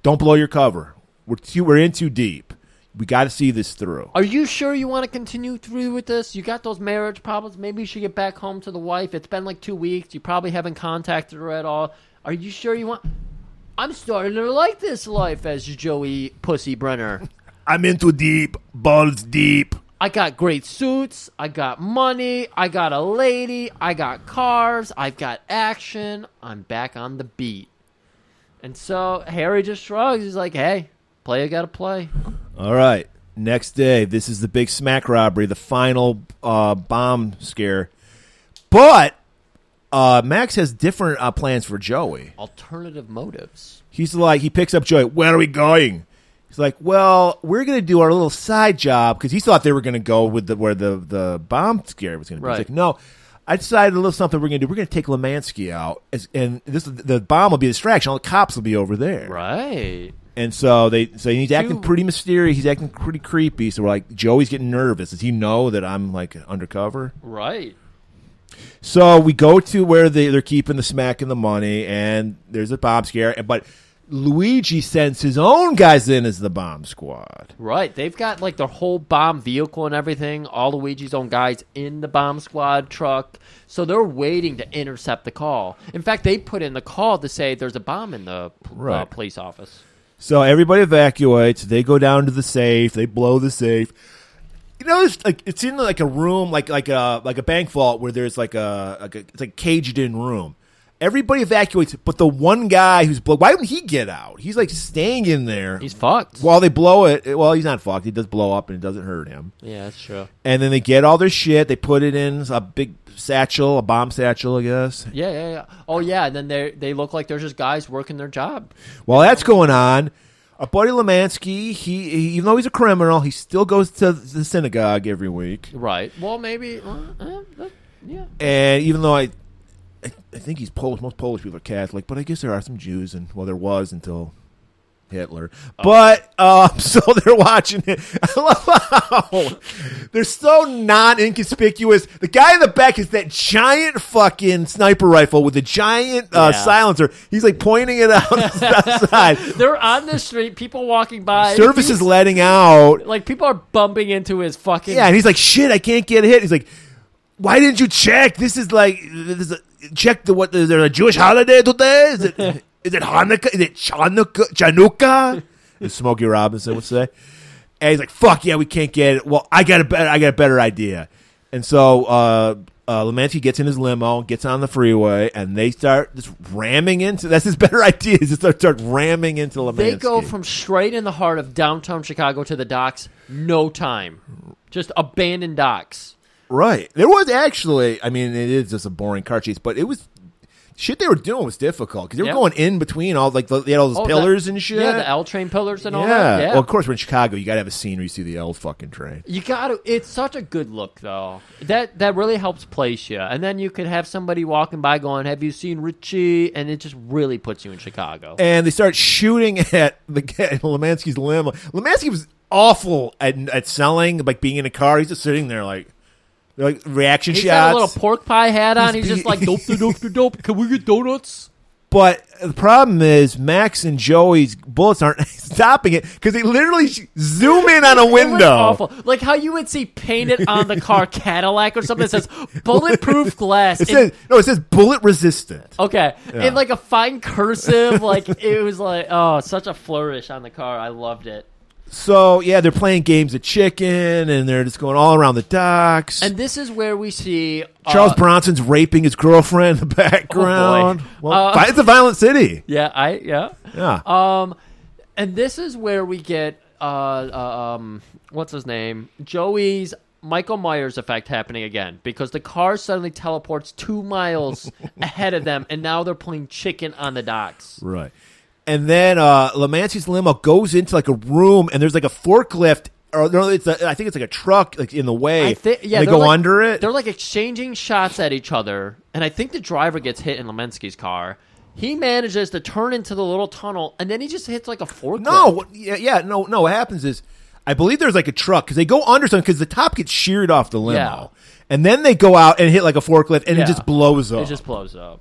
Speaker 2: don't blow your cover. We're too, we're in too deep. We got to see this through.
Speaker 1: Are you sure you want to continue through with this? You got those marriage problems. Maybe you should get back home to the wife. It's been like two weeks. You probably haven't contacted her at all. Are you sure you want? I'm starting to like this life as Joey Pussy Brenner.
Speaker 2: I'm in too deep, balls deep.
Speaker 1: I got great suits. I got money. I got a lady. I got cars. I've got action. I'm back on the beat. And so Harry just shrugs. He's like, hey, player got to play.
Speaker 2: All right. Next day, this is the big smack robbery, the final uh, bomb scare. But uh, Max has different uh, plans for Joey.
Speaker 1: Alternative motives.
Speaker 2: He's like, he picks up Joey. Where are we going? He's like, well, we're gonna do our little side job because he thought they were gonna go with the where the the bomb scare was gonna be.
Speaker 1: Right.
Speaker 2: He's like, no, I decided a little something we're gonna do. We're gonna take Lemansky out, as, and this the bomb will be a distraction. All the cops will be over there,
Speaker 1: Right.
Speaker 2: and so they so he's acting
Speaker 1: Dude.
Speaker 2: pretty mysterious. He's acting pretty creepy. So we're like, Joey's getting nervous. Does he know that I'm like undercover?
Speaker 1: Right.
Speaker 2: So we go to where they, they're keeping the smack and the money, and there's a bomb scare. And but Luigi sends his own guys in as the bomb squad.
Speaker 1: Right. They've got like their whole bomb vehicle and everything, all Luigi's own guys in the bomb squad truck. So they're waiting to intercept the call. In fact, they put in the call to say there's a bomb in the p- uh,
Speaker 2: Right.
Speaker 1: police office.
Speaker 2: So everybody evacuates. They go down to the safe. They blow the safe. You know, it's like it's in like a room, like like a like a bank vault where there's like a like a it's like caged in room. Everybody evacuates, but the one guy who's blow. Why didn't he get out? He's like staying in there.
Speaker 1: He's fucked.
Speaker 2: while they blow it. Well, he's not fucked. He does blow up, and it doesn't hurt him.
Speaker 1: Yeah, that's true.
Speaker 2: And then they get all their shit. They put it in a big satchel, a bomb satchel, I guess.
Speaker 1: Yeah, yeah, yeah. Oh, yeah. And then they they look like they're just guys working their job.
Speaker 2: While that's going on, our buddy Lemansky, he, he even though he's a criminal, he still goes to the synagogue every week.
Speaker 1: Right. Well, maybe. uh, uh, that- yeah.
Speaker 2: And even though I, I, I think he's Polish. Most Polish people are Catholic, but I guess there are some Jews, and well, there was until Hitler. But um, so they're watching it. I love how they're so non inconspicuous. The guy in the back is that giant fucking sniper rifle with a giant uh,
Speaker 1: Yeah.
Speaker 2: silencer. He's like pointing it out outside.
Speaker 1: They're on the street, people walking by.
Speaker 2: Service is letting out.
Speaker 1: Like, people are bumping into his fucking.
Speaker 2: Yeah, and he's like, "Shit, I can't get hit." He's like, "Why didn't you check? This is like, this is a, check the what? Is there a Jewish holiday today? Is it is it Hanukkah? Is it Chanukah? Chanukah?" As Smokey Robinson would say. And he's like, "Fuck yeah, we can't get it." Well, I got a better, I got a better idea. And so uh, uh, Lemansky gets in his limo, gets on the freeway, and they start just ramming into. That's his better idea. Is just start, start ramming into Lemansky.
Speaker 1: They go from straight in the heart of downtown Chicago to the docks, no time. Just abandoned docks.
Speaker 2: Right. There was actually, I mean, it is just a boring car chase, but it was shit they were doing was difficult because they were
Speaker 1: Yeah.
Speaker 2: going in between all like they had all those
Speaker 1: Oh,
Speaker 2: pillars
Speaker 1: the-
Speaker 2: and shit.
Speaker 1: Yeah, the L train pillars and all
Speaker 2: Yeah.
Speaker 1: that. Yeah.
Speaker 2: Well, of course, we're in Chicago. You got to have a scene where you see the L fucking train.
Speaker 1: you gotta it's such a good look though. That that really helps place you. And then you could have somebody walking by going, Have you seen Richie? And it just really puts you in Chicago.
Speaker 2: And they start shooting at the at Lemansky's limo. Lemansky was awful at, at selling, like being in a car. He's just sitting there, like, like reaction
Speaker 1: He's got
Speaker 2: shots.
Speaker 1: a little pork pie hat on. He's,
Speaker 2: He's
Speaker 1: just like,
Speaker 2: being-
Speaker 1: dope, dope, dope, dope. Can we get donuts?
Speaker 2: But the problem is Max and Joey's bullets aren't stopping it because they literally sh- zoom in on a
Speaker 1: It was
Speaker 2: window.
Speaker 1: awful. Like how you would see painted on the car Cadillac or something that says bulletproof glass.
Speaker 2: It
Speaker 1: in-
Speaker 2: says no. It says bullet resistant.
Speaker 1: okay.
Speaker 2: Yeah.
Speaker 1: In like a fine cursive. Like it was like, oh, such a flourish on the car. I loved it.
Speaker 2: So yeah, they're playing games of chicken and they're just going all around the docks.
Speaker 1: And this is where we see uh,
Speaker 2: Charles Bronson's raping his girlfriend in the background. well,
Speaker 1: Uh,
Speaker 2: vi- it's a violent city.
Speaker 1: Yeah, I yeah.
Speaker 2: Yeah.
Speaker 1: Um, and this is where we get uh, uh um what's his name Joey's Michael Myers effect happening again because the car suddenly teleports two miles ahead of them and now they're playing chicken on the docks.
Speaker 2: Right. And then uh Lamancey's limo goes into like a room and there's like a forklift or no, it's a, I think it's like a truck like in the way.
Speaker 1: I think yeah
Speaker 2: And they
Speaker 1: they're
Speaker 2: go
Speaker 1: like-
Speaker 2: under it.
Speaker 1: They're like exchanging shots at each other, and I think the driver gets hit in Lemensky's car. He manages to turn into the little tunnel, and then he just hits like a forklift.
Speaker 2: no, what- yeah, yeah, no, no. What happens is, I believe there's like a truck because they go under something because the top gets sheared off the limo,
Speaker 1: Yeah.
Speaker 2: and then they go out and hit like a forklift and
Speaker 1: Yeah.
Speaker 2: it just blows up.
Speaker 1: it just blows up.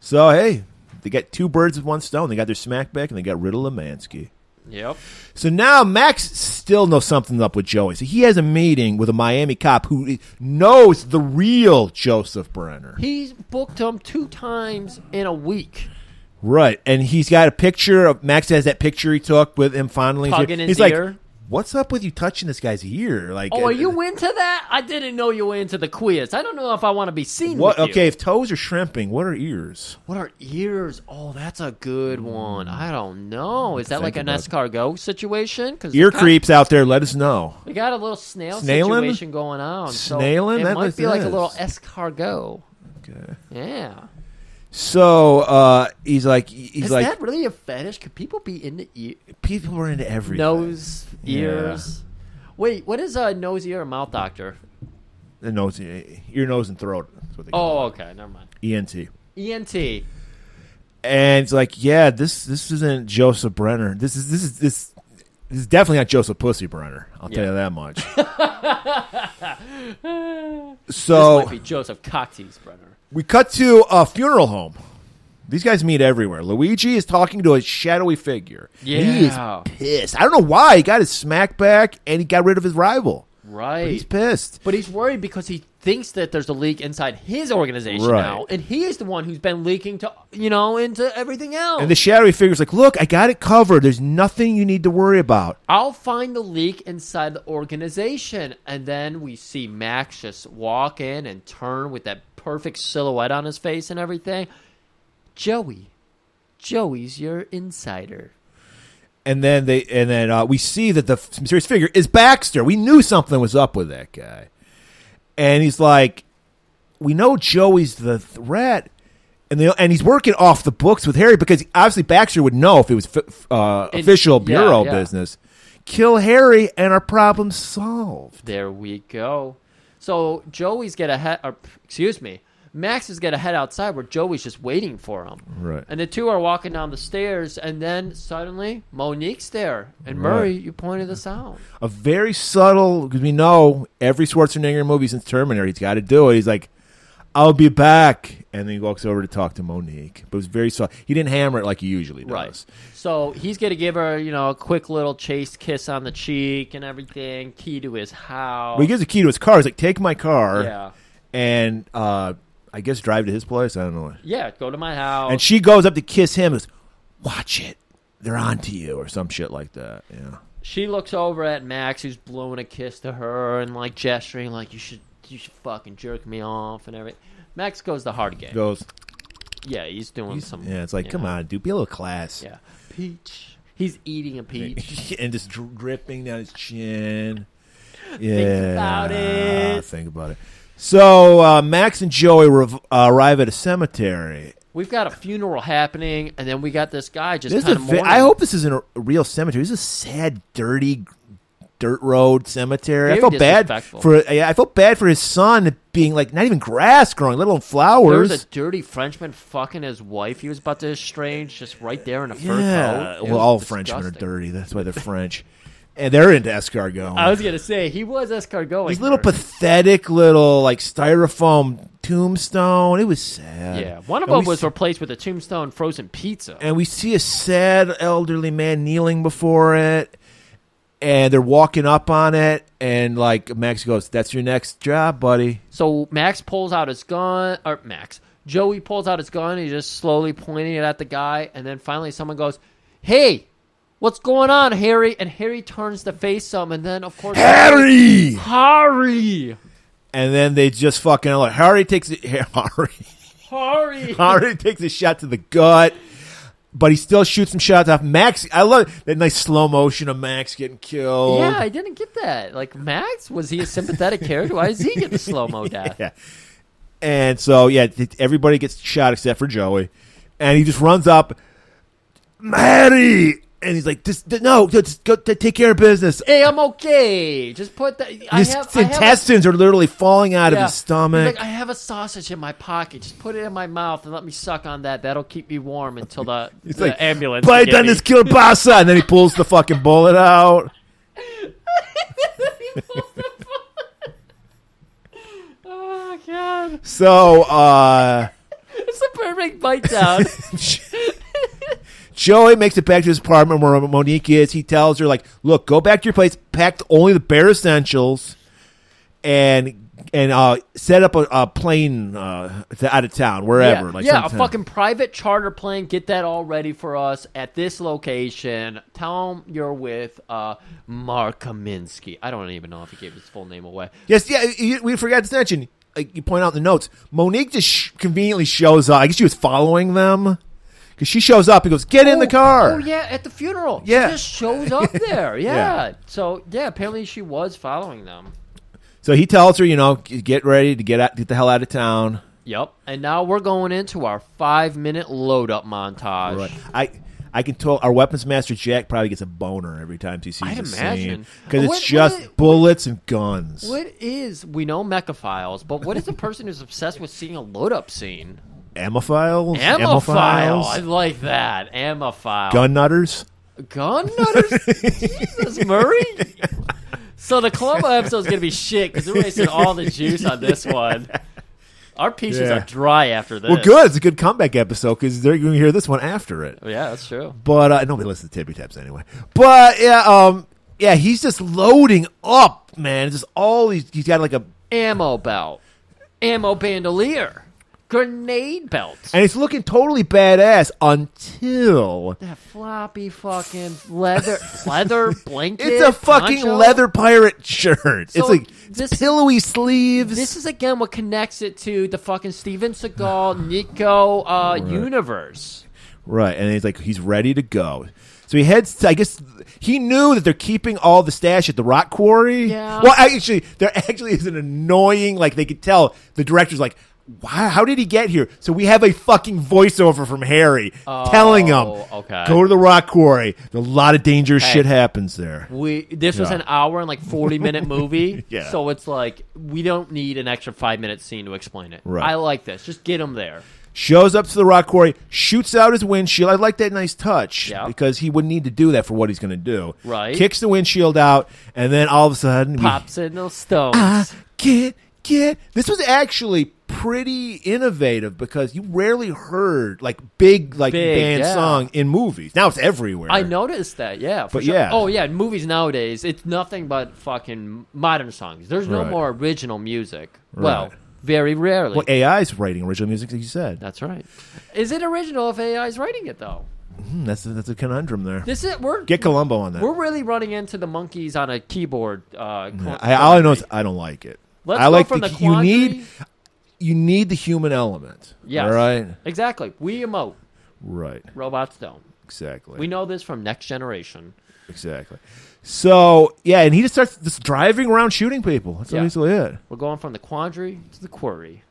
Speaker 2: So hey, they got two birds with one stone. They got their smack back and they got rid of Lemansky.
Speaker 1: Yep.
Speaker 2: So now Max still knows something's up with Joey. So he has a meeting with a Miami cop who knows the real Joseph Brenner.
Speaker 1: He's booked him two times in a week.
Speaker 2: Right. And he's got a picture of Max has that picture he took with him fondling
Speaker 1: Tugging his
Speaker 2: he's like
Speaker 1: ear.
Speaker 2: What's up with you touching this guy's ear? Like
Speaker 1: Oh, are
Speaker 2: uh,
Speaker 1: you into that? I didn't know you were into the quiz. I don't know if I want to be seen.
Speaker 2: what
Speaker 1: with you.
Speaker 2: okay, if toes are shrimping, what are ears?
Speaker 1: What are ears? Oh, that's a good one. I don't know. Is that like an
Speaker 2: Think about
Speaker 1: escargot situation? Because
Speaker 2: Ear creeps out there, let us know.
Speaker 1: We got a little snail
Speaker 2: Snailing?
Speaker 1: situation going on. so
Speaker 2: Snailing?
Speaker 1: It
Speaker 2: That
Speaker 1: might
Speaker 2: is-
Speaker 1: be like a
Speaker 2: yes.
Speaker 1: little escargot. Okay. Yeah.
Speaker 2: So uh he's like he's
Speaker 1: Is
Speaker 2: like
Speaker 1: that really a fetish? Could people be into ear,
Speaker 2: people are into everything.
Speaker 1: nose, ears? Wait, what is a nose, ear, or mouth doctor?
Speaker 2: The nose eh, ear, nose and throat. That's what they call
Speaker 1: Oh, okay. Never mind. E
Speaker 2: it. ENT.
Speaker 1: ENT.
Speaker 2: and it's like, yeah, this this isn't Joseph Brenner. This is this is this. This is definitely not Joseph Pussy Brenner. I'll tell you that much.
Speaker 1: This
Speaker 2: so
Speaker 1: might be Joseph Coxey's brother.
Speaker 2: we cut to a funeral home. These guys meet everywhere. Luigi is talking to a shadowy figure. And He is
Speaker 1: Yeah.
Speaker 2: pissed. I don't know why. He got his smack back and he got rid of his rival.
Speaker 1: Right.
Speaker 2: But he's pissed.
Speaker 1: But he's worried because he thinks that there's a leak inside his organization
Speaker 2: Right.
Speaker 1: now, and he is the one who's been leaking to you know into everything else.
Speaker 2: And the shadowy figure's like, look, I got it covered. There's nothing you need to worry about.
Speaker 1: I'll find the leak inside the organization, and then we see Max just walk in and turn with that perfect silhouette on his face and everything. Joey, Joey's your insider.
Speaker 2: and then they and then uh, we see that the f- mysterious figure is Baxter. We knew something was up with that guy, and he's like, "We know Joey's the threat," and they, and he's working off the books with Harry because obviously Baxter would know if it was f- f- uh,
Speaker 1: And-
Speaker 2: official
Speaker 1: yeah,
Speaker 2: bureau
Speaker 1: yeah.
Speaker 2: business. Kill Harry, and our problem solved.
Speaker 1: There we go. So Joey's get ahead. Or, excuse me. Max is gonna head outside where Joey's just waiting for him.
Speaker 2: Right.
Speaker 1: And the two are walking down the stairs, and then suddenly Monique's there. And Murray, you pointed this out.
Speaker 2: A very subtle because we know every Schwarzenegger movie since Terminator, he's got to do it. He's like. I'll be back, and then he walks over to talk to Monique. But it was very soft. He didn't hammer it like he usually does.
Speaker 1: Right. So he's gonna give her, you know, a quick little chase kiss on the cheek and everything. Key to his house.
Speaker 2: Well, he gives a key to his car. He's like, "Take my car."
Speaker 1: Yeah.
Speaker 2: And uh, I guess drive to his place. I don't know.
Speaker 1: yeah, go to my house.
Speaker 2: And she goes up to kiss him. And goes, Watch it. They're on to you, or some shit like that. Yeah.
Speaker 1: she looks over at Max, who's blowing a kiss to her and like gesturing, like you should, you should fucking jerk me off and everything. Max goes the hard game.
Speaker 2: Goes.
Speaker 1: Yeah, he's doing some.
Speaker 2: Yeah. It's like,
Speaker 1: you
Speaker 2: come
Speaker 1: know,
Speaker 2: on, dude, be a little class.
Speaker 1: Yeah, peach. He's eating a peach.
Speaker 2: and just dri- dripping down his chin. Yeah.
Speaker 1: about it.
Speaker 2: Think about it. So uh, Max and Joey rev- uh, arrive at a cemetery.
Speaker 1: We've got a funeral happening, and then we got this guy just
Speaker 2: This is
Speaker 1: kind
Speaker 2: a
Speaker 1: of.
Speaker 2: ve- I hope this isn't a real cemetery. This is a sad, dirty, dirt road cemetery. I
Speaker 1: Very
Speaker 2: felt bad
Speaker 1: disrespectful.
Speaker 2: for yeah, I felt bad for his son being like not even grass growing, let
Speaker 1: there
Speaker 2: alone
Speaker 1: was a
Speaker 2: flowers.
Speaker 1: dirty Frenchman fucking his wife. He was about to estrange just right there in a fur
Speaker 2: yeah,
Speaker 1: coat. It
Speaker 2: well,
Speaker 1: was
Speaker 2: all Frenchmen are
Speaker 1: disgusting. Oh,
Speaker 2: dirty. That's why they're French. and they're into escargot.
Speaker 1: I was gonna say he was escargot.
Speaker 2: These little pathetic little like styrofoam tombstone. It was sad.
Speaker 1: Yeah, one of
Speaker 2: And
Speaker 1: them
Speaker 2: we
Speaker 1: was
Speaker 2: see-
Speaker 1: replaced with a tombstone frozen pizza.
Speaker 2: and we see a sad elderly man kneeling before it, and they're walking up on it, and like Max goes, "That's your next job, buddy."
Speaker 1: So Max pulls out his gun, or Max, Joey pulls out his gun. He's just slowly pointing it at the guy, and then finally someone goes, "Hey, what's going on, Harry?" And Harry turns to face him, and then of course
Speaker 2: Harry.
Speaker 1: Harry,
Speaker 2: And then they just fucking like Harry takes it. Harry.
Speaker 1: Harry.
Speaker 2: Already takes a shot to the gut, but he still shoots some shots off. Max, I love that nice slow motion of Max getting killed.
Speaker 1: Yeah, I didn't get that. Like Max, was he a sympathetic character? Why does he get the slow mo death?
Speaker 2: Yeah. And so, yeah, th- everybody gets shot except for Joey. And he just runs up, Mary! And he's like, this, th- no, just go t- take care of business.
Speaker 1: Hey, I'm okay. Just put that. I
Speaker 2: His
Speaker 1: have, I have a
Speaker 2: intestines are literally falling out of
Speaker 1: Yeah.
Speaker 2: his stomach.
Speaker 1: He's like, I have a sausage in my pocket. Just put it in my mouth and let me suck on that. That'll keep me warm until the,
Speaker 2: He's
Speaker 1: the
Speaker 2: like,
Speaker 1: ambulance. can get
Speaker 2: Biden
Speaker 1: me."
Speaker 2: is killed Basa. And then he pulls the fucking bullet out.
Speaker 1: Oh god,
Speaker 2: So, uh,.
Speaker 1: it's the perfect bite down.
Speaker 2: Joey makes it back to his apartment where Monique is. He tells her, like, look, go back to your place, pack only the bare essentials, and and uh, set up a, a plane uh, to, out of town, wherever.
Speaker 1: yeah,
Speaker 2: like
Speaker 1: yeah a
Speaker 2: sometime.
Speaker 1: fucking private charter plane. Get that all ready for us at this location. Tell him you're with uh, Mark Kaminsky. I don't even know if he gave his full name away.
Speaker 2: Yes, yeah, you- we forgot to mention, like you point out in the notes, Monique just sh- conveniently shows up. I guess she was following them. Because she shows up and goes, get in the
Speaker 1: Oh,
Speaker 2: car.
Speaker 1: Oh yeah, at the funeral.
Speaker 2: Yeah.
Speaker 1: she just shows up there.
Speaker 2: Yeah.
Speaker 1: yeah. So yeah, apparently she was following them.
Speaker 2: So he tells her, you know, get ready to get, out, get the hell out of town.
Speaker 1: Yep. And now we're going into our five minute load up montage.
Speaker 2: Right. I I can tell our weapons master Jack probably gets a boner every time he sees
Speaker 1: I'd
Speaker 2: a
Speaker 1: imagine.
Speaker 2: because
Speaker 1: What-
Speaker 2: it's just
Speaker 1: what-
Speaker 2: bullets and guns.
Speaker 1: What is we know mechaphiles, but what is a person who's obsessed with seeing a load up scene?
Speaker 2: Amophiles,
Speaker 1: Amophile. I
Speaker 2: Amophiles?
Speaker 1: like that. Amophile.
Speaker 2: gun nutters.
Speaker 1: Gun nutters? Jesus, Murray. So the Columbo episode's gonna be shit because we're wasting all the juice on this one. Our peaches
Speaker 2: Yeah.
Speaker 1: are dry after this.
Speaker 2: Well, good. It's a good comeback episode because they're going to hear this one after it.
Speaker 1: Yeah, that's true.
Speaker 2: But uh, nobody listens to Tibby Taps anyway. But yeah, um, yeah, he's just loading up, man. It's just all these. He's got like a
Speaker 1: Ammo belt. Ammo bandolier. Grenade belt.
Speaker 2: and he's looking totally badass until
Speaker 1: That floppy fucking leather leather blanket.
Speaker 2: it's a fucking
Speaker 1: poncho.
Speaker 2: leather pirate shirt.
Speaker 1: So
Speaker 2: it's like it's
Speaker 1: this-
Speaker 2: pillowy sleeves.
Speaker 1: This is again what connects it to the fucking Steven Seagal Nico uh, universe.
Speaker 2: Right, and he's like, he's ready to go. So he heads. To, I guess he knew that they're keeping all the stash at the rock quarry.
Speaker 1: Yeah.
Speaker 2: Well, actually, there actually is an annoying. Like they could tell the director's like, "Wow, how did he get here?" So we have a fucking voiceover from Harry telling him,
Speaker 1: Oh, okay.
Speaker 2: go to the rock quarry. A lot of dangerous
Speaker 1: Hey.
Speaker 2: shit happens there."
Speaker 1: We this was
Speaker 2: Yeah.
Speaker 1: an hour and like forty minute movie,
Speaker 2: Yeah.
Speaker 1: so it's like we don't need an extra five minute scene to explain it.
Speaker 2: Right.
Speaker 1: I like this. Just get him there.
Speaker 2: Shows up to the rock quarry, shoots out his windshield. I like that nice touch
Speaker 1: Yeah.
Speaker 2: because he would need to do that for what he's going to do.
Speaker 1: Right.
Speaker 2: Kicks the windshield out, and then all of a sudden, we
Speaker 1: Pops in those stones.
Speaker 2: I can't get. This was actually pretty innovative because you rarely heard like big like
Speaker 1: Big,
Speaker 2: band
Speaker 1: yeah.
Speaker 2: song in movies. Now it's everywhere.
Speaker 1: I noticed that, yeah. For
Speaker 2: But
Speaker 1: sure.
Speaker 2: yeah.
Speaker 1: Oh yeah, in movies nowadays, it's nothing but fucking modern songs. There's no
Speaker 2: Right.
Speaker 1: more original music.
Speaker 2: Right.
Speaker 1: Well, very rarely.
Speaker 2: Well, AI's writing original music, like you said.
Speaker 1: That's right. Is it original if AI is writing it though?
Speaker 2: Hmm, that's that's a conundrum there.
Speaker 1: This is we're
Speaker 2: Get Columbo on that.
Speaker 1: we're really running into the monkeys on a keyboard. Uh, co-
Speaker 2: I, all I know is I don't like it.
Speaker 1: Let's
Speaker 2: I
Speaker 1: go
Speaker 2: like
Speaker 1: from
Speaker 2: the,
Speaker 1: the
Speaker 2: you need
Speaker 1: quandary-
Speaker 2: you need the human element.
Speaker 1: Yes.
Speaker 2: All right.
Speaker 1: exactly. We emote,
Speaker 2: Right.
Speaker 1: robots don't.
Speaker 2: Exactly.
Speaker 1: We know this from Next Generation.
Speaker 2: Exactly. So yeah, and he just starts just driving around shooting people. That's
Speaker 1: Yeah.
Speaker 2: basically it.
Speaker 1: We're going from the quandary to the quarry.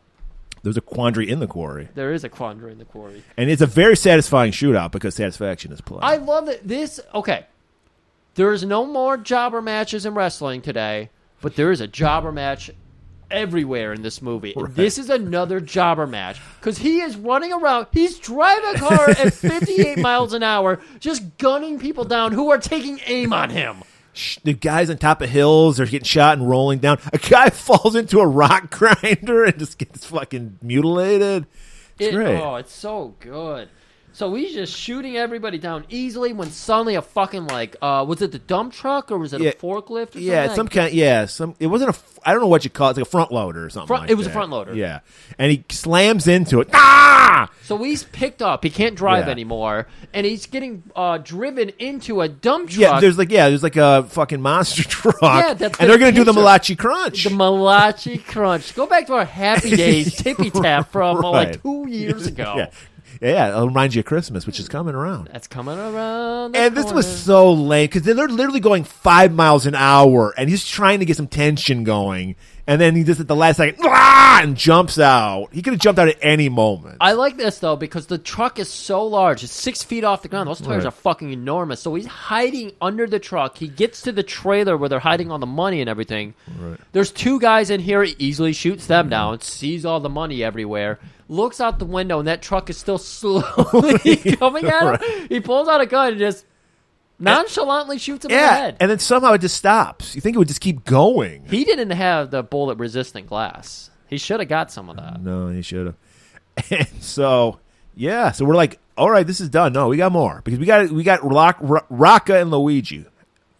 Speaker 2: There's a quandary in the quarry.
Speaker 1: There is a quandary in the quarry.
Speaker 2: And it's a very satisfying shootout because satisfaction is play.
Speaker 1: I love that this. Okay, there is no more jobber matches in wrestling today, but there is a jobber match everywhere in this movie. And This is another jobber match because he is running around. He's driving a car at 58 miles an hour, just gunning people down who are taking aim on him.
Speaker 2: sh- the guys on top of hills they are getting shot and rolling down. A guy falls into a rock grinder and just gets fucking mutilated. It's
Speaker 1: It-
Speaker 2: great.
Speaker 1: Oh, it's so good. So he's just shooting everybody down easily when suddenly a fucking like uh was it the dump truck or was it
Speaker 2: Yeah.
Speaker 1: a forklift? Or something?
Speaker 2: yeah, it's some kind. Yeah, some. It wasn't a. f- I don't know what you call it. It's like a front loader or something.
Speaker 1: Front-
Speaker 2: like
Speaker 1: it was a
Speaker 2: that.
Speaker 1: front loader.
Speaker 2: Yeah, and he slams into it. Ah!
Speaker 1: So he's picked up. He can't drive
Speaker 2: Yeah.
Speaker 1: anymore, and he's getting uh, driven into a dump truck.
Speaker 2: Yeah, there's like yeah, there's like a fucking monster truck.
Speaker 1: Yeah, that's
Speaker 2: and they're
Speaker 1: their
Speaker 2: gonna do the
Speaker 1: pizza.
Speaker 2: Malachi Crunch.
Speaker 1: the Malachi Crunch. Go back to our Happy Days tippy tap from uh, like
Speaker 2: Right.
Speaker 1: two years ago.
Speaker 2: yeah. yeah, it'll remind you of Christmas, which is coming around.
Speaker 1: That's coming around. the
Speaker 2: And this was
Speaker 1: corner.
Speaker 2: so lame because they're literally going five miles an hour, and he's trying to get some tension going, and then he just at the last second "Ah!" and jumps out. He could have jumped out at any moment.
Speaker 1: I like this though because the truck is so large; it's six feet off the ground. Those tires
Speaker 2: Right.
Speaker 1: are fucking enormous. So he's hiding under the truck. He gets to the trailer where they're hiding all the money and everything. There's two guys in here. He easily shoots
Speaker 2: Mm.
Speaker 1: them down. Sees all the money everywhere. Looks out the window, and that truck is still slowly coming at him. He pulls out a gun and just nonchalantly shoots him in the
Speaker 2: yeah,
Speaker 1: head.
Speaker 2: and then somehow it just stops. You think it would just keep going?
Speaker 1: he didn't have the bullet resistant glass. He should have got some of that.
Speaker 2: No, he should have. And so, yeah, so we're like, all right, this is done. No, we got more because we got we got Rock, Ro- Rocca and Luigi.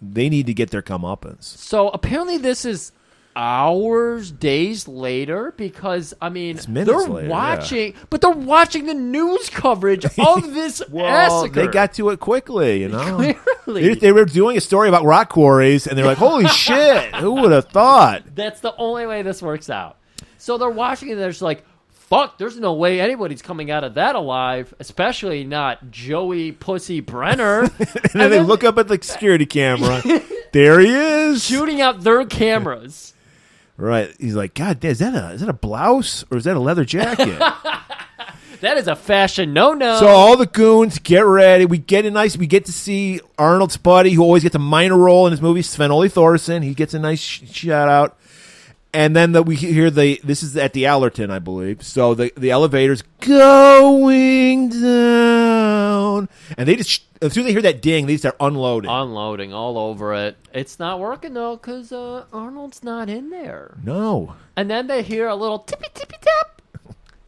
Speaker 2: They need to get their comeuppance.
Speaker 1: So apparently, this is hours, days later because I mean
Speaker 2: minutes
Speaker 1: they're
Speaker 2: later, yeah.
Speaker 1: watching, but they're watching the news coverage of this
Speaker 2: Well,
Speaker 1: massacre.
Speaker 2: they got to it quickly, you know.
Speaker 1: Clearly.
Speaker 2: They, they were doing a story about rock quarries, and they're like, "Holy shit! Who would have thought?"
Speaker 1: That's the only way this works out. So they're watching and they're just like, "Fuck! There's no way anybody's coming out of that alive, especially not Joey Pussy Brenner." and
Speaker 2: And then they look up at the security camera. there he is.
Speaker 1: shooting out their cameras.
Speaker 2: Right. He's like, "God, damn, is that a is that a blouse or is that a leather jacket?"
Speaker 1: That is a fashion no-no.
Speaker 2: So all the goons get ready. We get a nice. We get to see Arnold's buddy, who always gets a minor role in his movie, Sven-Ole Thorson. He gets a nice sh- shout out. And then the, we hear the. This is at the Allerton, I believe. So the the elevator's going down, and they just as soon as they hear that ding, they start unloading.
Speaker 1: Uh, unloading all over it. It's not working though because uh, Arnold's not in there.
Speaker 2: no,
Speaker 1: And then they hear a little tippy tippy tap.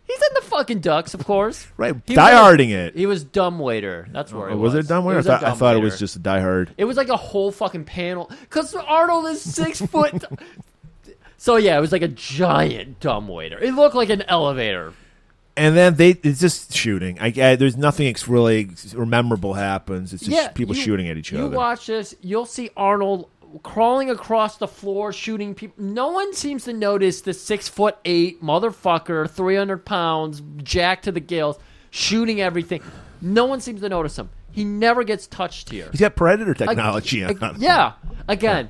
Speaker 1: He's in the fucking ducks, of course.
Speaker 2: right?
Speaker 1: He was-
Speaker 2: dieharding it.
Speaker 1: He was dumb waiter. That's where he
Speaker 2: Oh,
Speaker 1: was.
Speaker 2: was it dumb?
Speaker 1: He
Speaker 2: I
Speaker 1: was a
Speaker 2: thought I thought it was
Speaker 1: dumbwaiter.
Speaker 2: just a diehard.
Speaker 1: It was like a whole fucking panel because Arnold is six foot. So yeah, it was like a giant dumb waiter. It looked like an elevator.
Speaker 2: And then they it's just shooting. I, I there's nothing ex- really ex- memorable happens. It's just
Speaker 1: yeah,
Speaker 2: people
Speaker 1: you-
Speaker 2: shooting at each
Speaker 1: You
Speaker 2: other.
Speaker 1: watch this, you'll see Arnold crawling across the floor, shooting people. No one seems to notice the six foot eight motherfucker, three hundred pounds, jacked to the gills, shooting everything. No one seems to notice him. He never gets touched here.
Speaker 2: He's got predator technology
Speaker 1: Ag-
Speaker 2: on.
Speaker 1: Yeah. Again,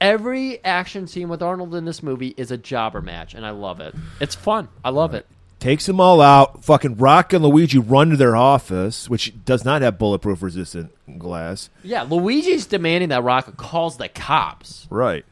Speaker 1: every action scene with Arnold in this movie is a jobber match, and I love it. It's fun. I love it.
Speaker 2: Takes them all out. Fucking Rock and Luigi run to their office, which does not have bulletproof resistant glass.
Speaker 1: Yeah, Luigi's demanding that Rocket calls the cops.
Speaker 2: Right.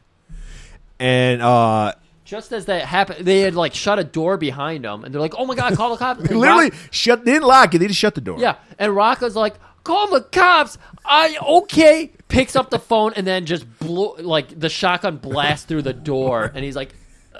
Speaker 2: And uh
Speaker 1: Just as that happened, they had like shut a door behind them, and they're like, "Oh my god, call the cops!" And
Speaker 2: literally
Speaker 1: Rock-
Speaker 2: shut they didn't lock it, they just shut the door.
Speaker 1: yeah. And Rocco's like, "Call the cops!" I okay. Picks up the phone and then just blew like the shotgun blast through the door, and he's like,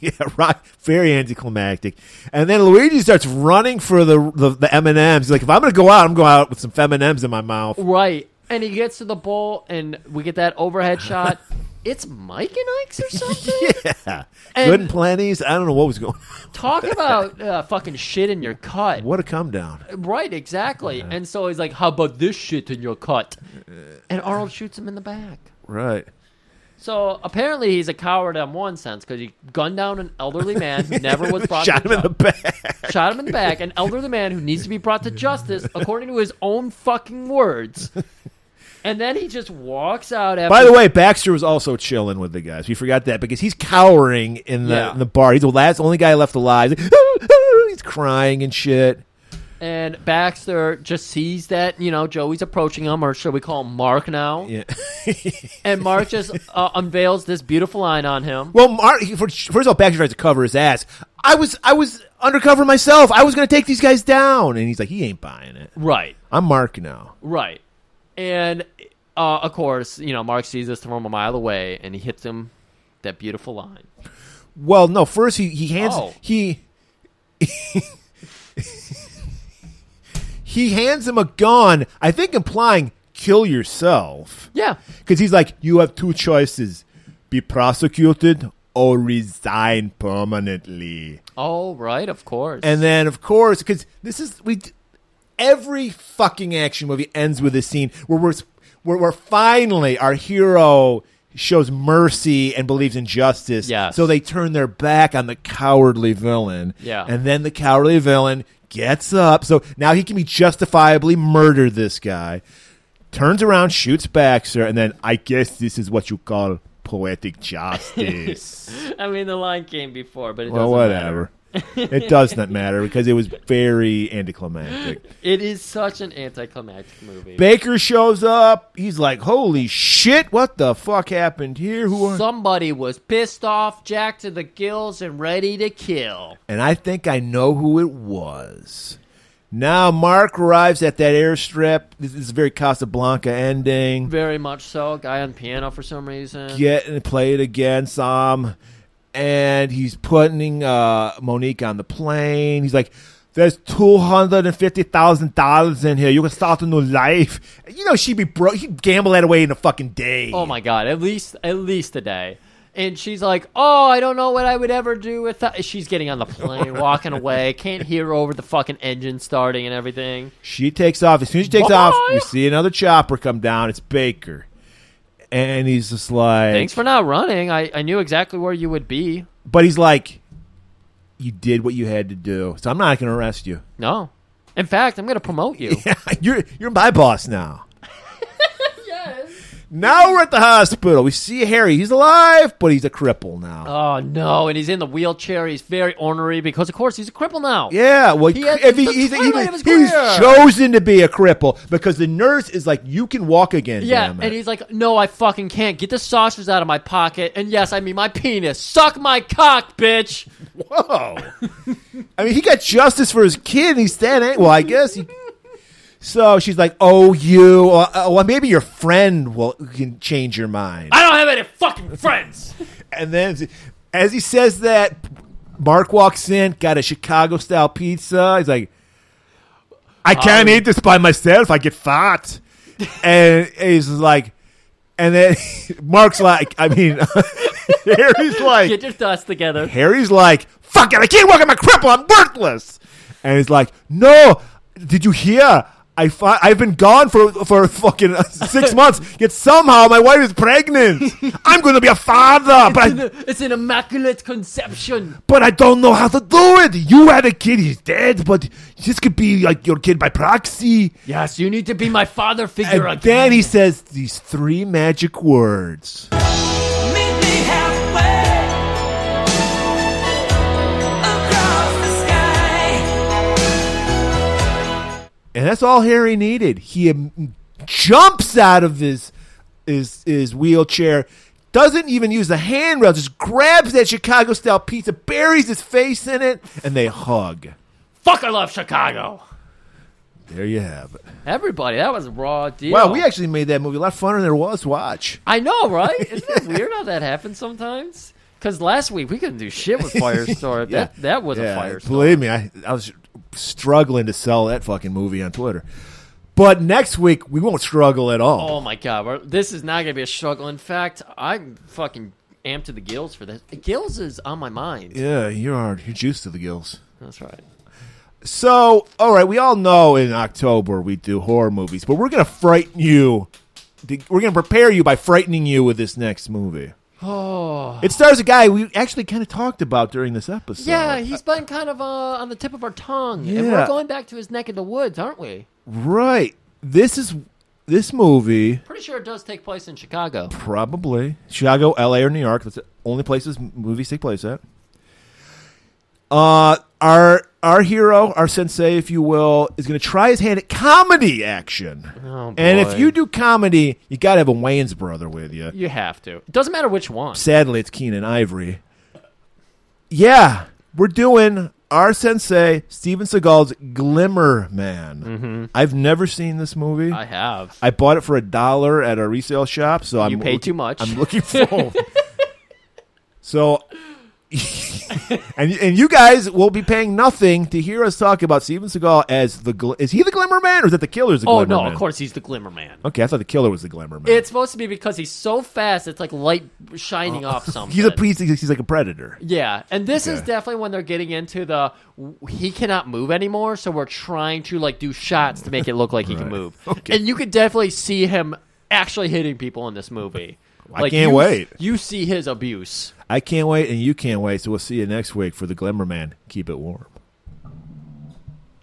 Speaker 2: Yeah, Rock very anticlimactic. And then Luigi starts running for the the, the M&Ms. He's like if I'm going to go out, I'm going out with some M&Ms in my mouth.
Speaker 1: "Right." And he gets to the bowl, and we get that overhead shot. It's Mike and Ike's or something.
Speaker 2: Yeah.
Speaker 1: And-
Speaker 2: Good and plenties. I don't know what was going on.
Speaker 1: Talk about uh, fucking shit in your cut.
Speaker 2: What a come down.
Speaker 1: Right, exactly. And so he's like, "How about this shit in your cut?"
Speaker 2: Uh,
Speaker 1: And Arnold shoots him in the back.
Speaker 2: Right.
Speaker 1: So apparently he's a coward in one sense because he gunned down an elderly man who never was brought
Speaker 2: Shot
Speaker 1: to
Speaker 2: him in the
Speaker 1: ju-
Speaker 2: back.
Speaker 1: shot him in the back, an elderly man who needs to be brought to justice according to his own fucking words. And then he just walks out after.
Speaker 2: By the way, Baxter was also chilling with the guys. We forgot that because he's cowering in the
Speaker 1: Yeah.
Speaker 2: in the bar. He's the last only guy left alive. He's, like, he's crying and shit.
Speaker 1: and Baxter just sees that you know Joey's approaching him, or should we call him Mark now?
Speaker 2: Yeah.
Speaker 1: And Mark just uh, unveils this beautiful line on him.
Speaker 2: Well, Mar- he, for- first of all, Baxter tries to cover his ass. I was I was undercover myself. I was going to take these guys down, and he's like, he ain't buying it.
Speaker 1: Right,
Speaker 2: I'm Mark now.
Speaker 1: right. And Uh, of course, you know, Mark sees this from a mile away, and he hits him that beautiful line.
Speaker 2: Well, no. First, he he hands
Speaker 1: Oh.
Speaker 2: he he hands him a gun. I think implying kill yourself
Speaker 1: Yeah,
Speaker 2: because he's like, you have two choices: be prosecuted or resign permanently.
Speaker 1: all right, of course.
Speaker 2: And then, of course, because this is we, d- every fucking action movie ends with this scene where we're where, where finally our hero shows mercy and believes in justice.
Speaker 1: Yes.
Speaker 2: So they turn their back on the cowardly villain.
Speaker 1: Yeah.
Speaker 2: And then the cowardly villain gets up, so now he can be justifiably murder this guy. Turns around, shoots Baxter, and then I guess this is what you call poetic justice.
Speaker 1: I mean, the line came before, but it
Speaker 2: Well,
Speaker 1: doesn't
Speaker 2: whatever. it does not matter because it was very anticlimactic.
Speaker 1: matter. It is such an anticlimactic movie.
Speaker 2: Baker shows up. He's like, "Holy shit! What the fuck happened here? Who are?"
Speaker 1: Somebody was pissed off, Jack to the gills, and ready to kill.
Speaker 2: And I think I know who it was. Now Mark arrives at that airstrip. This is a very Casablanca ending.
Speaker 1: Very much so. Guy on piano for some reason.
Speaker 2: Get and play it again, Sam. And he's putting uh, Monique on the plane. He's like, "There's two hundred and fifty thousand dollars in here. You can start a new life." You know she'd be broke. He'd gamble that away in a fucking day.
Speaker 1: Oh my god! At least, at least a day. And she's like, "Oh, I don't know what I would ever do with that." She's getting on the plane, walking away. Can't hear over the fucking engine starting and everything.
Speaker 2: She takes off. As soon as she takes
Speaker 1: Bye.
Speaker 2: off, we see another chopper come down. It's Baker. And he's just like,
Speaker 1: Thanks for not running. I, I knew exactly where you would be.
Speaker 2: but he's like, you did what you had to do, so I'm not going to arrest you.
Speaker 1: No. In fact, I'm going to promote you.
Speaker 2: you're you're my boss now. yes. Now we're at the hospital. We see Harry. He's alive, but he's a cripple now.
Speaker 1: Oh no! And he's in the wheelchair. He's very ornery because, of course, he's a cripple now.
Speaker 2: Yeah, well,
Speaker 1: He has-
Speaker 2: if he,
Speaker 1: the
Speaker 2: he's, he-
Speaker 1: twilight of his
Speaker 2: he's
Speaker 1: career.
Speaker 2: chosen to be a cripple because the nurse is like, you can walk again.
Speaker 1: Yeah,
Speaker 2: damn it.
Speaker 1: and he's like, "No, I fucking can't. Get the saucers out of my pocket." And yes, I mean my penis. Suck my cock, bitch.
Speaker 2: Whoa. I mean, he got justice for his kid. And he's dead. Ain't, well, I guess. He, so she's like, "Oh, you. Or, uh, well, maybe your friend will can change your mind."
Speaker 1: I don't have any fucking friends.
Speaker 2: And then, as he says that, Mark walks in, got a Chicago style pizza. He's like, "I can't eat this by myself. I get fat." and he's like, and then Mark's like, I mean, Harry's like,
Speaker 1: Get your thoughts together.
Speaker 2: Harry's like, fuck it, I can't work, I'm a cripple, I'm worthless. And he's like, no, did you hear? I fi- I've been gone for for fucking six months, yet somehow my wife is pregnant. I'm going to be a father, but I,
Speaker 1: It's an immaculate conception.
Speaker 2: but I don't know how to do it. You had a kid, he's dead, but this could be like your kid by proxy.
Speaker 1: Yes, you need to be my father figure
Speaker 2: And
Speaker 1: again.
Speaker 2: then he says these three magic words.
Speaker 8: Meet me halfway across the sky.
Speaker 2: and that's all Harry needed. He um, jumps out of his his his wheelchair, doesn't even use the handrail, just grabs that Chicago style pizza, buries his face in it, and they hug.
Speaker 1: Fuck, I love Chicago.
Speaker 2: There you have it.
Speaker 1: Everybody, that was a raw deal.
Speaker 2: Wow, we actually made that movie a lot funner than it was to watch.
Speaker 1: I know, right? Isn't it weird how that happens sometimes? Because last week we couldn't do shit with Firestorm. That that was
Speaker 2: Yeah,
Speaker 1: a Firestorm.
Speaker 2: Believe me, I, I was struggling to sell that fucking movie on Twitter. But next week we won't struggle at all.
Speaker 1: Oh my god, we're- this is not gonna be a struggle. In fact, I'm fucking amped to the gills for this. Gills is on my mind.
Speaker 2: Yeah, you are you're juiced to the gills.
Speaker 1: That's right.
Speaker 2: So, all right, we all know in October we do horror movies, but we're going to frighten you. We're going to prepare you by frightening you with this next movie. Oh. It stars a guy we actually kind of talked about during this episode.
Speaker 1: Yeah, he's been kind of uh, on the tip of our tongue, and
Speaker 2: Yeah.
Speaker 1: we're going back to his neck of the woods, aren't we?
Speaker 2: Right. This is this movie
Speaker 1: Pretty sure it does take place in Chicago.
Speaker 2: probably Chicago, L.A., or New York. That's the only places movies take place at. Uh, our our hero, our sensei, if you will, is going to try his hand at comedy action.
Speaker 1: Oh,
Speaker 2: And if
Speaker 1: boy.
Speaker 2: you do comedy, you got to have a Wayne's brother with you.
Speaker 1: You have to. It doesn't matter which one.
Speaker 2: Sadly, it's Keenan Ivory. Yeah, we're doing our sensei Steven Seagal's Glimmer Man. I've never seen this movie.
Speaker 1: Mm-hmm. I have.
Speaker 2: I bought it for a dollar at a resale shop, so I'm
Speaker 1: You paid
Speaker 2: looking-
Speaker 1: too much.
Speaker 2: I'm looking for. so, and and you guys will be paying nothing to hear us talk about Steven Seagal as the gl- is he the Glimmer Man or is that the Killer's the
Speaker 1: Oh
Speaker 2: Glimmer
Speaker 1: no,
Speaker 2: Man?
Speaker 1: of course he's the Glimmer Man.
Speaker 2: Okay, I thought the Killer was the Glimmer Man.
Speaker 1: It's supposed to be because he's so fast, it's like light shining off something.
Speaker 2: he's a he's, he's like a predator.
Speaker 1: Yeah, and this is
Speaker 2: Okay.
Speaker 1: definitely when they're getting into the w- he cannot move anymore, so we're trying to like do shots to make it look like he can move.
Speaker 2: Okay.
Speaker 1: And you could definitely see him actually hitting people in this movie.
Speaker 2: I can't
Speaker 1: you-
Speaker 2: wait.
Speaker 1: You see his abuse.
Speaker 2: I can't wait, and you can't wait. So we'll see you next week for the Glimmer Man. Keep it warm.